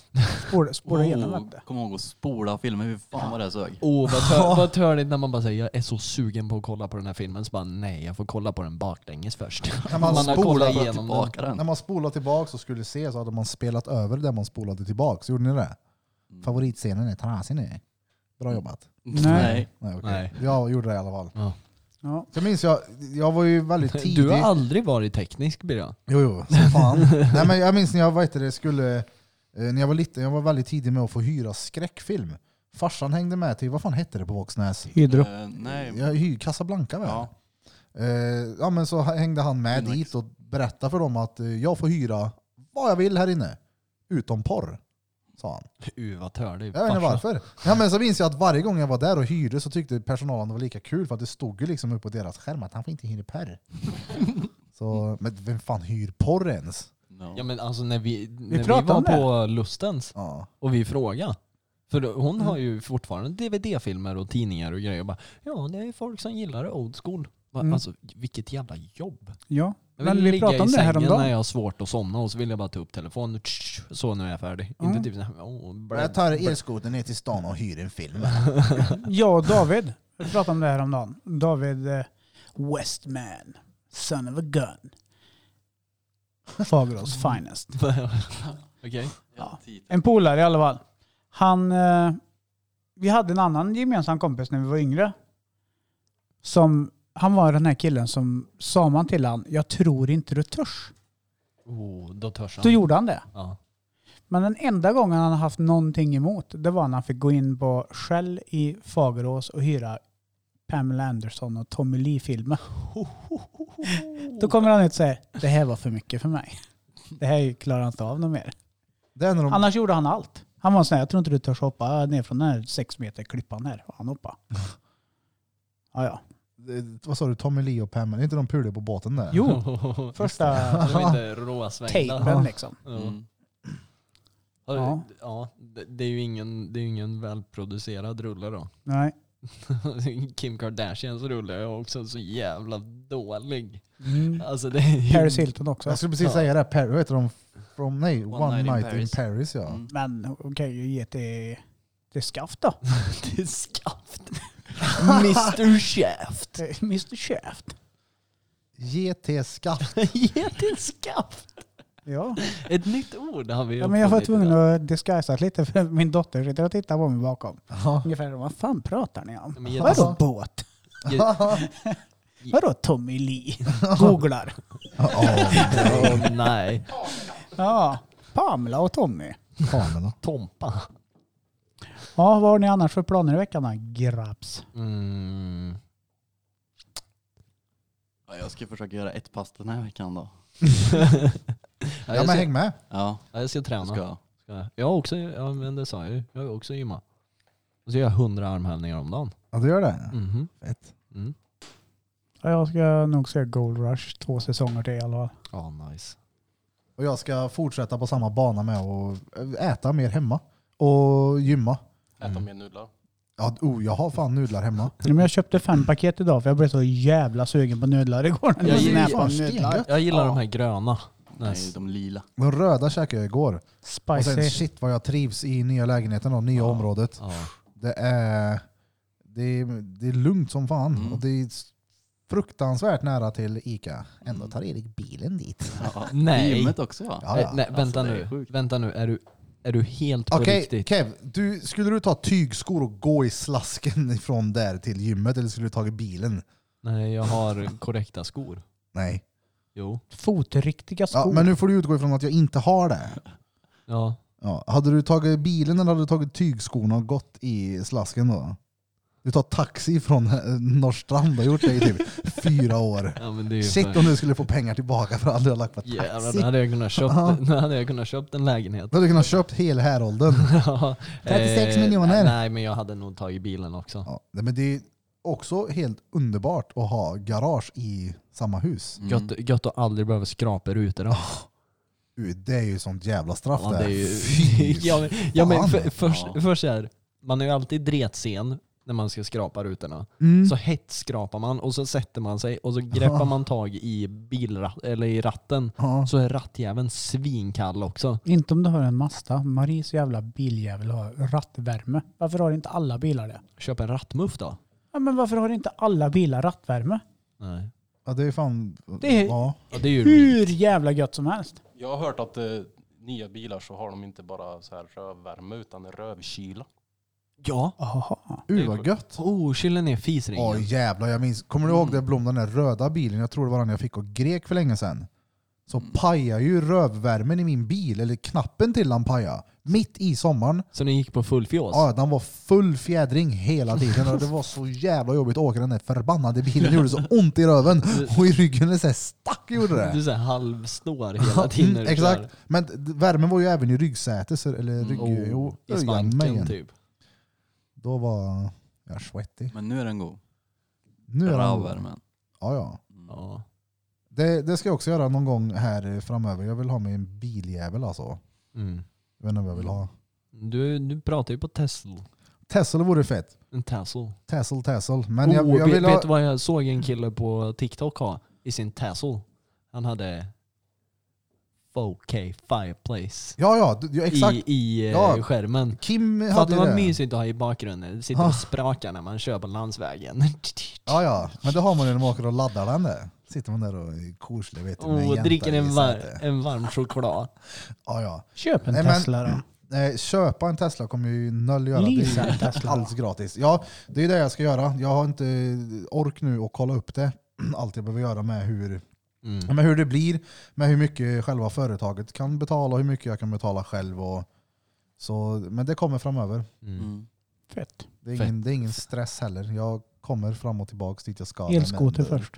Speaker 4: Spår- Spåra igenom vet du.
Speaker 2: Oh, kom ihåg att spola filmen, hur fan vad det sög.
Speaker 3: Åh vad, tör, vad törligt när man bara säger jag är så sugen på att kolla på den här filmen så bara nej jag får kolla på den baklänges först.
Speaker 1: När man,
Speaker 3: Man har kollat
Speaker 1: spolar,
Speaker 3: igenom.
Speaker 2: Tillbaka den.
Speaker 1: när man spolar tillbaka och skulle se så hade man spelat över det man spolade tillbaka. Så gjorde ni det?
Speaker 3: Mm.
Speaker 1: Favoritscenen är trasig nu. Bra jobbat.
Speaker 2: Nej.
Speaker 1: Nej, okej.
Speaker 3: Nej.
Speaker 1: Jag gjorde det i alla fall.
Speaker 4: Ja.
Speaker 1: Jag minns jag, jag var ju väldigt tidig.
Speaker 3: Du har aldrig varit teknisk Birra.
Speaker 1: Jo, jo, som fan. Nej, men jag minns när jag, vad heter det, skulle, eh, när jag var liten, jag var väldigt tidig med att få hyra skräckfilm. Farsan hängde med till, vad fan hette det på Våxnäs?
Speaker 4: Hydro.
Speaker 2: Eh, nej.
Speaker 1: Jag hyr Casablanca med.
Speaker 2: Ja.
Speaker 1: Eh, ja men så hängde han med
Speaker 2: Inmax.
Speaker 1: dit och berättade för dem att eh, jag får hyra vad jag vill här inne. Utom porr. Sa han.
Speaker 3: Uh vad törligt.
Speaker 1: Jag vet inte
Speaker 3: Farsa.
Speaker 1: varför. Ja, men så minns jag att varje gång jag var där och hyrde så tyckte personalen det var lika kul för att det stod ju liksom upp på deras skärm att han får inte hyra porr. så, men vem fan hyr porr ens?
Speaker 2: No.
Speaker 3: Ja men alltså när vi, när vi
Speaker 4: pratade
Speaker 3: var
Speaker 4: om det.
Speaker 3: på Lustens
Speaker 1: Ja.
Speaker 3: och vi frågade. För då- hon har ju fortfarande DVD-filmer och tidningar och grejer. Och bara, ja det är ju folk som gillar old school. Bara,
Speaker 4: Mm.
Speaker 3: Alltså vilket jävla jobb.
Speaker 4: Ja.
Speaker 3: Jag
Speaker 4: Men
Speaker 3: vill
Speaker 4: vi
Speaker 3: ligga
Speaker 4: pratade om
Speaker 3: i
Speaker 4: det här
Speaker 3: sängen
Speaker 4: häromdagen.
Speaker 3: när jag har svårt att somna och så vill jag bara ta upp telefonen. Tsch, Så nu är jag färdig.
Speaker 4: Mm.
Speaker 3: Inte typ såhär, åh, blä-
Speaker 1: Jag tar elskotern ner till stan och hyr en film.
Speaker 4: Jag och David, vi pratade om det här om dagen. David eh, Westman, son of a gun. Fagerås
Speaker 3: Mm.
Speaker 4: finest.
Speaker 3: Okej.
Speaker 4: Ja. En polare i alla fall. Han, eh, vi hade en annan gemensam kompis när vi var yngre. Som, han var den här killen som sa man till han, jag tror inte du törs.
Speaker 3: Oh, då törs han.
Speaker 4: Då gjorde han det.
Speaker 3: Ja.
Speaker 4: Men den enda gången han har haft någonting emot, det var när han fick gå in på Shell i Fagerås och hyra Pamela Anderson och Tommy Lee-filmer. Då kommer han ut och säger, det här var för mycket för mig. Det här klarar jag inte av något mer.
Speaker 1: Det är
Speaker 3: Mm.
Speaker 1: när de,
Speaker 4: Annars gjorde han allt. Han var sån här, jag tror inte du törs hoppa ner från den här sex meter klippan här. Och Han hoppade. Ja, ja.
Speaker 1: eh, vad sa du, Tommy Lee och Pamela, är inte de pular på båten där?
Speaker 4: Jo,
Speaker 3: Just
Speaker 4: första
Speaker 3: det. De är inte råsvängda.
Speaker 4: tejpen liksom.
Speaker 3: Ja.
Speaker 6: Mm.
Speaker 3: Har-
Speaker 4: Ja.
Speaker 3: Ja. det- det är ju ingen, det är ju ingen välproducerad rulle då.
Speaker 4: Nej.
Speaker 3: Kim Kardashians rulle är också så jävla dålig.
Speaker 4: Mm.
Speaker 3: Alltså det är ju...
Speaker 4: Paris Hilton också.
Speaker 1: Jag skulle precis
Speaker 3: Ja.
Speaker 1: säga det, Per, vad heter de? From, nej, One, Night, in, Paris. ja.
Speaker 6: Mm.
Speaker 4: Men hon kan ju ge till, till skaft då.
Speaker 3: till skaft. Mr Shaft.
Speaker 4: Till Mr Eh, Shaft.
Speaker 1: GT Skaft.
Speaker 3: Ge till skaft.
Speaker 4: Ja.
Speaker 3: Ett nytt ord har vi
Speaker 4: ja, men jag var
Speaker 3: uppfunnit
Speaker 4: tvungen
Speaker 3: idag.
Speaker 4: att disguisa lite för min dotter sitter och tittar på mig bakom.
Speaker 1: Ja.
Speaker 4: Ungefär, vad fan pratar ni
Speaker 3: Ja,
Speaker 4: om?
Speaker 3: men ge till-
Speaker 4: Vadå båt?
Speaker 3: ge-
Speaker 4: Vadå Tommy Lee? Googlar.
Speaker 3: Åh, nej.
Speaker 4: Ja, Pamela och Tommy.
Speaker 1: Kamerorna.
Speaker 3: Tompa.
Speaker 4: Ja, vad har ni annars för planer i veckan då, grabs?
Speaker 3: Mm.
Speaker 6: Ja, jag ska försöka göra ett pass den här veckan då.
Speaker 3: Ja,
Speaker 1: Ja
Speaker 3: jag,
Speaker 1: men
Speaker 3: ska,
Speaker 1: häng med.
Speaker 6: Ja,
Speaker 3: ja, jag ska
Speaker 6: det
Speaker 3: träna.
Speaker 6: ska jag.
Speaker 3: Ska jag. jag har också, ja men det sa jag ju, jag har också gymma. Och så gör jag 100 armhävningar om dagen.
Speaker 1: Ja du gör det?
Speaker 3: Mhm.
Speaker 1: Fett.
Speaker 3: Mm.
Speaker 4: Ja, Jag ska nog se Gold Rush två säsonger till i alla fall.
Speaker 3: Ja, nice.
Speaker 1: Och jag ska fortsätta på samma bana med att äta mer hemma. Och gymma.
Speaker 5: Äta
Speaker 3: Mm.
Speaker 5: mer nudlar.
Speaker 1: Ja, oh, jag har fan nudlar hemma.
Speaker 4: Ja, Men jag köpte fem paket idag för jag blev så jävla sugen på nudlar igår. när
Speaker 3: Jag
Speaker 4: jag
Speaker 3: gillar-
Speaker 4: snäppade
Speaker 1: fan,
Speaker 4: nudlar.
Speaker 1: stengött.
Speaker 3: Jag gillar
Speaker 4: Ja.
Speaker 3: de här gröna.
Speaker 6: Nej,
Speaker 3: Nice.
Speaker 6: de lila.
Speaker 1: De röda käkade jag igår. Och sen
Speaker 4: Spicy.
Speaker 1: shit vad jag trivs i nya lägenheten och nya
Speaker 3: Ja.
Speaker 1: området.
Speaker 3: Ja.
Speaker 1: Det är, det är, det är lugnt som fan.
Speaker 6: Mm.
Speaker 1: Och det är fruktansvärt nära till Ica. Ändå
Speaker 6: Mm.
Speaker 1: tar Erik bilen dit.
Speaker 6: Ja.
Speaker 3: Nej.
Speaker 6: Gymmet också va?
Speaker 1: Ja,
Speaker 3: Eh,
Speaker 1: ja.
Speaker 3: Nej, vänta
Speaker 6: Alltså, det är
Speaker 3: nu.
Speaker 6: sjukt.
Speaker 3: Vänta nu, är du, är du helt på
Speaker 1: Okej
Speaker 3: riktigt?
Speaker 1: Kev, du, skulle du ta tygskor och gå i slasken ifrån där till gymmet eller skulle du tagit bilen?
Speaker 3: Nej, jag har korrekta skor.
Speaker 1: Nej.
Speaker 3: Jo.
Speaker 4: Fotriktiga skor.
Speaker 1: Ja, men nu får du utgå ifrån att jag inte har det.
Speaker 3: Ja.
Speaker 1: Ja, hade du tagit bilen eller hade du tagit tygskorna och gått i slasken då? Du tar taxi från eh, Norrstrand och gjort det i typ fyra år.
Speaker 3: ja men det är ju
Speaker 1: Shit
Speaker 3: för...
Speaker 1: om du skulle få pengar tillbaka för att du har lagt på taxi.
Speaker 3: Jävlar, då hade jag kunnat
Speaker 1: Ja.
Speaker 3: köpt, då hade jag kunnat köpt en lägenhet.
Speaker 1: Då hade du kunnat köpt hela häråldern.
Speaker 3: Ja, Eh,
Speaker 1: 36 miljoner. Mm.
Speaker 3: Nej, men jag hade nog tagit bilen också.
Speaker 1: Ja, nej, men det är också helt underbart att ha garage i samma hus.
Speaker 6: Mm.
Speaker 3: Gött, gött att aldrig behöva skrapa rutor. då.
Speaker 1: Du, Det är ju sånt jävla straff
Speaker 3: Ja,
Speaker 1: det.
Speaker 3: det är ju,
Speaker 1: Fy
Speaker 3: ja, men, ja, men
Speaker 1: fan.
Speaker 3: för, först,
Speaker 6: Ja.
Speaker 3: först är man är ju alltid dretsen när man ska skrapa rutorna.
Speaker 1: Mm.
Speaker 3: Så hett skrapar man och så sätter man sig och så greppar man tag i, bilrat, eller i ratten.
Speaker 1: Ja.
Speaker 3: Så är rattjäveln svinkall också.
Speaker 4: Inte om du har en Mazda. Maries jävla biljävel har rattvärme. Varför har inte alla bilar det?
Speaker 3: Köp en rattmuff då.
Speaker 4: Ja, men varför har inte alla bilar rattvärme?
Speaker 3: Nej.
Speaker 1: Ja, det är fan...
Speaker 4: Det är-
Speaker 1: Ja.
Speaker 3: Ja, det är ju
Speaker 4: Hur jävla gött som helst.
Speaker 5: Jag har hört att eh, nya bilar så har de inte bara så här rövvärme utan rövkyla.
Speaker 3: Ja.
Speaker 4: Aha.
Speaker 1: Uh, vad gött.
Speaker 3: Oh, kyla ner
Speaker 1: Ja
Speaker 3: fisringen.
Speaker 1: jävlar, jag minns. Kommer du ihåg
Speaker 3: Mm.
Speaker 1: det Blom, den där röda bilen? Jag tror det var den jag fick av grek för länge sedan. Så
Speaker 3: Mm.
Speaker 1: pajade ju rövvärmen i min bil, eller knappen till den pajade. Mitt i sommaren.
Speaker 3: Så ni gick på full fjås?
Speaker 1: Ja, den var full fjädring hela tiden och det var så jävla jobbigt att åka den där förbannade bilen. Det gjorde så ont i röven och i ryggen. Det så här stack gjorde det.
Speaker 3: Du så här halvsnår hela tiden när
Speaker 1: Mm,
Speaker 3: du
Speaker 1: Exakt. Men d- värmen var ju även i ryggsätet, så- eller
Speaker 6: Mm.
Speaker 1: rygg...
Speaker 3: Oh,
Speaker 1: jo,
Speaker 3: kör. I
Speaker 1: jajamän.
Speaker 3: svanken typ.
Speaker 1: Då var jag svettig.
Speaker 6: Men nu är den god.
Speaker 1: Nu är den...
Speaker 6: Rövvärmen.
Speaker 1: Ja, ja.
Speaker 6: Mm.
Speaker 3: Ja.
Speaker 1: Det, det ska jag också göra någon gång här framöver. Jag vill ha mig en biljävel alltså.
Speaker 3: Mm.
Speaker 1: Jag vet inte vad jag vill ha.
Speaker 3: Du, du pratar ju på Tesla.
Speaker 1: Tesla vore fett.
Speaker 3: En Tesla.
Speaker 1: Tesla, Tesla. Men jag,
Speaker 3: oh,
Speaker 1: jag vill
Speaker 3: vet,
Speaker 1: ha...
Speaker 3: vet du vad jag såg en kille på TikTok ha i sin Tesla? Han hade 4K fireplace
Speaker 1: Ja, ja, du- ja exakt.
Speaker 3: i, i eh,
Speaker 1: Ja.
Speaker 3: skärmen.
Speaker 1: Kim
Speaker 3: Fattar
Speaker 1: hade ju
Speaker 3: vad
Speaker 1: det.
Speaker 3: mysigt att ha i bakgrunden. Det sitter
Speaker 1: Ah.
Speaker 3: och sprakar när man kör på landsvägen.
Speaker 1: Ja, ja. Men det har man ju när man åker och laddar den där. Sitter man där och är koslig vet du. med
Speaker 3: Och
Speaker 1: jänta
Speaker 3: Oh, dricker
Speaker 1: i
Speaker 3: en, var,
Speaker 1: sätet.
Speaker 3: en varm choklad.
Speaker 1: Ja, ja.
Speaker 4: Köp en
Speaker 1: Nej, men-
Speaker 4: Tesla då.
Speaker 1: Eh, köpa en Tesla kommer ju noll göra. det
Speaker 4: Leasa
Speaker 1: är
Speaker 4: en
Speaker 1: ju
Speaker 4: Tesla.
Speaker 1: alls gratis. Ja, det är det jag ska göra. Jag har inte ork nu att kolla upp det. Allt jag behöver göra med hur, ja,
Speaker 3: Mm.
Speaker 1: med hur det blir, med hur mycket själva företaget kan betala och hur mycket jag kan betala själv. Och, så, men det kommer framöver.
Speaker 3: Mm.
Speaker 2: Mm.
Speaker 4: Fett.
Speaker 1: Det är, ingen, det är ingen stress heller. Jag kommer fram och tillbaka dit jag ska.
Speaker 4: Elskoter
Speaker 1: men,
Speaker 4: först.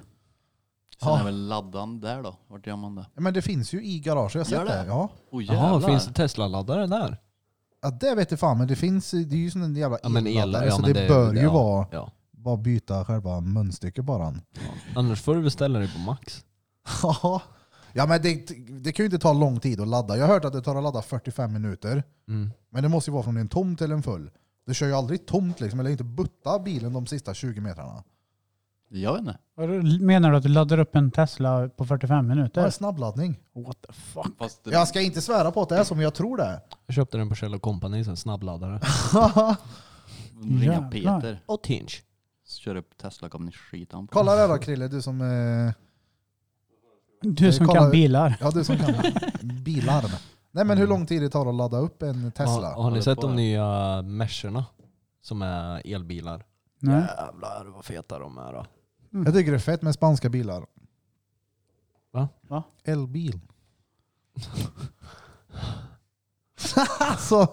Speaker 2: Sen
Speaker 1: Ja.
Speaker 2: är väl laddan där då? Vart gör man det?
Speaker 1: Ja, Men det finns ju i garaget. Jag har
Speaker 2: Gör
Speaker 1: sett det.
Speaker 2: det?
Speaker 1: Ja.
Speaker 2: Oh,
Speaker 3: Jaha,
Speaker 2: jävlar.
Speaker 3: finns det Tesla-laddare där?
Speaker 1: Ja, det vet jag fan, men det finns det är ju som en jävla
Speaker 3: Ja, men el-
Speaker 1: elladdare,
Speaker 3: ja,
Speaker 1: så
Speaker 3: men
Speaker 1: det,
Speaker 3: det-
Speaker 1: bör
Speaker 3: det-
Speaker 1: ju
Speaker 3: ja.
Speaker 1: vara
Speaker 3: Ja.
Speaker 1: bara byta själva munstycket bara.
Speaker 3: Annars får du beställa det på Max.
Speaker 1: Ja. ja, men det, det kan ju inte ta lång tid att ladda. Jag har hört att det tar att ladda 45 minuter,
Speaker 3: Mm.
Speaker 1: men det måste ju vara från en tom till en full. Du kör ju aldrig tomt liksom, eller inte butta bilen de sista 20 metrarna.
Speaker 2: Jag vet inte.
Speaker 4: Vadå, Menar du att du laddar upp en Tesla på 45
Speaker 1: Det är
Speaker 4: minuter?
Speaker 1: snabbladdning.
Speaker 4: What the fuck?
Speaker 2: Fast det,
Speaker 1: Jag ska inte svära på att det är som jag tror det är.
Speaker 3: Jag köpte den på Kjell Company, en snabbladdare.
Speaker 2: ringa
Speaker 4: Jävlar.
Speaker 2: Peter.
Speaker 3: Och Tinch.
Speaker 2: Kör upp Tesla kommer ni skita han på.
Speaker 1: Kolla det då Krille, du som, eh,
Speaker 4: Du som
Speaker 1: Kolla-
Speaker 4: kan bilar.
Speaker 1: ja, du som kan bilar. Nej men hur
Speaker 3: Mm.
Speaker 1: lång tid det tar att ladda upp en Tesla?
Speaker 3: Har, har ni
Speaker 2: Håller
Speaker 3: sett
Speaker 2: på
Speaker 3: de
Speaker 2: här.
Speaker 3: nya Mercerna? Som är elbilar.
Speaker 4: Nej.
Speaker 3: Jävlar vad feta de är då.
Speaker 1: Jag tycker det är fett med spanska bilar.
Speaker 3: Va?
Speaker 4: Va?
Speaker 1: Elbil. alltså,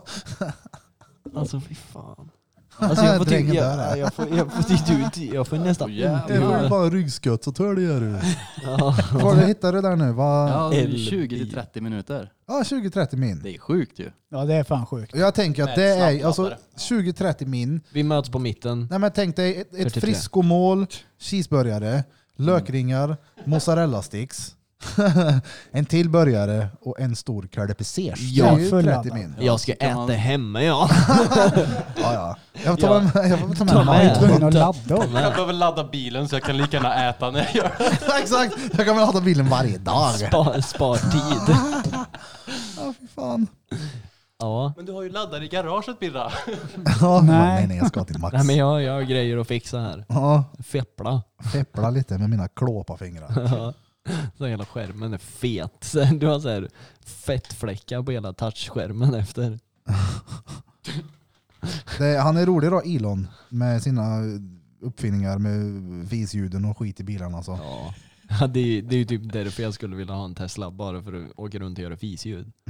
Speaker 3: Alltså fy fan. Alltså,
Speaker 1: Drängen där är.
Speaker 3: jag, får, jag, får, jag, får, jag får nästan
Speaker 2: Åh, jävlar.
Speaker 3: ont i
Speaker 1: det var ju
Speaker 3: huvudet.
Speaker 1: bara ryggskott så tör det gör du.
Speaker 3: Ja.
Speaker 1: Var du hittade du där nu? Va? Ja,
Speaker 2: Ja,
Speaker 3: Elbil.
Speaker 2: 20-30 minuter.
Speaker 1: ah, 20-30 min.
Speaker 2: Det är sjukt ju.
Speaker 4: Ja det är fan sjukt.
Speaker 1: Jag tänker att
Speaker 5: Nej,
Speaker 1: det är alltså
Speaker 5: snabbladdare.
Speaker 1: 20-30 min.
Speaker 3: Vi möts på mitten.
Speaker 1: Nej men tänk dig ett, ett
Speaker 3: 43.
Speaker 1: friskomål, cheeseburgare, lökringar, mozzarella sticks. en till burgare och en stor curly pesers.
Speaker 3: Ja,
Speaker 1: det är ju 30
Speaker 4: fulladdad.
Speaker 1: min.
Speaker 3: Jag ska äta
Speaker 2: man-
Speaker 3: hemma ja.
Speaker 1: Ja, ja. Jag får ta med, jag får ta med,
Speaker 3: Ta
Speaker 1: en
Speaker 3: med.
Speaker 4: Jag är
Speaker 1: mat.
Speaker 4: tvungen att ladda upp.
Speaker 5: Jag behöver ladda bilen så jag kan lika gärna äta när jag gör
Speaker 1: Exakt, jag kan väl ha bilen varje dag.
Speaker 3: Spar, spar tid.
Speaker 1: Ja, fy fan.
Speaker 3: Ja.
Speaker 5: Men du har ju laddare i garaget Birra.
Speaker 1: Ja,
Speaker 4: Nej.
Speaker 1: nej, nej, jag ska till Max.
Speaker 3: Nej men jag, jag har grejer att fixa här.
Speaker 1: Ja,
Speaker 3: Feppla.
Speaker 1: feppla lite med mina klåpafingrar.
Speaker 3: Ja. Så hela skärmen är fet. Så Du har så här fettfläckar på hela touchskärmen efter.
Speaker 1: Det, han är rolig då, Elon, med sina uppfinningar med visljuden och skit i bilarna. alltså. Så.
Speaker 3: Ja. Ja, det, är, det är ju typ därför jag skulle vilja ha en Tesla, bara för att åka runt och göra fisljud.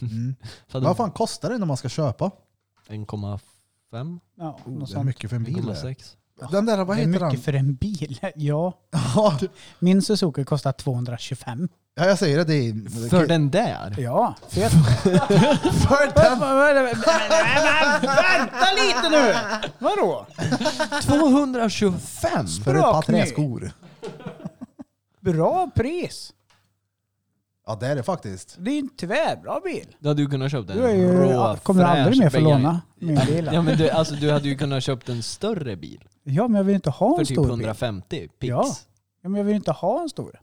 Speaker 1: Mm.
Speaker 3: För att
Speaker 1: Vad fan kostar det när man ska köpa?
Speaker 3: 1,5?
Speaker 4: Ja, något
Speaker 1: Oh, Det är
Speaker 4: sånt.
Speaker 1: mycket för en bil. det.
Speaker 3: 1,6?
Speaker 1: Den där, vad
Speaker 4: Det är
Speaker 1: heter han?
Speaker 4: mycket för en bil. Ja,
Speaker 1: Ja,
Speaker 4: min Suzuki kostar 225.
Speaker 1: Ja, jag säger det. det är,
Speaker 3: För den där?
Speaker 4: Ja, fet.
Speaker 1: För
Speaker 4: Vad-
Speaker 1: den!
Speaker 4: vad- vad- vad- vad- Vänta lite nu! Vadå?
Speaker 3: 225?
Speaker 1: För ett par
Speaker 4: Sprakny.
Speaker 1: träskor.
Speaker 4: Bra pris.
Speaker 1: Ja, det är det faktiskt.
Speaker 4: Det är ju en tvärbra bil.
Speaker 3: Då hade du kunnat köpt en
Speaker 4: Du är ju,
Speaker 3: rå,
Speaker 4: kommer aldrig mer få
Speaker 3: fräsch begagn-
Speaker 4: låna min bil.
Speaker 3: Ja, men du, alltså, du hade ju kunnat köpt en större bil
Speaker 4: Ja, men jag vill inte ha
Speaker 3: för
Speaker 4: en
Speaker 3: typ
Speaker 4: stor bil.
Speaker 3: 150 pix.
Speaker 4: Ja. Ja, men jag vill inte ha en stor.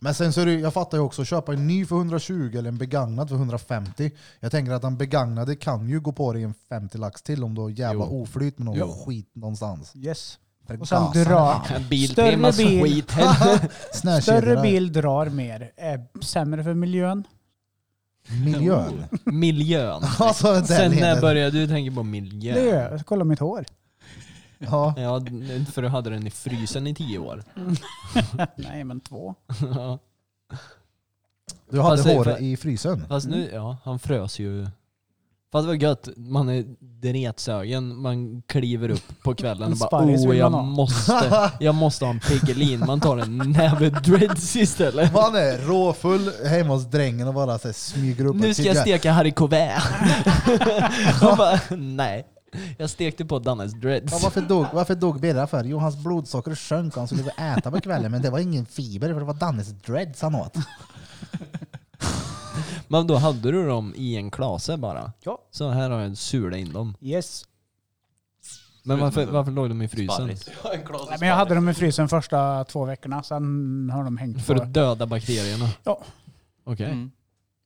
Speaker 1: Men sen så är det, ju- jag fattar ju också, köpa en ny för 120 eller en begagnad för 150. Jag tänker att den begagnade kan ju gå på dig en 50 lax till om du har jävla
Speaker 3: Jo.
Speaker 1: oflyt med någon
Speaker 3: Jo.
Speaker 1: skit någonstans.
Speaker 4: Yes.
Speaker 1: För
Speaker 4: Och sen
Speaker 1: gasen.
Speaker 4: dra.
Speaker 3: En bil
Speaker 4: Större
Speaker 3: trimmas
Speaker 4: bil.
Speaker 3: skit heller.
Speaker 1: Snärskedjor
Speaker 4: Större
Speaker 1: där.
Speaker 4: bil drar mer. Är sämre för miljön.
Speaker 1: Miljön.
Speaker 3: Miljön.
Speaker 1: Alltså, det
Speaker 3: Sen när
Speaker 1: leder-
Speaker 3: började du tänka på miljön?
Speaker 4: Det gör jag. jag. ska Kolla mitt hår.
Speaker 1: Ja.
Speaker 3: Ja, för du hade den i frysen i tio år.
Speaker 4: Nej, men två.
Speaker 3: Ja.
Speaker 1: Du hade
Speaker 3: Fast-
Speaker 1: håret i frysen.
Speaker 3: Fast nu,
Speaker 4: Mm.
Speaker 3: ja, han frös ju. Fast det var gött, man är dretsögen, man kliver upp på kvällen
Speaker 4: En
Speaker 3: och bara
Speaker 4: sparris
Speaker 3: oh
Speaker 4: vill man
Speaker 3: jag
Speaker 4: ha."
Speaker 3: måste, jag måste ha en Piggelin. Man tar en näve dreads istället.
Speaker 1: Man är råfull hemma hos drängen och bara så här, smyger upp
Speaker 3: Nu
Speaker 1: ett
Speaker 3: ska jag
Speaker 1: cigga-
Speaker 3: steka haricots Han bara, nej. Jag stekte på Dannes
Speaker 1: ja,
Speaker 3: dreads.
Speaker 1: varför, dog, varför dog Birra för? Jo, hans blodsocker sjönk och han skulle äta på kvällen men det var ingen fiber för det var Dannes dreads han åt.
Speaker 3: Men då hade du dem i en klase bara.
Speaker 4: Ja.
Speaker 3: Så här har jag sulat in dem.
Speaker 4: Yes.
Speaker 3: Men varför, varför låg de i frysen?
Speaker 2: Mm. Sparris.
Speaker 5: en glas
Speaker 4: Nej, men jag hade dem i frysen första två veckorna. Sen har de hängt
Speaker 3: För
Speaker 4: på.
Speaker 3: att döda bakterierna?
Speaker 4: Ja.
Speaker 3: Okej.
Speaker 2: Mm.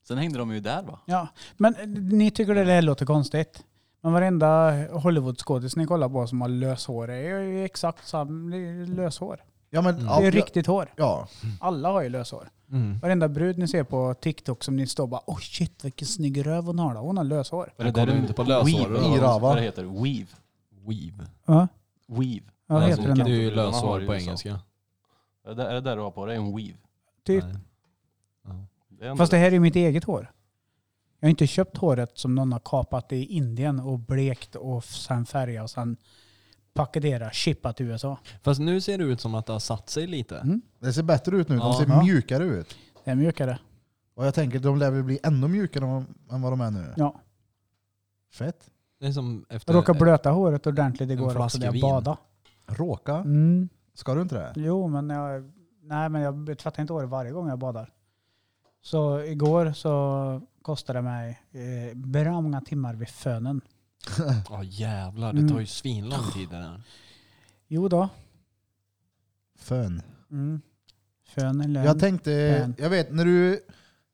Speaker 2: Sen hängde de ju där va?
Speaker 4: Ja, men eh, ni tycker det där låter konstigt. Men varenda Hollywoodskådis ni kollar på som har löshår är ju exakt samma det är löshår.
Speaker 1: Ja, men,
Speaker 3: Mm.
Speaker 1: ja,
Speaker 4: Det är
Speaker 1: ja,
Speaker 4: riktigt hår.
Speaker 1: ja.
Speaker 4: Alla har ju löshår.
Speaker 3: Mm.
Speaker 4: Varenda brud ni ser på TikTok som ni står bara oh shit vilken snygg röv hon har då. Hon har löshår.
Speaker 5: Eller
Speaker 3: kollar
Speaker 5: det
Speaker 3: inte på
Speaker 5: Weave,
Speaker 3: löshåret,
Speaker 5: eller vad
Speaker 1: Ira,
Speaker 5: de-
Speaker 1: va?
Speaker 5: vad det heter. Weave.
Speaker 3: Weave.
Speaker 4: Ja,
Speaker 5: Weave.
Speaker 4: ja vad
Speaker 5: Nej,
Speaker 4: heter
Speaker 5: så
Speaker 4: den
Speaker 5: kan
Speaker 4: då?
Speaker 5: du-
Speaker 3: Det är ju
Speaker 5: Brudar har
Speaker 3: lösår
Speaker 5: ju liksom-
Speaker 3: på
Speaker 5: så.
Speaker 3: engelska.
Speaker 5: Är det, är det där du har på dig? En weave?
Speaker 4: Typ.
Speaker 3: Nej. Ja.
Speaker 5: Det är ändå-
Speaker 4: Fast det här är ju mitt eget hår. Jag har inte köpt håret som någon har kapat i Indien och blekt och sen färgat och sen paketerat, chippat till USA.
Speaker 3: Fast nu ser det ut som att det har satt sig lite.
Speaker 4: Mm.
Speaker 1: Det ser bättre ut nu. De
Speaker 3: Ja.
Speaker 1: ser
Speaker 4: Ja.
Speaker 1: mjukare ut.
Speaker 4: Det är mjukare.
Speaker 1: Och jag tänker de lär väl bli ännu mjukare än än vad de är nu.
Speaker 4: Ja.
Speaker 1: Fett.
Speaker 3: Det är som efter...
Speaker 4: Jag råkade blöta håret ordentligt igår
Speaker 3: Eh, flaska
Speaker 4: också när jag
Speaker 3: vin.
Speaker 4: badade.
Speaker 1: Råka.
Speaker 4: Mm.
Speaker 1: Ska du inte det?
Speaker 4: Jo, men jag, nej, men jag tvättar inte håret varje gång jag badar. Så igår så kostade det mig eh, bra många timmar vid fönen.
Speaker 3: Ja jävlar, det
Speaker 4: Mm.
Speaker 3: tar ju svinlång tid det där.
Speaker 4: Jo då.
Speaker 1: Fön.
Speaker 4: Mm. Fönen, lön.
Speaker 1: Jag tänkte,
Speaker 4: Fön.
Speaker 1: jag vet när du,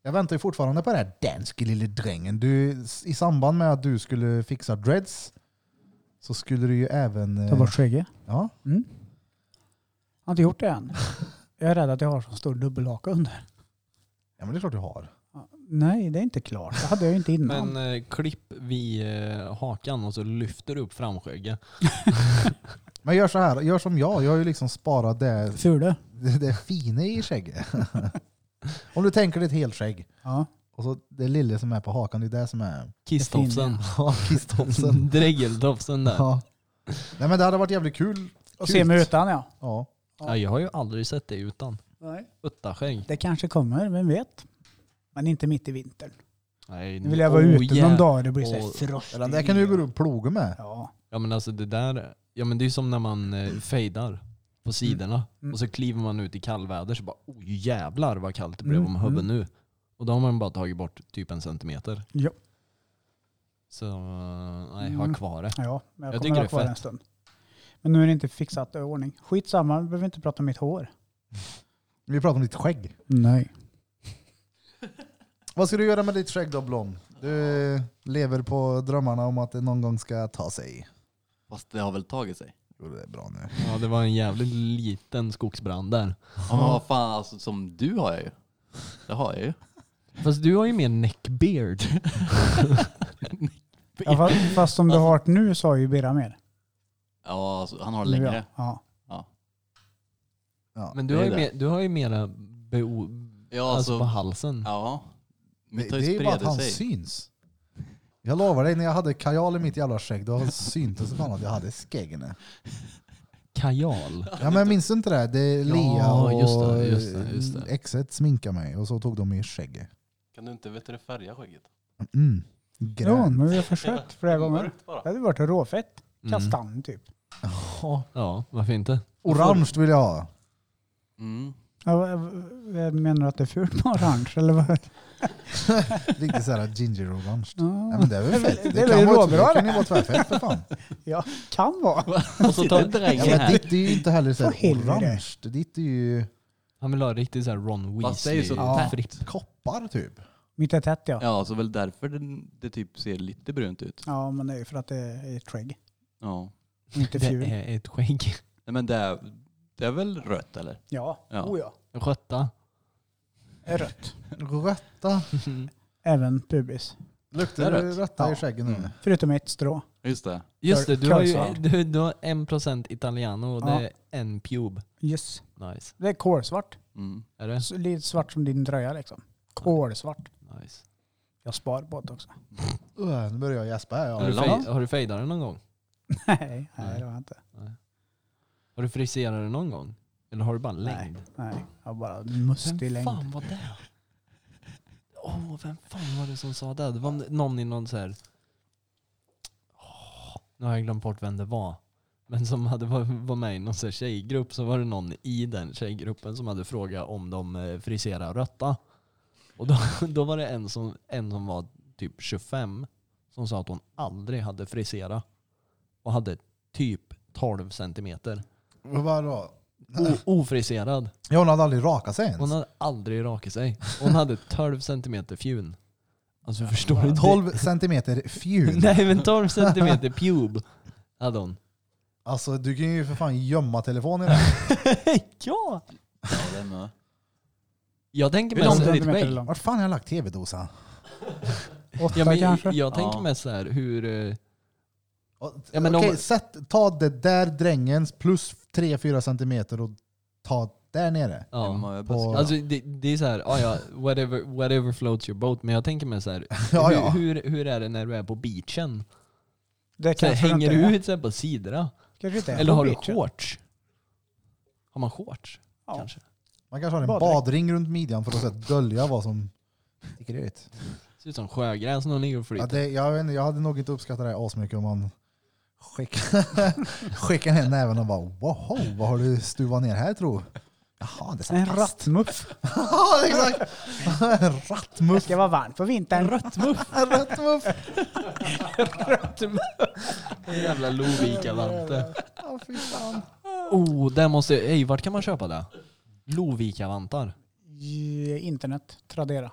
Speaker 1: jag väntar ju fortfarande på den här danske lille drängen. Du, I samband med att du skulle fixa dreads så skulle du ju även... eh,
Speaker 4: Ta bort skägget.
Speaker 1: Ja,
Speaker 4: Mm. Jag har inte gjort det än. Jag är rädd att jag har så stor dubbelhaka under.
Speaker 1: ja, men det är klart du har.
Speaker 4: Nej, det är inte klart. Det hade jag ju inte innan.
Speaker 3: Men eh, klipp vid eh, hakan och så lyfter du upp framskägget.
Speaker 1: Men gör så här, gör som jag. Jag har ju liksom sparat det,
Speaker 3: eh,
Speaker 4: Fule.
Speaker 1: det, det fina i skägget. Om du tänker dig ett helskägg
Speaker 4: Ja.
Speaker 1: och så det lilla som är på hakan, det är det som är
Speaker 3: Kisstofsen.
Speaker 1: kisstofsen.
Speaker 3: Dregeltofsen där. Ja.
Speaker 1: Ja. Nej men det hade varit jävligt kul.
Speaker 4: Och se mig utan ja.
Speaker 1: Ja.
Speaker 3: jag har ju aldrig sett det utan.
Speaker 4: Nej.
Speaker 3: Uttaskägg.
Speaker 4: Det kanske kommer, vem vet. Men inte mitt i vintern.
Speaker 3: Nej,
Speaker 4: Nu vill jag vara
Speaker 3: oh,
Speaker 4: ute någon
Speaker 3: jä-
Speaker 4: dag och det blir så
Speaker 3: Och-
Speaker 4: här frostigt.
Speaker 1: Den där kan du ju gå runt och ploga med.
Speaker 4: Ja.
Speaker 3: Ja men alltså det där, ja men det är ju som när man eh, fejdar på sidorna
Speaker 4: Mm.
Speaker 3: och så kliver man ut i kallväder så bara oj jävlar vad kallt det blev
Speaker 4: Mm,
Speaker 3: om hubben nu. Och då har man bara tagit bort typ en centimeter.
Speaker 4: Ja.
Speaker 3: Så eh, nej, ha
Speaker 4: Mm.
Speaker 3: kvar det.
Speaker 4: Ja, men jag,
Speaker 3: Jag tycker
Speaker 4: kommer
Speaker 3: det
Speaker 4: ha
Speaker 3: är
Speaker 4: kvar
Speaker 3: fett.
Speaker 4: en stund. Men nu är det inte fixat i ordning. Skitsamma, vi behöver inte prata om mitt hår.
Speaker 1: Vi pratar om ditt skägg.
Speaker 4: Nej.
Speaker 1: Vad ska du göra med ditt skägg då Blom? Du lever på drömmarna om att det någon gång ska ta sig.
Speaker 6: Fast det har väl tagit sig?
Speaker 1: Jo det är bra nu.
Speaker 3: Ja det var en jävligt liten skogsbrand där.
Speaker 6: Ja men vad fan alltså som du har jag ju. Det har jag ju.
Speaker 3: Fast du har ju mer neckbeard.
Speaker 4: Ja, fa- fast som du har hört nu så har ju Birra mer.
Speaker 6: Ja alltså, han har det längre.
Speaker 4: Ja.
Speaker 1: Ja.
Speaker 3: Men du
Speaker 6: Det
Speaker 3: har ju,
Speaker 6: är det.
Speaker 3: mer, du har ju mera beo,
Speaker 6: Ja
Speaker 3: alltså, på
Speaker 6: alltså.
Speaker 3: halsen.
Speaker 6: Ja.
Speaker 1: Det,
Speaker 6: Mitt har
Speaker 1: det
Speaker 6: ju
Speaker 1: är bara att
Speaker 6: spridit
Speaker 1: han
Speaker 6: sig.
Speaker 1: syns. Jag lovar dig, när jag hade kajal i mitt jävla skägg då syntes det fan att jag hade skäggen.
Speaker 3: Kajal.
Speaker 1: Ja men minns du inte det? Det är Lea
Speaker 3: Ja,
Speaker 1: och eh,
Speaker 3: just det, just det, just det.
Speaker 1: exet sminkade mig och så tog de i skägget.
Speaker 5: Kan du inte vet du, färga skägget?
Speaker 1: Mm.
Speaker 4: Jo,
Speaker 1: Grön.
Speaker 4: men vi har försökt flera gånger.
Speaker 5: Mörkt bara.
Speaker 4: Det hade varit råfett.
Speaker 3: Mm.
Speaker 4: Kastan typ.
Speaker 1: Ja.
Speaker 3: Ja, varför inte?
Speaker 1: Orange vill jag ha.
Speaker 6: Mm.
Speaker 4: Ja, vad- vad- menar du att det är fult med orange? Eller vad?
Speaker 1: Riktigt såhär ginger-orange. Ja,
Speaker 4: Ja.
Speaker 1: men det är väl fett? Det,
Speaker 4: Det är väl
Speaker 1: kan, vara,
Speaker 4: råbra
Speaker 1: det
Speaker 4: det.
Speaker 1: kan ju vara tvärfett för fan.
Speaker 4: Kan vara.
Speaker 6: Och så tar
Speaker 1: Ja,
Speaker 6: drängen
Speaker 1: men
Speaker 6: här.
Speaker 1: ditt är ju inte heller såhär
Speaker 4: För helvete.
Speaker 1: orange. Ditt är ju
Speaker 3: Han vill ha riktigt såhär Ron
Speaker 6: Fast det är ju så
Speaker 4: tätt.
Speaker 3: Weasley-fripp.
Speaker 1: koppar typ.
Speaker 4: Mitt är tätt ja.
Speaker 6: Ja så väl därför det, det typ ser lite brunt ut.
Speaker 4: Ja, men det är ju för att det är skägg.
Speaker 6: Ja.
Speaker 4: Inte
Speaker 3: Det
Speaker 4: fjul.
Speaker 3: är ett skägg.
Speaker 6: Nej men det är, det är väl rött eller?
Speaker 4: Ja,
Speaker 6: Ja.
Speaker 4: oh ja.
Speaker 3: En skötta.
Speaker 4: Det är rött.
Speaker 1: Rötta.
Speaker 4: Även pubis.
Speaker 1: Luktar
Speaker 6: Det
Speaker 1: det
Speaker 6: är rätt.
Speaker 1: rötta i
Speaker 4: Ja.
Speaker 1: skäggen nu?
Speaker 4: Förutom ett strå.
Speaker 6: Just det.
Speaker 3: Just det, du har ju
Speaker 4: Kölsvart.
Speaker 3: du, du har 1% italiano och det är en pube.
Speaker 4: Yes.
Speaker 3: Nice.
Speaker 4: Det är kolsvart.
Speaker 6: Mm.
Speaker 3: Är det?
Speaker 4: Så Lite svart som din dröja liksom. Kolsvart.
Speaker 3: Nice.
Speaker 4: Jag spar på det också.
Speaker 1: Öh, nu börjar jag gäspa här. Ja.
Speaker 3: Har du,
Speaker 6: det
Speaker 3: fej,
Speaker 6: långt?
Speaker 3: har du fejdat den någon gång?
Speaker 4: Nej, nej det har jag inte.
Speaker 3: Har du friserat den någon gång? Eller har du bara en
Speaker 4: Nej.
Speaker 3: längd?
Speaker 4: Nej, jag har bara mustig
Speaker 3: Vem
Speaker 4: längd.
Speaker 3: fan var det? Åh, vem fan var det som sa det? Det var någon i någon så här... Åh, nu har jag glömt bort vem det var. Men som hade var, var med i någon så här tjejgrupp så var det någon i den tjejgruppen som hade frågat om de eh, friserar rötta. Och då, då var det en som, en som var typ 25 som sa att hon aldrig hade friserat. Och hade typ 12 centimeter.
Speaker 1: Vadå?
Speaker 3: O, ofriserad.
Speaker 1: Ja, hon hade aldrig rakat sig ens.
Speaker 3: Oh. Hon hade aldrig rakat sig. Hon hade 12 centimeter fjun. Alltså förstår du?
Speaker 1: 12 centimeter fjun.
Speaker 3: Nej men 12 centimeter pube hade hon.
Speaker 1: Alltså du kan ju för fan gömma telefonen i den.
Speaker 3: ja!
Speaker 6: Ja, det är med.
Speaker 3: Jag tänker
Speaker 4: Hur
Speaker 3: mest så
Speaker 4: långt
Speaker 3: här,
Speaker 4: centimeter är det långt?
Speaker 1: Vart fan har jag lagt tv-dosan?
Speaker 4: Åtta
Speaker 3: ja, men,
Speaker 4: kanske?
Speaker 3: jag tänker
Speaker 6: Ja.
Speaker 3: mest så här hur... eh,
Speaker 1: Ja,
Speaker 3: Ja, men de-
Speaker 1: Okej, sätt, ta det där drängens plus 3-4 centimeter och ta där nere.
Speaker 3: Ja.
Speaker 6: Hemma är bäst.
Speaker 1: På,
Speaker 3: Alltså det, det är så här, ja, ja, whatever, whatever floats your boat. Men jag tänker mig så här,
Speaker 1: ja, ja.
Speaker 3: Hur, hur, hur är det när du är på beachen?
Speaker 4: det
Speaker 3: Så här,
Speaker 4: kanske
Speaker 3: hänger
Speaker 4: inte är.
Speaker 3: du ut så här, på sidorna?
Speaker 4: Kanske inte är
Speaker 3: Eller
Speaker 4: på
Speaker 3: har du
Speaker 4: beachen.
Speaker 3: shorts? Har man shorts?
Speaker 4: Ja.
Speaker 3: Kanske.
Speaker 1: Man kanske har en
Speaker 4: Baddräkt.
Speaker 1: badring runt midjan för att så här dölja vad som sticker ut.
Speaker 3: Ser ut som sjögräs när de ligger och
Speaker 1: Ja,
Speaker 3: flyter.
Speaker 1: det, jag, vet inte, jag hade nog inte uppskattat det här asmycket om man skickar, skickar ner näven och bara wow, vad har du stuvat ner här tro? Jaha, det är så här
Speaker 4: En
Speaker 1: plast."
Speaker 4: rattmuff.
Speaker 1: Ja, exakt! En
Speaker 4: Det
Speaker 1: rattmuff.
Speaker 4: ska vara varmt på vintern.
Speaker 1: En rattmuff.
Speaker 3: Jävla Lovika-vante.
Speaker 1: Ja, fy fan.
Speaker 3: Oh, där måste jag... Ey, vart kan man köpa det? Lovika-vantar.
Speaker 4: I Internet. Tradera.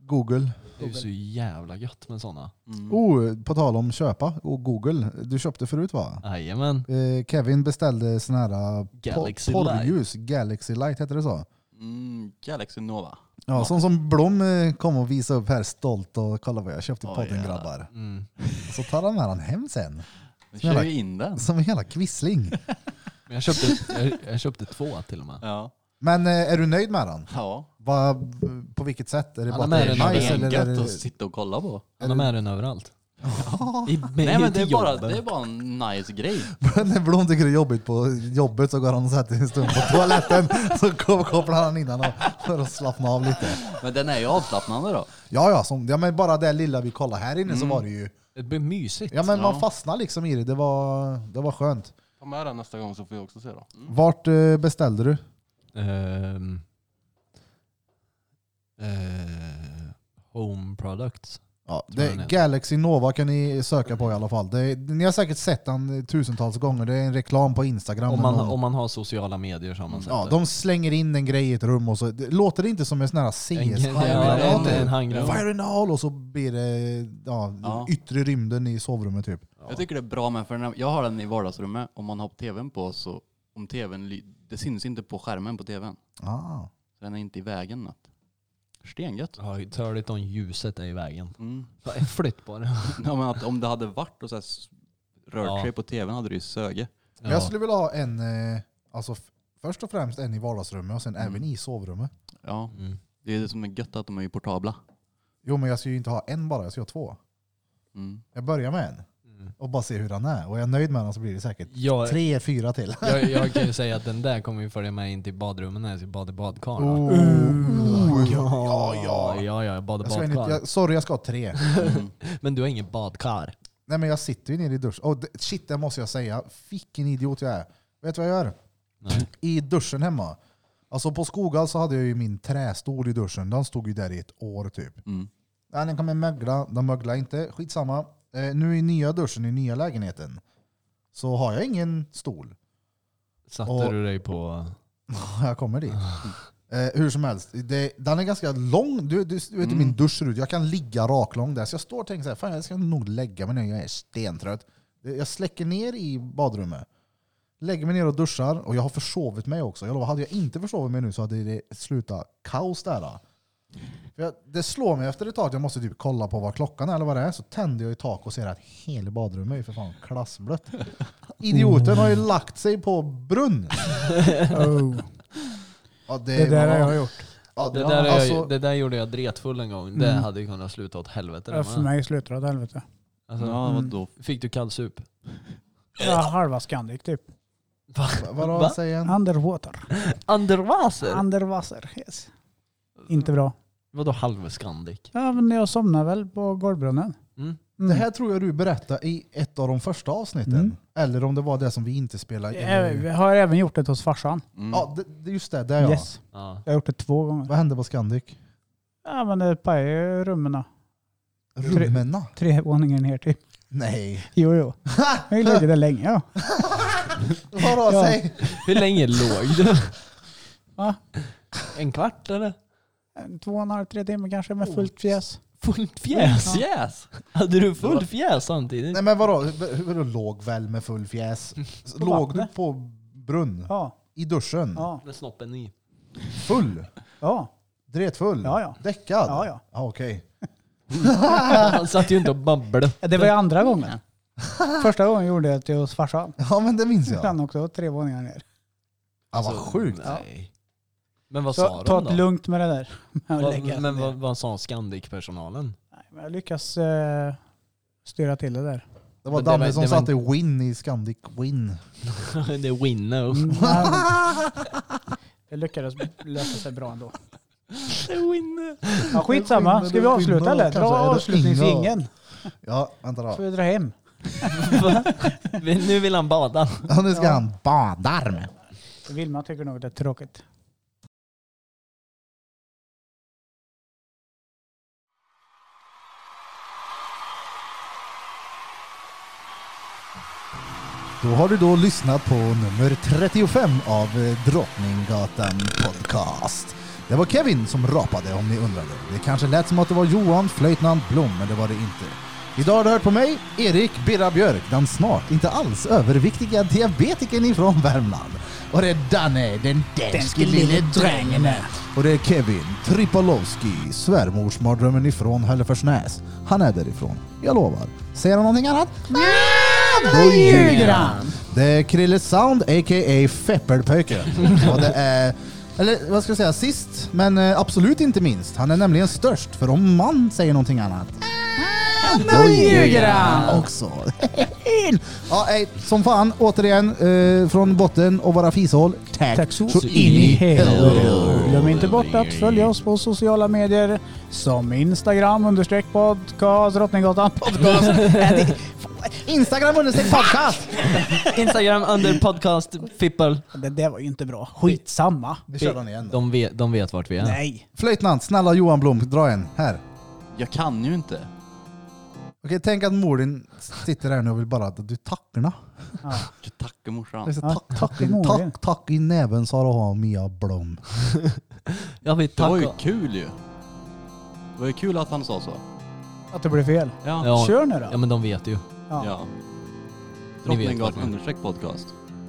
Speaker 1: Google.
Speaker 3: Det är ju så jävla gött med sådana.
Speaker 6: Mm.
Speaker 1: Oh, på tal om köpa och Google. Du köpte förut va?
Speaker 3: Jajamän.
Speaker 1: Eh, Kevin beställde sån här eh, po-
Speaker 3: Galaxy
Speaker 1: porrljus, Galaxy Light heter det så.
Speaker 6: Mm, Galaxy Nova.
Speaker 1: Ja,
Speaker 6: Ja.
Speaker 1: Sån som Blom eh, kom och visade upp här stolt och kolla vad jag köpte i
Speaker 6: Oj,
Speaker 1: podden
Speaker 6: ja.
Speaker 1: grabbar.
Speaker 3: Mm.
Speaker 1: Och så tar han med den hem sen.
Speaker 6: Vi
Speaker 1: Snälla.
Speaker 6: kör ju in den.
Speaker 1: Som en jävla kvissling.
Speaker 3: Men jag köpte, jag, jag köpte två till och med.
Speaker 6: Ja.
Speaker 1: Men eh, är du nöjd med den?
Speaker 6: ja.
Speaker 1: Vad- på vilket sätt? Är det
Speaker 3: Han
Speaker 1: bara
Speaker 3: har
Speaker 1: att
Speaker 3: med
Speaker 1: det
Speaker 3: den
Speaker 1: är
Speaker 3: alltså.
Speaker 1: nice
Speaker 3: i
Speaker 1: eller är
Speaker 6: Gött att
Speaker 1: det...
Speaker 6: sitta och kolla på.
Speaker 3: Han har med den överallt. I, med,
Speaker 6: Nej men det är,
Speaker 3: till
Speaker 6: bara,
Speaker 3: jobbet.
Speaker 6: det är bara en nice grej.
Speaker 1: När Blom tycker det är jobbigt på jobbet så går han och sätter sig en stund på toaletten så kom- kopplar han in den och- för att slappna av lite.
Speaker 6: Men den är ju avslappnande då.
Speaker 1: Ja, ja, som, ja men bara det lilla vi kollade här
Speaker 3: Mm.
Speaker 1: inne så var det ju...
Speaker 3: Det blir mysigt.
Speaker 1: Ja men man
Speaker 6: Ja.
Speaker 1: fastnade liksom i det, det var, det var skönt.
Speaker 5: Ta med den nästa gång så får vi också se då.
Speaker 1: Vart eh, beställde du?
Speaker 3: Ehm, eh, home products.
Speaker 1: Ja,
Speaker 3: Tror jag
Speaker 1: det,
Speaker 3: den heter.
Speaker 1: Galaxy Nova kan ni söka på i alla fall. Det, ni har säkert sett den tusentals gånger, det är en reklam på Instagram.
Speaker 3: Om man,
Speaker 1: eller något.
Speaker 3: om man har sociala medier så har man sett
Speaker 1: Ja,
Speaker 3: det.
Speaker 1: de slänger in en grej i ett rum och så det, låter det inte som en sån här
Speaker 3: En,
Speaker 1: CS?
Speaker 3: ja, en, en, en handgranat.
Speaker 1: Fire in all och så blir det ja,
Speaker 6: Ja.
Speaker 1: yttre rymden i sovrummet typ.
Speaker 6: Jag tycker det är bra med, för när jag har den i vardagsrummet, om man har tvn på så, om tvn, ly- det syns inte på skärmen på tvn.
Speaker 1: Ah.
Speaker 6: Så den är inte i vägen. något. Stengött.
Speaker 3: Ja, det är Törligt om ljuset är i vägen.
Speaker 6: Mm.
Speaker 3: Flytt på det.
Speaker 6: Ja, men att, om det hade varit och så här, s- rört
Speaker 3: Ja.
Speaker 6: sig på tvn hade det ju söge.
Speaker 1: Men Jag skulle vilja ha en, eh, alltså f- först och främst en i vardagsrummet och sen även i sovrummet.
Speaker 6: Ja,
Speaker 3: Mm.
Speaker 6: det är det som är gött att de är ju portabla.
Speaker 1: Jo men jag ska ju inte ha en bara, jag ska ha två.
Speaker 6: Mm.
Speaker 1: Jag börjar med en
Speaker 3: Mm.
Speaker 1: och bara ser hur den är. Och är jag nöjd med den så blir det säkert
Speaker 3: Jag,
Speaker 1: tre, fyra till.
Speaker 3: jag, jag kan ju säga att den där kommer ju följa med in till badrummen när jag ska bada i badkar. va?
Speaker 1: Oh.
Speaker 3: Ja,
Speaker 1: ja.
Speaker 3: ja, ja, jag badar
Speaker 1: Jag ska in, i-
Speaker 3: badkar.
Speaker 1: jag, sorry, jag ska ha tre.
Speaker 6: Mm.
Speaker 3: Men du har ingen badkar.
Speaker 1: Nej men jag sitter ju nere i duschen. Och det- shit, det måste jag säga. Vilken idiot jag är. Vet du vad jag gör?
Speaker 3: Nej.
Speaker 1: I duschen hemma. Alltså på Skoghall så hade jag ju min trästol i duschen. Den stod ju där i ett år typ.
Speaker 6: Mm.
Speaker 1: Ja, den kommer mögla. Den möglar inte. Skitsamma. Eh, nu i nya duschen, i nya lägenheten, så har jag ingen stol.
Speaker 3: Satte
Speaker 1: Och-
Speaker 3: du dig på...
Speaker 1: Jag kommer dit. Eh, hur som helst, det, den är ganska lång. Du, du, du vet hur min dusch ser ut. Jag kan ligga raklång där. Så jag står och tänker så här, fan jag ska nog lägga mig nu. Jag är stentrött. Eh, Jag släcker ner i badrummet. Lägger mig ner och duschar. Och jag har försovit mig också. Jag lovar, hade jag inte försovit mig nu så hade det slutat kaos där. då. För jag, det slår mig efter ett tag att jag måste typ kolla på vad klockan är eller vad det är. Så tänder jag i tak och ser att hela badrummet är ju för fan klassblött. Idioten har ju lagt sig på brunn.
Speaker 4: Oh,
Speaker 1: Ja, det,
Speaker 4: Det där har jag gjort.
Speaker 1: Ja,
Speaker 3: Det,
Speaker 1: ja,
Speaker 3: där, är
Speaker 1: alltså,
Speaker 3: jag, det där gjorde jag dretfull en gång. Det
Speaker 4: Mm.
Speaker 3: hade ju kunnat sluta åt helvete.
Speaker 4: Ja,
Speaker 3: det
Speaker 4: För
Speaker 3: med.
Speaker 4: mig slutar det åt helvete.
Speaker 3: Alltså,
Speaker 6: Ja, vadå?
Speaker 3: Fick du kallsup? Eh.
Speaker 4: Ja, halva Scandic typ.
Speaker 1: Vadå,
Speaker 3: Va?
Speaker 1: säg igen.
Speaker 4: Underwater.
Speaker 3: Underwasser?
Speaker 4: Underwater. Yes. Inte bra.
Speaker 3: Vadå halvskandik?
Speaker 4: Ja, men jag somnade väl på golvbrunnen.
Speaker 3: Mm.
Speaker 1: Det
Speaker 4: Mm.
Speaker 1: här tror jag du berättade i ett av de första avsnitten.
Speaker 4: Mm.
Speaker 1: Eller om det var det som vi inte spelade in.
Speaker 4: Jag jag har även gjort det hos farsan.
Speaker 6: Mm.
Speaker 1: Ja, det- det, just det. Där ja.
Speaker 4: Yes.
Speaker 3: Ja.
Speaker 4: Jag har gjort det två gånger.
Speaker 1: Vad hände på Scandic?
Speaker 4: Ja, men det pajade ju rummen. Tre-
Speaker 1: Rummena?
Speaker 4: Tre våningar ner typ.
Speaker 1: Nej.
Speaker 4: Jo, jo. Jag har ju legat där länge. Ja.
Speaker 1: Vadå,
Speaker 4: Ja.
Speaker 1: säg?
Speaker 3: Hur länge låg du?
Speaker 4: Va?
Speaker 3: En kvart eller?
Speaker 4: Två och en halv, tre timmar kanske med fullt fjäs.
Speaker 3: Fullt fjäs?
Speaker 2: Yes!
Speaker 3: Hade du fullt fjäs samtidigt?
Speaker 1: Nej men vadå, Hur- hur låg väl med full fjäs?
Speaker 4: På
Speaker 1: Låg du
Speaker 4: vattnet.
Speaker 1: på brunn?
Speaker 4: Ja,
Speaker 1: I duschen?
Speaker 4: ja,
Speaker 3: Med snoppen i.
Speaker 1: Full?
Speaker 4: ja.
Speaker 1: Dretfull?
Speaker 4: Ja, ja.
Speaker 1: Däckad?
Speaker 4: Ja, ja.
Speaker 1: Okej.
Speaker 3: Han satt ju inte och babblade.
Speaker 4: Det var ju andra gången. Första gången gjorde jag det hos farsan.
Speaker 1: Ja men det minns jag.
Speaker 4: Den också, tre våningar ner.
Speaker 1: Ja,
Speaker 4: Alltså,
Speaker 1: vad sjukt.
Speaker 3: Nej. Men vad
Speaker 4: Så
Speaker 3: sa
Speaker 4: ta
Speaker 3: de
Speaker 4: ett
Speaker 3: då?
Speaker 4: lugnt med det där. Med att lägga
Speaker 3: Vad, men
Speaker 4: ner.
Speaker 3: vad, vad sa Scandic-personalen?
Speaker 4: Nej, men jag lyckas eh, styra till det där.
Speaker 1: Det var
Speaker 3: Men det var-
Speaker 1: Danne som
Speaker 3: det var
Speaker 1: satte Win i Scandic Win.
Speaker 3: det är Winnow.
Speaker 4: Mm, men- Det lyckades lösa sig bra ändå. Ja, skitsamma, ska vi avsluta eller? Dra
Speaker 1: Kanske alltså. är det
Speaker 4: avslutningsingen.
Speaker 1: Ja, vänta
Speaker 4: får
Speaker 1: då.
Speaker 4: vi dra hem.
Speaker 3: nu vill han bada.
Speaker 1: Ja, nu ska
Speaker 4: Ja.
Speaker 1: han bada med.
Speaker 4: Vilma tycker nog det är tråkigt.
Speaker 1: Då har du då lyssnat på nummer 35 av eh, Drottninggatan Podcast. Det var Kevin som rapade om ni undrade. Det kanske lät som att det var Johan Flöjtnant Blom, men det var det inte. Idag har du hört på mig, Erik Birra Björk, den snart inte alls överviktiga diabetikern ifrån Värmland. Och det är Danne, den danske lille drängen. Och det är Kevin Tripolowski, svärmorsmardrömmen ifrån Hälleforsnäs. Han är därifrån, jag lovar. Säger han någonting annat? Nej, då ljuger han! Det är Krille Sound, a.k.a. Fepperpöken. Och det är, eller vad ska jag säga, sist men eh, absolut inte minst. Han är nämligen störst, för om man säger någonting annat då ljuger han också. ja, ej, som fan, återigen eh, från botten och våra fishål. Tack,
Speaker 4: Tack så
Speaker 1: så in i helvete.
Speaker 4: Glöm inte bort att följa oss på sociala medier som Instagram understreck podcast Drottninggatan podcast.
Speaker 1: Instagram understreck podcast.
Speaker 3: Instagram under podcast fippel.
Speaker 4: Det där var ju inte bra. Skitsamma.
Speaker 1: Vi kör den igen.
Speaker 3: De vet, de vet vart vi är.
Speaker 4: Nej.
Speaker 1: Flöjtnant, snälla Johan Blom, dra en. Här.
Speaker 6: Jag kan ju inte.
Speaker 1: Okej, tänk att mor din sitter här nu och vill bara att du tackna.
Speaker 4: Ja.
Speaker 6: Tacka morsan.
Speaker 1: Alltså,
Speaker 4: Ja,
Speaker 1: tack,
Speaker 4: tack
Speaker 1: tack,
Speaker 4: i
Speaker 1: i-
Speaker 4: mor.
Speaker 1: tack, tack i näven sa du ha Mia Blom.
Speaker 3: Jag vill
Speaker 6: Det var ju
Speaker 3: tacka...
Speaker 6: kul ju. Det var ju kul att han sa så.
Speaker 4: Att det blev fel.
Speaker 6: Ja.
Speaker 3: Ja,
Speaker 4: Kör nu
Speaker 3: ja
Speaker 4: då.
Speaker 3: men de vet ju.
Speaker 4: Ja.
Speaker 6: ja.
Speaker 3: Ni vet vart
Speaker 6: Drottninggatan
Speaker 3: ni
Speaker 6: understreck podcast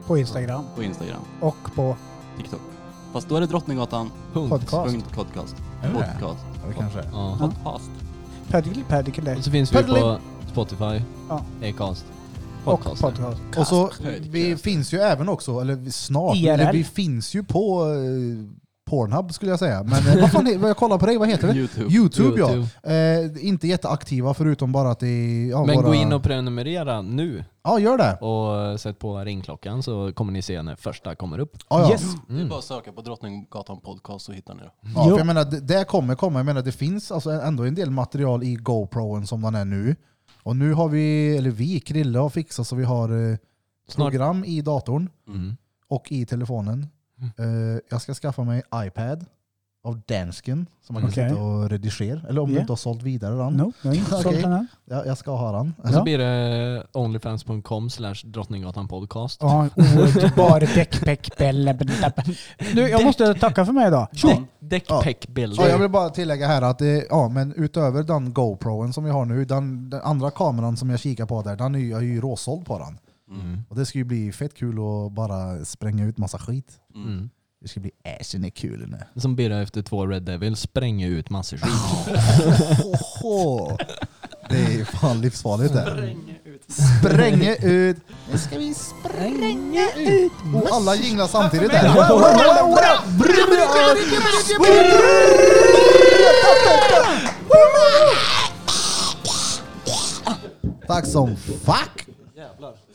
Speaker 4: På Instagram
Speaker 6: på Instagram,
Speaker 4: och på
Speaker 6: TikTok. Fast då är det Drottninggatan.podcast.
Speaker 3: Punkt.
Speaker 4: podcast.
Speaker 1: Är det det?
Speaker 6: Podcast.
Speaker 1: Ja, det kanske. är.
Speaker 3: Ja.
Speaker 6: Podcast.
Speaker 4: Pedicle, pedicle
Speaker 3: Och så finns vi
Speaker 1: Paddling.
Speaker 3: på Spotify,
Speaker 4: Ja.
Speaker 3: Acast,
Speaker 4: och
Speaker 3: podcast.
Speaker 4: podcast.
Speaker 1: Och så,
Speaker 6: Podcast.
Speaker 1: vi finns ju även också, eller vi- snart,
Speaker 4: IRL.
Speaker 1: eller vi finns ju på eh, Pornhub skulle jag säga. Men eh, vad fan, he- vad jag kollar på dig, vad heter det?
Speaker 6: Youtube.
Speaker 1: Youtube,
Speaker 3: YouTube.
Speaker 1: ja. Eh, inte jätteaktiva förutom bara att det är... Ja,
Speaker 3: Men
Speaker 1: våra...
Speaker 3: gå in och prenumerera nu
Speaker 1: Ja, gör det.
Speaker 3: och sätt på ringklockan så kommer ni se när första kommer upp.
Speaker 1: Ah, Ja, ja.
Speaker 4: Yes.
Speaker 2: Mm.
Speaker 5: Det är bara att söka på Drottninggatan podcast så hittar ni det.
Speaker 1: Ja,
Speaker 4: Jo.
Speaker 1: för jag menar, det, det kommer komma. Jag menar, det finns alltså ändå en del material i GoProen som den är nu. Och nu har vi, eller vi, Krille har fixat så vi har eh,
Speaker 3: Snart.
Speaker 1: program i datorn
Speaker 3: Mm.
Speaker 1: och i telefonen.
Speaker 4: Mm.
Speaker 1: Eh, jag ska skaffa mig iPad av dansken som man kan
Speaker 4: Okej.
Speaker 1: sitta och redigera. Eller om du
Speaker 4: Ja.
Speaker 1: inte har sålt vidare den.
Speaker 4: No, jag har inte sålt
Speaker 1: Okej.
Speaker 4: den än.
Speaker 1: Ja, jag ska ha den.
Speaker 3: Och så
Speaker 4: Ja.
Speaker 3: blir det onlyfans.com slash drottninggatan podcast.
Speaker 4: Ja, oerhörbar däckpäck. bälle, bälle, bälle. Du, jag måste tacka för mig idag.
Speaker 3: Däck-
Speaker 1: Ja.
Speaker 3: Däckpäckbilder.
Speaker 1: Ja, jag vill bara tillägga här att eh, ja, men utöver den GoProen som vi har nu, den, den andra kameran som jag kikar på där, den är, ju- jag är ju råsåld på den.
Speaker 3: Mm.
Speaker 1: Och det ska ju bli fett kul att bara spränga ut massa skit.
Speaker 3: Mm.
Speaker 1: Det ska bli asen är kul nu.
Speaker 3: Som Birra efter två Red Devil spränger ut massor skit.
Speaker 1: Ohoho. Det är fan livsfarligt det. Spränga ut. Spränga ut. Nu ska vi spränga ut. Och alla jinglar samtidigt där. Tack som fuck.
Speaker 3: Jävlar.